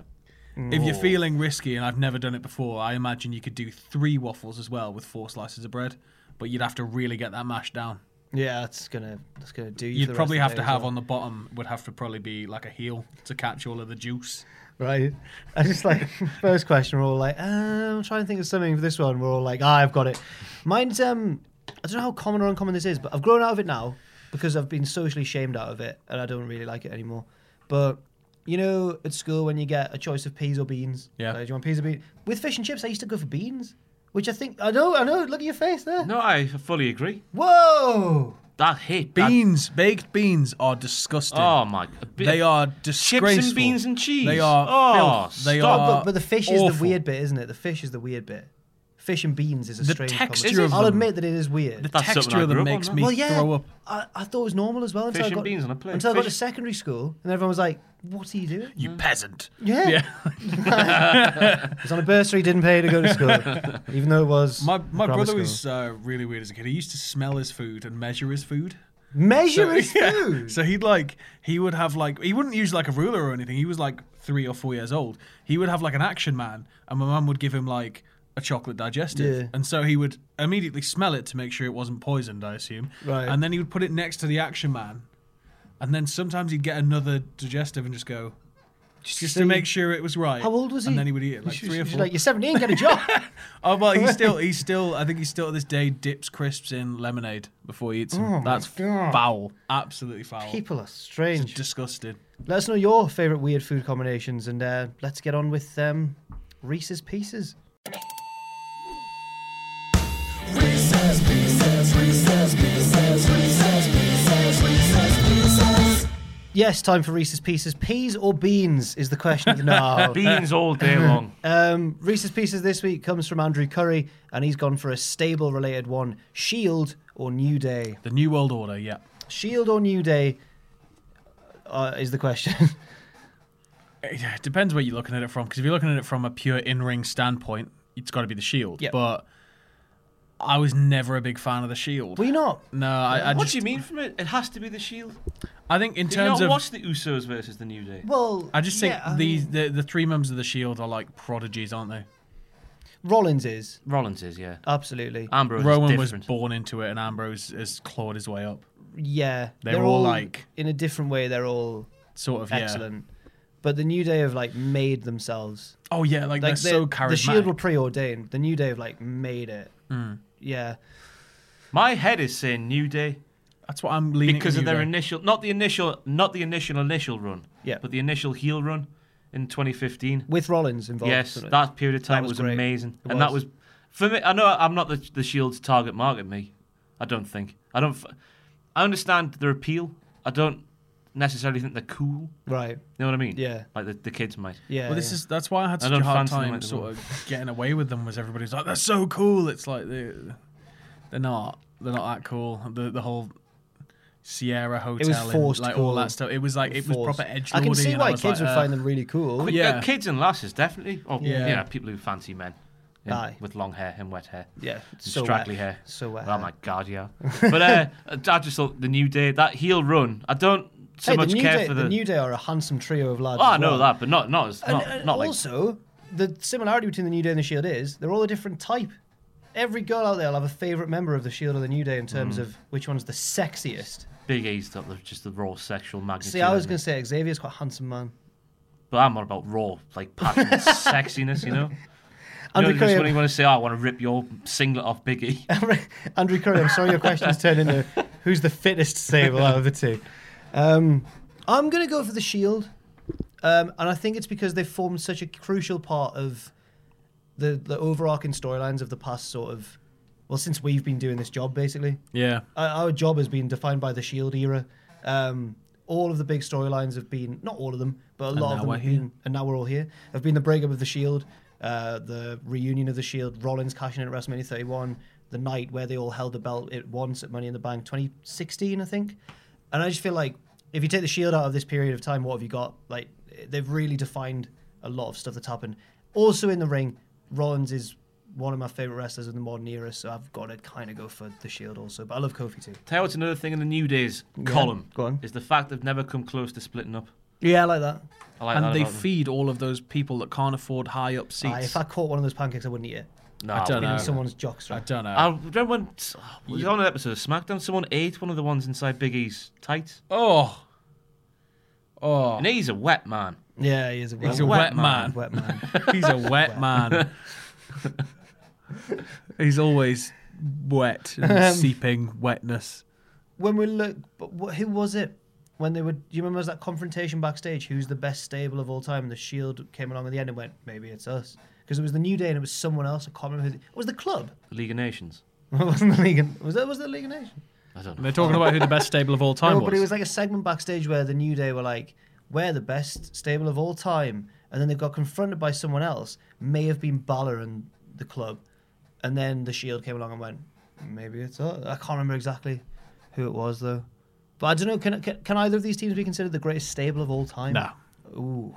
Speaker 4: If you're feeling risky, and I've never done it before, I imagine you could do three waffles as well with four slices of bread, but you'd have to really get that mashed down.
Speaker 2: yeah, that's gonna that's gonna do. You for
Speaker 4: You'd
Speaker 2: the
Speaker 4: probably
Speaker 2: rest
Speaker 4: have
Speaker 2: of
Speaker 4: to
Speaker 2: the day
Speaker 4: have
Speaker 2: as well.
Speaker 4: on the bottom would have to probably be like a heel to catch all of the juice.
Speaker 2: right. I just like first question. We're all like, um, I'm trying to think of something for this one. We're all like, ah, I've got it. Mine's um, I don't know how common or uncommon this is, but I've grown out of it now because I've been socially shamed out of it, and I don't really like it anymore. But you know, at school when you get a choice of peas or beans,
Speaker 4: Yeah.
Speaker 2: like, do you want peas or beans? With fish and chips, I used to go for beans, which I think I know, I know. Look at your face there.
Speaker 3: No, I fully agree.
Speaker 2: Whoa.
Speaker 3: that hit. that-
Speaker 4: Beans, baked beans are disgusting.
Speaker 3: oh my! a bit-
Speaker 4: They are
Speaker 3: chips
Speaker 4: disgraceful.
Speaker 3: and beans and cheese.
Speaker 4: They are.
Speaker 3: Oh,
Speaker 4: filth. They
Speaker 3: stop.
Speaker 4: are.
Speaker 2: but, but the fish is the
Speaker 4: Uh, awful.
Speaker 2: weird bit, isn't it? The fish is the weird bit. Fish and beans is a
Speaker 4: The
Speaker 2: strange
Speaker 4: texture
Speaker 2: combination.
Speaker 3: of
Speaker 2: I'll
Speaker 4: them.
Speaker 2: admit that it is weird.
Speaker 4: The
Speaker 3: That's something
Speaker 4: texture
Speaker 3: I
Speaker 4: of them
Speaker 3: grew up on,
Speaker 4: makes
Speaker 3: that.
Speaker 4: me
Speaker 2: well, yeah,
Speaker 4: throw up.
Speaker 2: I, I thought it was normal as well until
Speaker 3: Fish
Speaker 2: I
Speaker 3: and
Speaker 2: got
Speaker 3: beans on a plate.
Speaker 2: until I got to
Speaker 3: Fish-
Speaker 2: secondary school, and everyone was like, "What are you doing?"
Speaker 4: You peasant.
Speaker 2: Yeah, it was on a bursary, didn't pay to go to school, even though it was
Speaker 4: My my
Speaker 2: grammar
Speaker 4: brother
Speaker 2: school.
Speaker 4: was uh, really weird as a kid. He used to smell his food and measure his food.
Speaker 2: measure his
Speaker 4: yeah.
Speaker 2: food.
Speaker 4: So he'd like he would have like he wouldn't use like a ruler or anything. He was like three or four years old. He would have like an action man, and my mum would give him like a chocolate digestive,
Speaker 2: Yeah.
Speaker 4: and so he would immediately smell it to make sure it wasn't poisoned. I assume.
Speaker 2: Right.
Speaker 4: And then he would put it next to the action man, and then sometimes he'd get another digestive and just go. Just, to
Speaker 2: see.
Speaker 4: make sure it was right.
Speaker 2: How old was he?
Speaker 4: And then he would eat it like
Speaker 2: She-
Speaker 4: three or
Speaker 2: she's
Speaker 4: four.
Speaker 2: Like you're 17, get a job.
Speaker 4: Oh well, he still, he still, I think he still to this day dips crisps in lemonade before he eats them. That's
Speaker 2: Oh God.
Speaker 4: foul, absolutely foul.
Speaker 2: People are
Speaker 4: It's
Speaker 2: strange.
Speaker 4: disgusting.
Speaker 2: Let us know your favourite weird food combinations, and uh, let's get on with um, Reese's Pieces. Yes, time for Reese's Pieces. Peas or beans is the question of the now.
Speaker 3: beans all day long.
Speaker 2: Um, Reese's Pieces this week comes from Andrew Curry, and he's gone for a stable related one Shield or New Day?
Speaker 4: The New World Order, yeah.
Speaker 2: Shield or New Day uh, is the question.
Speaker 4: It it depends where you're looking at it from, because if you're looking at it from a pure in-ring standpoint, it's got to be the Shield.
Speaker 2: Yeah.
Speaker 4: E But I was never a big fan of the Shield.
Speaker 2: Were you not?
Speaker 4: E no, I, I
Speaker 3: what
Speaker 4: just,
Speaker 3: do you mean from it? It has to be the Shield.
Speaker 4: I think in
Speaker 3: Did you
Speaker 4: terms
Speaker 3: not
Speaker 4: of,
Speaker 3: watch the Usos versus the New Day?
Speaker 2: Well,
Speaker 4: I just think
Speaker 2: yeah, I
Speaker 4: these
Speaker 2: mean,
Speaker 4: the, the three members of the Shield E are like prodigies, aren't they?
Speaker 2: Rollins is
Speaker 3: Rollins is yeah.
Speaker 2: absolutely
Speaker 3: Ambrose is
Speaker 4: Rowan was
Speaker 3: different.
Speaker 4: born into it, and Ambrose has clawed his way up.
Speaker 2: yeah.
Speaker 4: They were all like-
Speaker 2: in a different way. They're all
Speaker 4: Sort of, yeah.
Speaker 2: excellent, but the New Day have like made themselves.
Speaker 4: Oh yeah, like,
Speaker 2: Like
Speaker 4: they're so
Speaker 2: the-
Speaker 4: charismatic.
Speaker 2: The Shield E were preordained. The New Day have like made it. Yeah,
Speaker 3: My head is saying New Day
Speaker 4: That's what I'm leaning
Speaker 3: because
Speaker 4: to
Speaker 3: of
Speaker 4: you
Speaker 3: their
Speaker 4: there.
Speaker 3: initial, not the initial, not the initial initial run,
Speaker 2: Yeah.
Speaker 3: but the initial heel run in 2015.
Speaker 2: with Rollins involved.
Speaker 3: Yes,
Speaker 2: wasn't it?
Speaker 3: that period of time
Speaker 2: was
Speaker 3: was,
Speaker 2: great.
Speaker 3: amazing,
Speaker 2: It
Speaker 3: and that
Speaker 2: was.
Speaker 3: was for me. I know I'm not the the Shield's target market. Me, I don't think. I don't. f- I understand their appeal. I don't necessarily think they're cool.
Speaker 2: right.
Speaker 3: You know what I mean?
Speaker 2: Yeah.
Speaker 3: Like the, the kids might.
Speaker 2: Yeah.
Speaker 4: Well, this
Speaker 2: yeah.
Speaker 4: is that's why I had
Speaker 3: I
Speaker 4: such
Speaker 3: don't
Speaker 4: a hard
Speaker 3: fancy them
Speaker 4: time
Speaker 3: at the
Speaker 4: sort
Speaker 3: moment.
Speaker 4: of getting away with them. Was everybody's like, "That's so cool!" It's like they, they're not. They're not that cool. The the whole Sierra Hotel,
Speaker 2: forced
Speaker 4: and, like all
Speaker 2: cool.
Speaker 4: that stuff. It was like it was
Speaker 2: Forced.
Speaker 4: proper edge.
Speaker 2: I can see why kids would
Speaker 4: uh,
Speaker 2: find them really cool.
Speaker 3: But
Speaker 4: Yeah.
Speaker 3: yeah, kids and lasses definitely. Or
Speaker 4: Yeah.
Speaker 3: yeah, you know, people who fancy men in-
Speaker 2: Aye.
Speaker 3: with long hair and wet hair.
Speaker 2: Yeah,
Speaker 3: and
Speaker 2: so
Speaker 3: straggly
Speaker 2: wet.
Speaker 3: hair.
Speaker 2: So wet
Speaker 3: Oh
Speaker 2: hair.
Speaker 3: my god, yeah. but uh, I just thought the new day that heel run. I don't so
Speaker 2: hey,
Speaker 3: much
Speaker 2: the New
Speaker 3: care
Speaker 2: Day,
Speaker 3: for
Speaker 2: the... New Day are a handsome trio of lads.
Speaker 3: Oh, I
Speaker 2: as
Speaker 3: know
Speaker 2: well.
Speaker 3: that, but not not as
Speaker 2: And,
Speaker 3: not,
Speaker 2: and
Speaker 3: not like
Speaker 2: also, the similarity between the New Day and the Shield E is they're all a different type. Every girl out there will have a favourite member of the Shield E or the New Day in
Speaker 3: Mm.
Speaker 2: terms of which one's the sexiest.
Speaker 3: Big E's got the- just the raw sexual magnitude.
Speaker 2: See, I was
Speaker 3: in
Speaker 2: going
Speaker 3: it.
Speaker 2: to say Xavier's quite a handsome man.
Speaker 3: but I'm not about raw like passion, sexiness, you know. You know,
Speaker 2: Andrew
Speaker 3: just when
Speaker 2: Curry,
Speaker 3: you want to say, oh, I want to rip your singlet off Big E.
Speaker 2: Andrew Curry, I'm sorry your question's turned into who's the fittest stable out of the two. Um, I'm going to go for the Shield, E um, and I think it's because they've formed such a crucial part of the the overarching storylines of the past sort of, well, since we've been doing this job basically.
Speaker 4: Yeah,
Speaker 2: our- our job has been defined by the Shield E era. Um, all of the big storylines have been, not all of them, but a lot
Speaker 4: now
Speaker 2: of them
Speaker 4: we're
Speaker 2: have
Speaker 4: here.
Speaker 2: been, and now we're all here, have been the breakup of the Shield, uh, the reunion of the Shield, Rollins cashing in at WrestMania 31, the night where they all held the belt at once at Money in the Bank 2016, I think. And I just feel like if you take the Shield out of this period of time, what have you got? Like, they've really defined a lot of stuff that's happened. Also in the ring, Rollins is one of my favorite wrestlers in the modern era, so I've got to kind of go for the Shield also. But I love Kofi too.
Speaker 3: Tell you what's another thing in the New Days column
Speaker 2: go on.
Speaker 3: is the fact they've never come close to splitting up.
Speaker 2: Yeah, I like that.
Speaker 3: I like
Speaker 4: and
Speaker 3: that
Speaker 4: they
Speaker 3: about them.
Speaker 4: feed all of those people that can't afford high up
Speaker 2: Ah,
Speaker 4: seats.
Speaker 2: if I caught one of those pancakes, I wouldn't eat it.
Speaker 3: No,
Speaker 4: I don't
Speaker 3: we
Speaker 4: know.
Speaker 3: didn't.
Speaker 2: Someone's jockstrap.
Speaker 4: I don't know.
Speaker 3: I remember when oh, was it on an episode of SmackDown, someone ate one of the ones inside Big E's tights.
Speaker 4: oh, oh,
Speaker 3: And he's a wet man.
Speaker 2: Yeah, he is a wet,
Speaker 4: he's a wet man.
Speaker 2: Wet man.
Speaker 4: He's a wet man. He's always wet and seeping wetness.
Speaker 2: when we look, but wh- who was it? When they were, do you remember there was that confrontation backstage? Who's the best stable of all time? And the Shield came along at the end and went, maybe it's us. Because it was the New Day and it was someone else. I can't remember who. It was the club.
Speaker 3: League of Nations.
Speaker 2: It wasn't the League. Of, was that was the League of Nations?
Speaker 3: I don't know.
Speaker 4: And they're talking about who the best stable of all time
Speaker 2: No,
Speaker 4: was.
Speaker 2: but it was like a segment backstage where the New Day were like, "We're the best stable of all time," and then they got confronted by someone else. May have been Balor and the club, and then the Shield came along and went, "Maybe it's us." I can't remember exactly who it was though. But I don't know. Can, can can either of these teams be considered the greatest stable of all time?
Speaker 4: No.
Speaker 2: Ooh,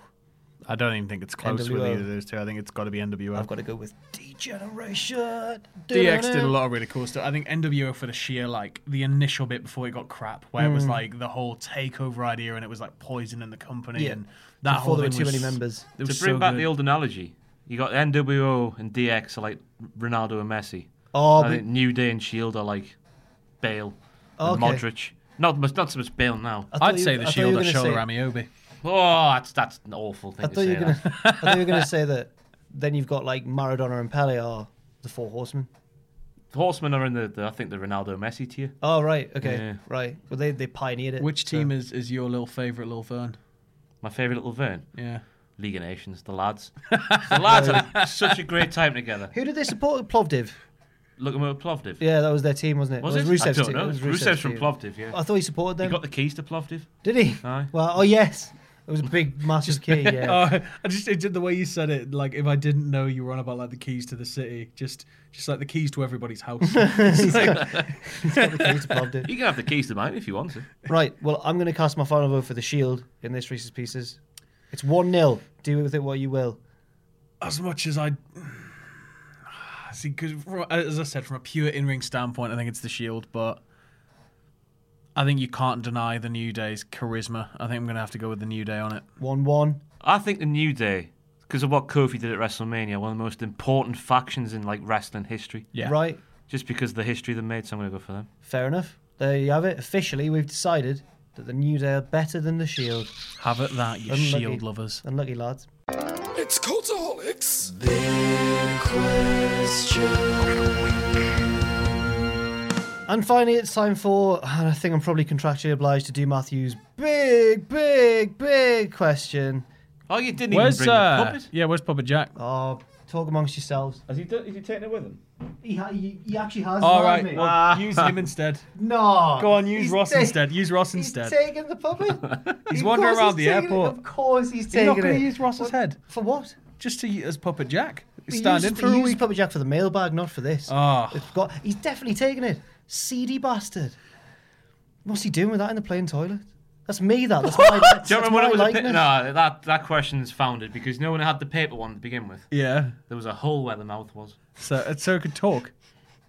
Speaker 4: I don't even think it's close with
Speaker 2: NWO.
Speaker 4: either of those two. I think it's got to be NWO.
Speaker 2: I've got to go with Degeneration.
Speaker 4: DX did a lot of really cool stuff. I think NWO for the sheer like the initial bit before it got crap, where it was
Speaker 2: Hmm.
Speaker 4: like the whole takeover idea, and it was like poisoning the company,
Speaker 2: Yeah.
Speaker 4: and that
Speaker 2: Before
Speaker 4: whole
Speaker 2: there were
Speaker 4: thing
Speaker 2: too
Speaker 4: was-
Speaker 2: many members.
Speaker 4: It was
Speaker 3: to bring
Speaker 4: so
Speaker 3: back
Speaker 4: good.
Speaker 3: the old analogy, you got NWO and DX are like Ronaldo and Messi.
Speaker 2: Oh,
Speaker 3: I
Speaker 2: but-
Speaker 3: think New Day and Shield are like Bale
Speaker 2: Okay. Uh,
Speaker 3: and Modric. Not much- not so much Bale now.
Speaker 2: I thought
Speaker 4: I'd
Speaker 2: you-
Speaker 4: say
Speaker 2: I
Speaker 4: the
Speaker 2: thought you
Speaker 4: Shield
Speaker 2: were
Speaker 4: or
Speaker 2: gonna
Speaker 4: Shola
Speaker 2: say-
Speaker 4: Ramiobi.
Speaker 3: Oh, that's that's an awful thing
Speaker 2: I
Speaker 3: to
Speaker 2: thought
Speaker 3: say.
Speaker 2: you were gonna.
Speaker 3: that.
Speaker 2: I thought you were gonna say that. Then you've got like Maradona and Pele are the four horsemen.
Speaker 3: The Horsemen are in the, the I think the Ronaldo Messi tier.
Speaker 2: Oh right, okay,
Speaker 3: Yeah.
Speaker 2: right. Well, they they pioneered it.
Speaker 4: Which
Speaker 2: so-
Speaker 4: team is, is your little favorite, Lil Vern?
Speaker 3: My favourite little Vern,
Speaker 4: Yeah,
Speaker 3: League of Nations, the lads. The lads had such a great time together.
Speaker 2: Who did they support? Plovdiv.
Speaker 3: Look at at Plovdiv.
Speaker 2: Yeah, that was their team, wasn't it?
Speaker 3: Was
Speaker 2: it
Speaker 3: it?
Speaker 2: was Rusev's
Speaker 3: I don't
Speaker 2: team.
Speaker 3: know.
Speaker 2: It was
Speaker 3: Rusev's from
Speaker 2: team.
Speaker 3: Plovdiv, yeah.
Speaker 2: I thought he um, supported
Speaker 3: he
Speaker 2: them.
Speaker 3: got the keys to Plovdiv.
Speaker 2: Did he?
Speaker 3: Aye.
Speaker 2: Well, oh yes, it was a big master's key. Yeah.
Speaker 3: Oh,
Speaker 4: I just it, the way you said it, like if I didn't know you were on about like the keys to the city, just just like the keys to everybody's house.
Speaker 2: The key to Plovdiv.
Speaker 3: You can have the keys to mine if you want to.
Speaker 2: Right. Well, I'm going to cast my final vote for the Shield in this Reese's Pieces. It's one 0 Do with it what you will.
Speaker 4: as much as I see, because as I said, from a pure in-ring standpoint, I think it's the Shield, but I think you can't deny the New Day's charisma. I think I'm gonna have to go with the New Day on it.
Speaker 2: One one.
Speaker 3: I think the New Day, because of what Kofi did at WrestleMania, one of the most important factions in like wrestling history.
Speaker 4: Yeah,
Speaker 2: Right.
Speaker 3: Just because of the history they made, so I'm gonna go for them.
Speaker 2: Fair enough. There you have it. Officially, we've decided that the New Day are better than the Shield.
Speaker 4: Have it that you
Speaker 2: Unlucky.
Speaker 4: Shield lovers.
Speaker 2: Unlucky lads.
Speaker 6: It's Cultaholics.
Speaker 2: And finally, it's time for, and I think I'm probably contractually obliged to do Matthew's big, big, big question.
Speaker 3: Oh, you didn't
Speaker 4: Where's
Speaker 3: even bring
Speaker 4: uh,
Speaker 3: the puppet.
Speaker 4: yeah? Where's Puppet Jack?
Speaker 2: Oh, talk amongst yourselves.
Speaker 3: Has he done, is he taking it with him?
Speaker 2: He, ha- he, he actually has.
Speaker 4: All
Speaker 2: lied
Speaker 4: right,
Speaker 2: me. Ah.
Speaker 4: well, use him instead.
Speaker 2: no.
Speaker 4: Go on, use
Speaker 2: He's
Speaker 4: Ross
Speaker 2: ta-
Speaker 4: instead. Use Ross
Speaker 2: He's
Speaker 4: instead.
Speaker 2: taking the puppet.
Speaker 4: He's
Speaker 2: Of
Speaker 4: wandering
Speaker 2: course
Speaker 4: around the
Speaker 2: taking it.
Speaker 4: airport.
Speaker 2: Of course, he's
Speaker 4: You're
Speaker 2: taking
Speaker 4: not gonna
Speaker 2: it.
Speaker 4: use Ross's
Speaker 2: What-
Speaker 4: head
Speaker 2: for what?
Speaker 4: just to as Puppet Jack.
Speaker 2: He
Speaker 4: Stand in
Speaker 2: used-
Speaker 4: for
Speaker 2: he
Speaker 4: a
Speaker 2: used
Speaker 4: week.
Speaker 2: Puppet Jack for the mailbag, not for this.
Speaker 4: Ah.
Speaker 2: It's got- he's definitely taking it. Seedy bastard. What's he doing with that in the plane toilet? That's me. That. That's my. That's,
Speaker 3: Do you
Speaker 2: that's
Speaker 3: remember when
Speaker 2: my
Speaker 3: it was a
Speaker 2: likeness.
Speaker 3: pit? No, that, that question is founded because no one had the paper one to begin with.
Speaker 4: Yeah,
Speaker 3: There was a hole where the mouth was.
Speaker 4: so uh, so it could talk.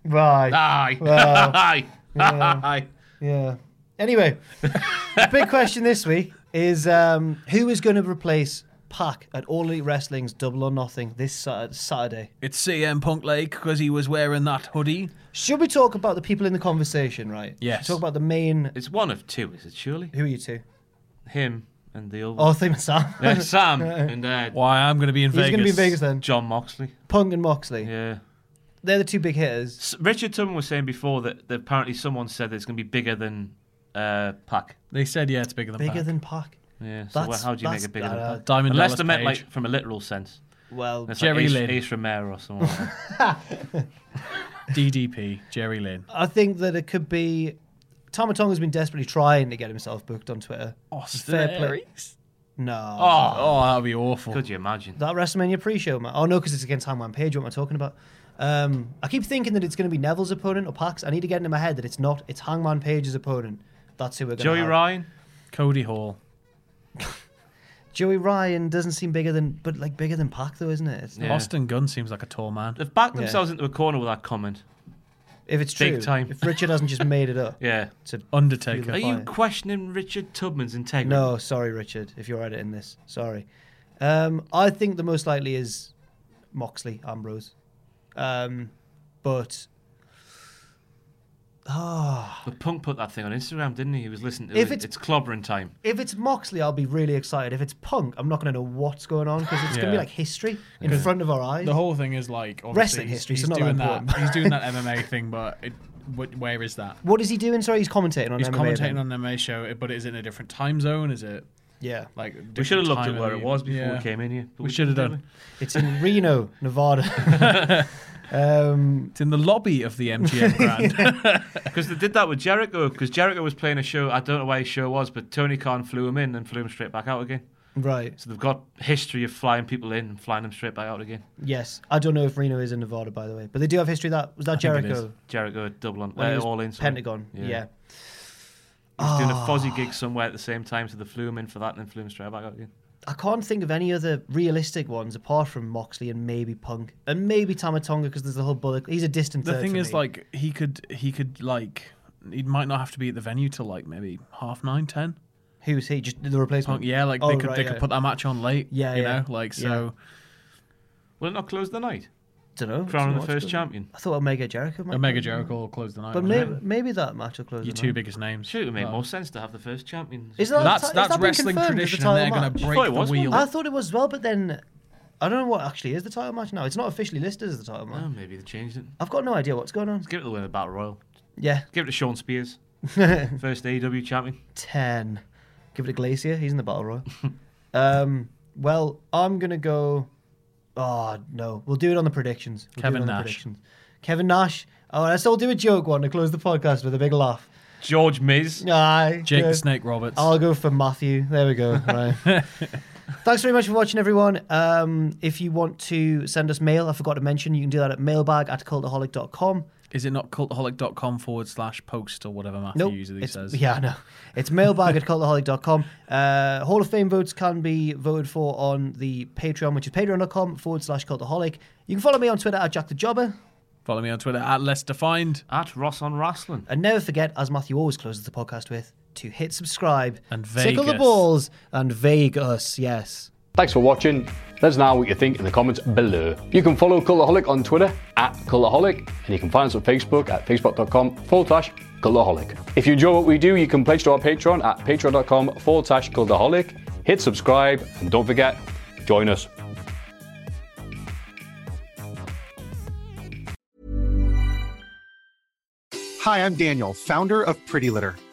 Speaker 2: Right.
Speaker 3: Aye.
Speaker 2: Well,
Speaker 3: Aye. Aye.
Speaker 2: Yeah. Anyway, the big question this week is um, who is going to replace Pac at All Elite Wrestling's Double or Nothing this Sat- Saturday?
Speaker 4: It's CM Punk like because he was wearing that hoodie.
Speaker 2: Should we talk about the people in the conversation, right?
Speaker 4: Yes.
Speaker 2: Should we talk about the main.
Speaker 3: It's one of two, is it surely?
Speaker 2: Who are you two?
Speaker 3: Him and the other.
Speaker 2: Oh, I think it's Sam.
Speaker 3: Yeah, Sam and uh,
Speaker 4: Why I'm gonna be in
Speaker 2: Who's
Speaker 4: Vegas.
Speaker 2: going to be in Vegas then?
Speaker 3: John Moxley.
Speaker 2: Punk and Moxley.
Speaker 3: Yeah.
Speaker 2: They're the two big hitters.
Speaker 3: S- Richard Tubman was saying before that, that apparently someone said that it's going to be bigger than uh, Pac.
Speaker 4: They said yeah, it's bigger than
Speaker 2: Bigger
Speaker 4: Pac.
Speaker 2: than Pac.
Speaker 3: Yeah. So
Speaker 2: That's-
Speaker 3: wh- how do you make
Speaker 2: that's-
Speaker 3: it bigger than
Speaker 2: uh,
Speaker 3: Pac?
Speaker 4: Diamond
Speaker 3: Unless
Speaker 4: Dallas
Speaker 3: they meant
Speaker 4: Page.
Speaker 3: like from a literal sense.
Speaker 2: Well,
Speaker 3: It's
Speaker 4: Jerry
Speaker 3: like Ace,
Speaker 4: Lynn.
Speaker 3: Ace Romero or someone. like that.
Speaker 4: DDP Jerry Lynn.
Speaker 2: I think that it could be. Tomatonga's been desperately trying to get himself booked on Twitter. Fair play. No.
Speaker 4: Oh, oh, that'd be awful.
Speaker 3: Could you imagine?
Speaker 2: That WrestleMania pre-show, man. Oh no, because it's against Hangman Page. What am I talking about? Um, I keep thinking that it's going to be Neville's opponent or Pax. I need to get into my head that it's not. It's Hangman Page's opponent. That's who we're going.
Speaker 3: Joey
Speaker 2: have.
Speaker 3: Ryan?
Speaker 4: Cody Hall.
Speaker 2: Joey Ryan doesn't seem bigger than, but like bigger than Pac though, isn't it? It's not-
Speaker 3: Yeah.
Speaker 4: Austin Gunn seems like a tall man.
Speaker 3: They've backed themselves into a corner with that comment.
Speaker 2: If it's true,
Speaker 3: Big time.
Speaker 2: if Richard hasn't just made it up,
Speaker 3: Yeah.
Speaker 2: it's a-
Speaker 4: Undertaker.
Speaker 3: Are you
Speaker 2: Fine.
Speaker 3: questioning Richard Tubman's integrity?
Speaker 2: no, sorry, Richard. If you're editing this, sorry. Um, I think the most likely is Moxley Ambrose, um, but ah,
Speaker 3: But Punk put that thing on Instagram, didn't he? He was listening to
Speaker 2: If
Speaker 3: it.
Speaker 2: it's-
Speaker 3: It's, clobbering time.
Speaker 2: If it's Moxley, I'll be really excited. If it's Punk, I'm not going to know what's going on because it's going to be
Speaker 4: Yeah.
Speaker 2: like history in front of our eyes.
Speaker 4: The whole thing is like obviously
Speaker 2: Wrestling
Speaker 4: he's-
Speaker 2: history,
Speaker 4: He's
Speaker 2: so not that
Speaker 4: doing
Speaker 2: important.
Speaker 4: he's doing that MMA thing, but it, wh- where is that?
Speaker 2: what is he doing? Sorry, he's commentating on
Speaker 4: He's
Speaker 2: MMA.
Speaker 4: commentating
Speaker 2: event.
Speaker 4: on an MMA show, but is it in a different time zone? Is it?
Speaker 2: Yeah.
Speaker 4: Like
Speaker 3: We
Speaker 4: different
Speaker 3: should have looked
Speaker 4: time
Speaker 3: at
Speaker 4: of
Speaker 3: where
Speaker 4: the
Speaker 3: it
Speaker 4: year.
Speaker 3: was before
Speaker 4: Yeah.
Speaker 3: we came in here. but
Speaker 4: We should have
Speaker 3: didn't,
Speaker 4: done.
Speaker 2: It's in Reno, Nevada. um,
Speaker 4: It's in the lobby of the MGM Grand.
Speaker 3: Because they did that with Jericho, because Jericho was playing a show. I don't know why his show was, but Tony Khan flew him in and flew him straight back out again.
Speaker 2: right.
Speaker 3: So they've got history of flying people in and flying them straight back out again.
Speaker 2: Yes. I don't know if Reno is in Nevada, by the way, but they do have history of that was that
Speaker 4: think it
Speaker 2: Jericho.
Speaker 3: Jericho at Dublin,
Speaker 2: when he
Speaker 3: uh,
Speaker 2: was
Speaker 3: all in sorry.
Speaker 2: Pentagon. Yeah.
Speaker 3: He was
Speaker 4: Ah.
Speaker 3: doing a Fozzy gig somewhere at the same time, so they flew him in for that and then flew him straight back out again.
Speaker 2: I can't think of any other realistic ones apart from Moxley and maybe Punk and maybe Tamatonga because there's the whole bullet. He's a distant.
Speaker 4: the
Speaker 2: third
Speaker 4: thing
Speaker 2: for
Speaker 4: is,
Speaker 2: me.
Speaker 4: like, he could, he could, like, he might not have to be at the venue till like maybe half nine, ten.
Speaker 2: who's he? Just the replacement.
Speaker 4: Punk, yeah, like
Speaker 2: Oh,
Speaker 4: they could,
Speaker 2: right,
Speaker 4: they
Speaker 2: yeah.
Speaker 4: could put that match on late.
Speaker 2: Yeah,
Speaker 4: you
Speaker 2: yeah.
Speaker 4: know, like
Speaker 2: Yeah.
Speaker 4: so.
Speaker 3: Will it not close the night?
Speaker 2: Don't know.
Speaker 3: Crowning the first champion.
Speaker 2: I thought Omega Jericho. Might
Speaker 4: Omega
Speaker 2: be.
Speaker 4: Jericho will close the night.
Speaker 2: But
Speaker 4: wouldn't
Speaker 2: maybe,
Speaker 4: it?
Speaker 2: maybe that match will close.
Speaker 4: your
Speaker 2: the
Speaker 4: two
Speaker 2: night.
Speaker 4: biggest names.
Speaker 3: Should it make
Speaker 4: But-
Speaker 3: more sense to have the first champion?
Speaker 2: Is that
Speaker 4: That's
Speaker 2: has that
Speaker 4: that's
Speaker 2: been
Speaker 4: wrestling
Speaker 2: confirmed as the
Speaker 4: tradition.
Speaker 2: title
Speaker 4: and They're gonna
Speaker 2: match?
Speaker 4: break
Speaker 3: thought it
Speaker 4: the
Speaker 3: was, wasn't
Speaker 4: wheel.
Speaker 2: I thought it was as well, but then I don't know what actually is the title match now. It's not officially listed as the title match.
Speaker 3: Oh, maybe they changed it.
Speaker 2: I've got no idea what's going on.
Speaker 3: Let's give it the win of Battle Royal.
Speaker 2: Yeah,
Speaker 3: Give it to Sean Spears. first AEW champion.
Speaker 2: ten. Give it a Glacier. He's in the battle royal. um, well, I'm gonna go. Oh no, we'll do it on the predictions. We'll do
Speaker 4: Kevin
Speaker 2: it on the
Speaker 4: Nash.
Speaker 2: predictions. Kevin Nash. Oh, let's all do a joke one to close the podcast with a big laugh.
Speaker 3: George Miz.
Speaker 2: Aye,
Speaker 4: Jake the
Speaker 2: good.
Speaker 4: Snake Roberts.
Speaker 2: I'll go for Matthew. There we go. Right. Thanks very much for watching, everyone. Um, if you want to send us mail, I forgot to mention, you can do that at mailbag at cultaholic.com.
Speaker 4: Is it not cultaholic.com forward slash post or whatever Matthew
Speaker 2: Nope.
Speaker 4: usually
Speaker 2: it's,
Speaker 4: says?
Speaker 2: Yeah, I know. It's mailbag at cultaholic.com. Uh, Hall of Fame votes can be voted for on the Patreon, which is patreon.com forward slash cultaholic. You can follow me on Twitter at Jack the Jobber.
Speaker 4: Follow me on Twitter at Less Defined
Speaker 3: At Ross on Wrestling.
Speaker 2: And never forget, as Matthew always closes the podcast with, to hit subscribe,
Speaker 4: And
Speaker 2: tickle the
Speaker 4: Vegas.
Speaker 2: balls, and vague us, yes.
Speaker 7: Thanks for watching. Let us know what you think in the comments below. You can follow Colourholic on Twitter at Colourholic, and you can find us on Facebook at facebook.com forward slash Colourholic. If you enjoy what we do, you can pledge to our Patreon at patreon.com forward slash Colourholic. Hit subscribe, and don't forget, join us.
Speaker 8: Hi, I'm Daniel, founder of Pretty Litter.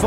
Speaker 9: For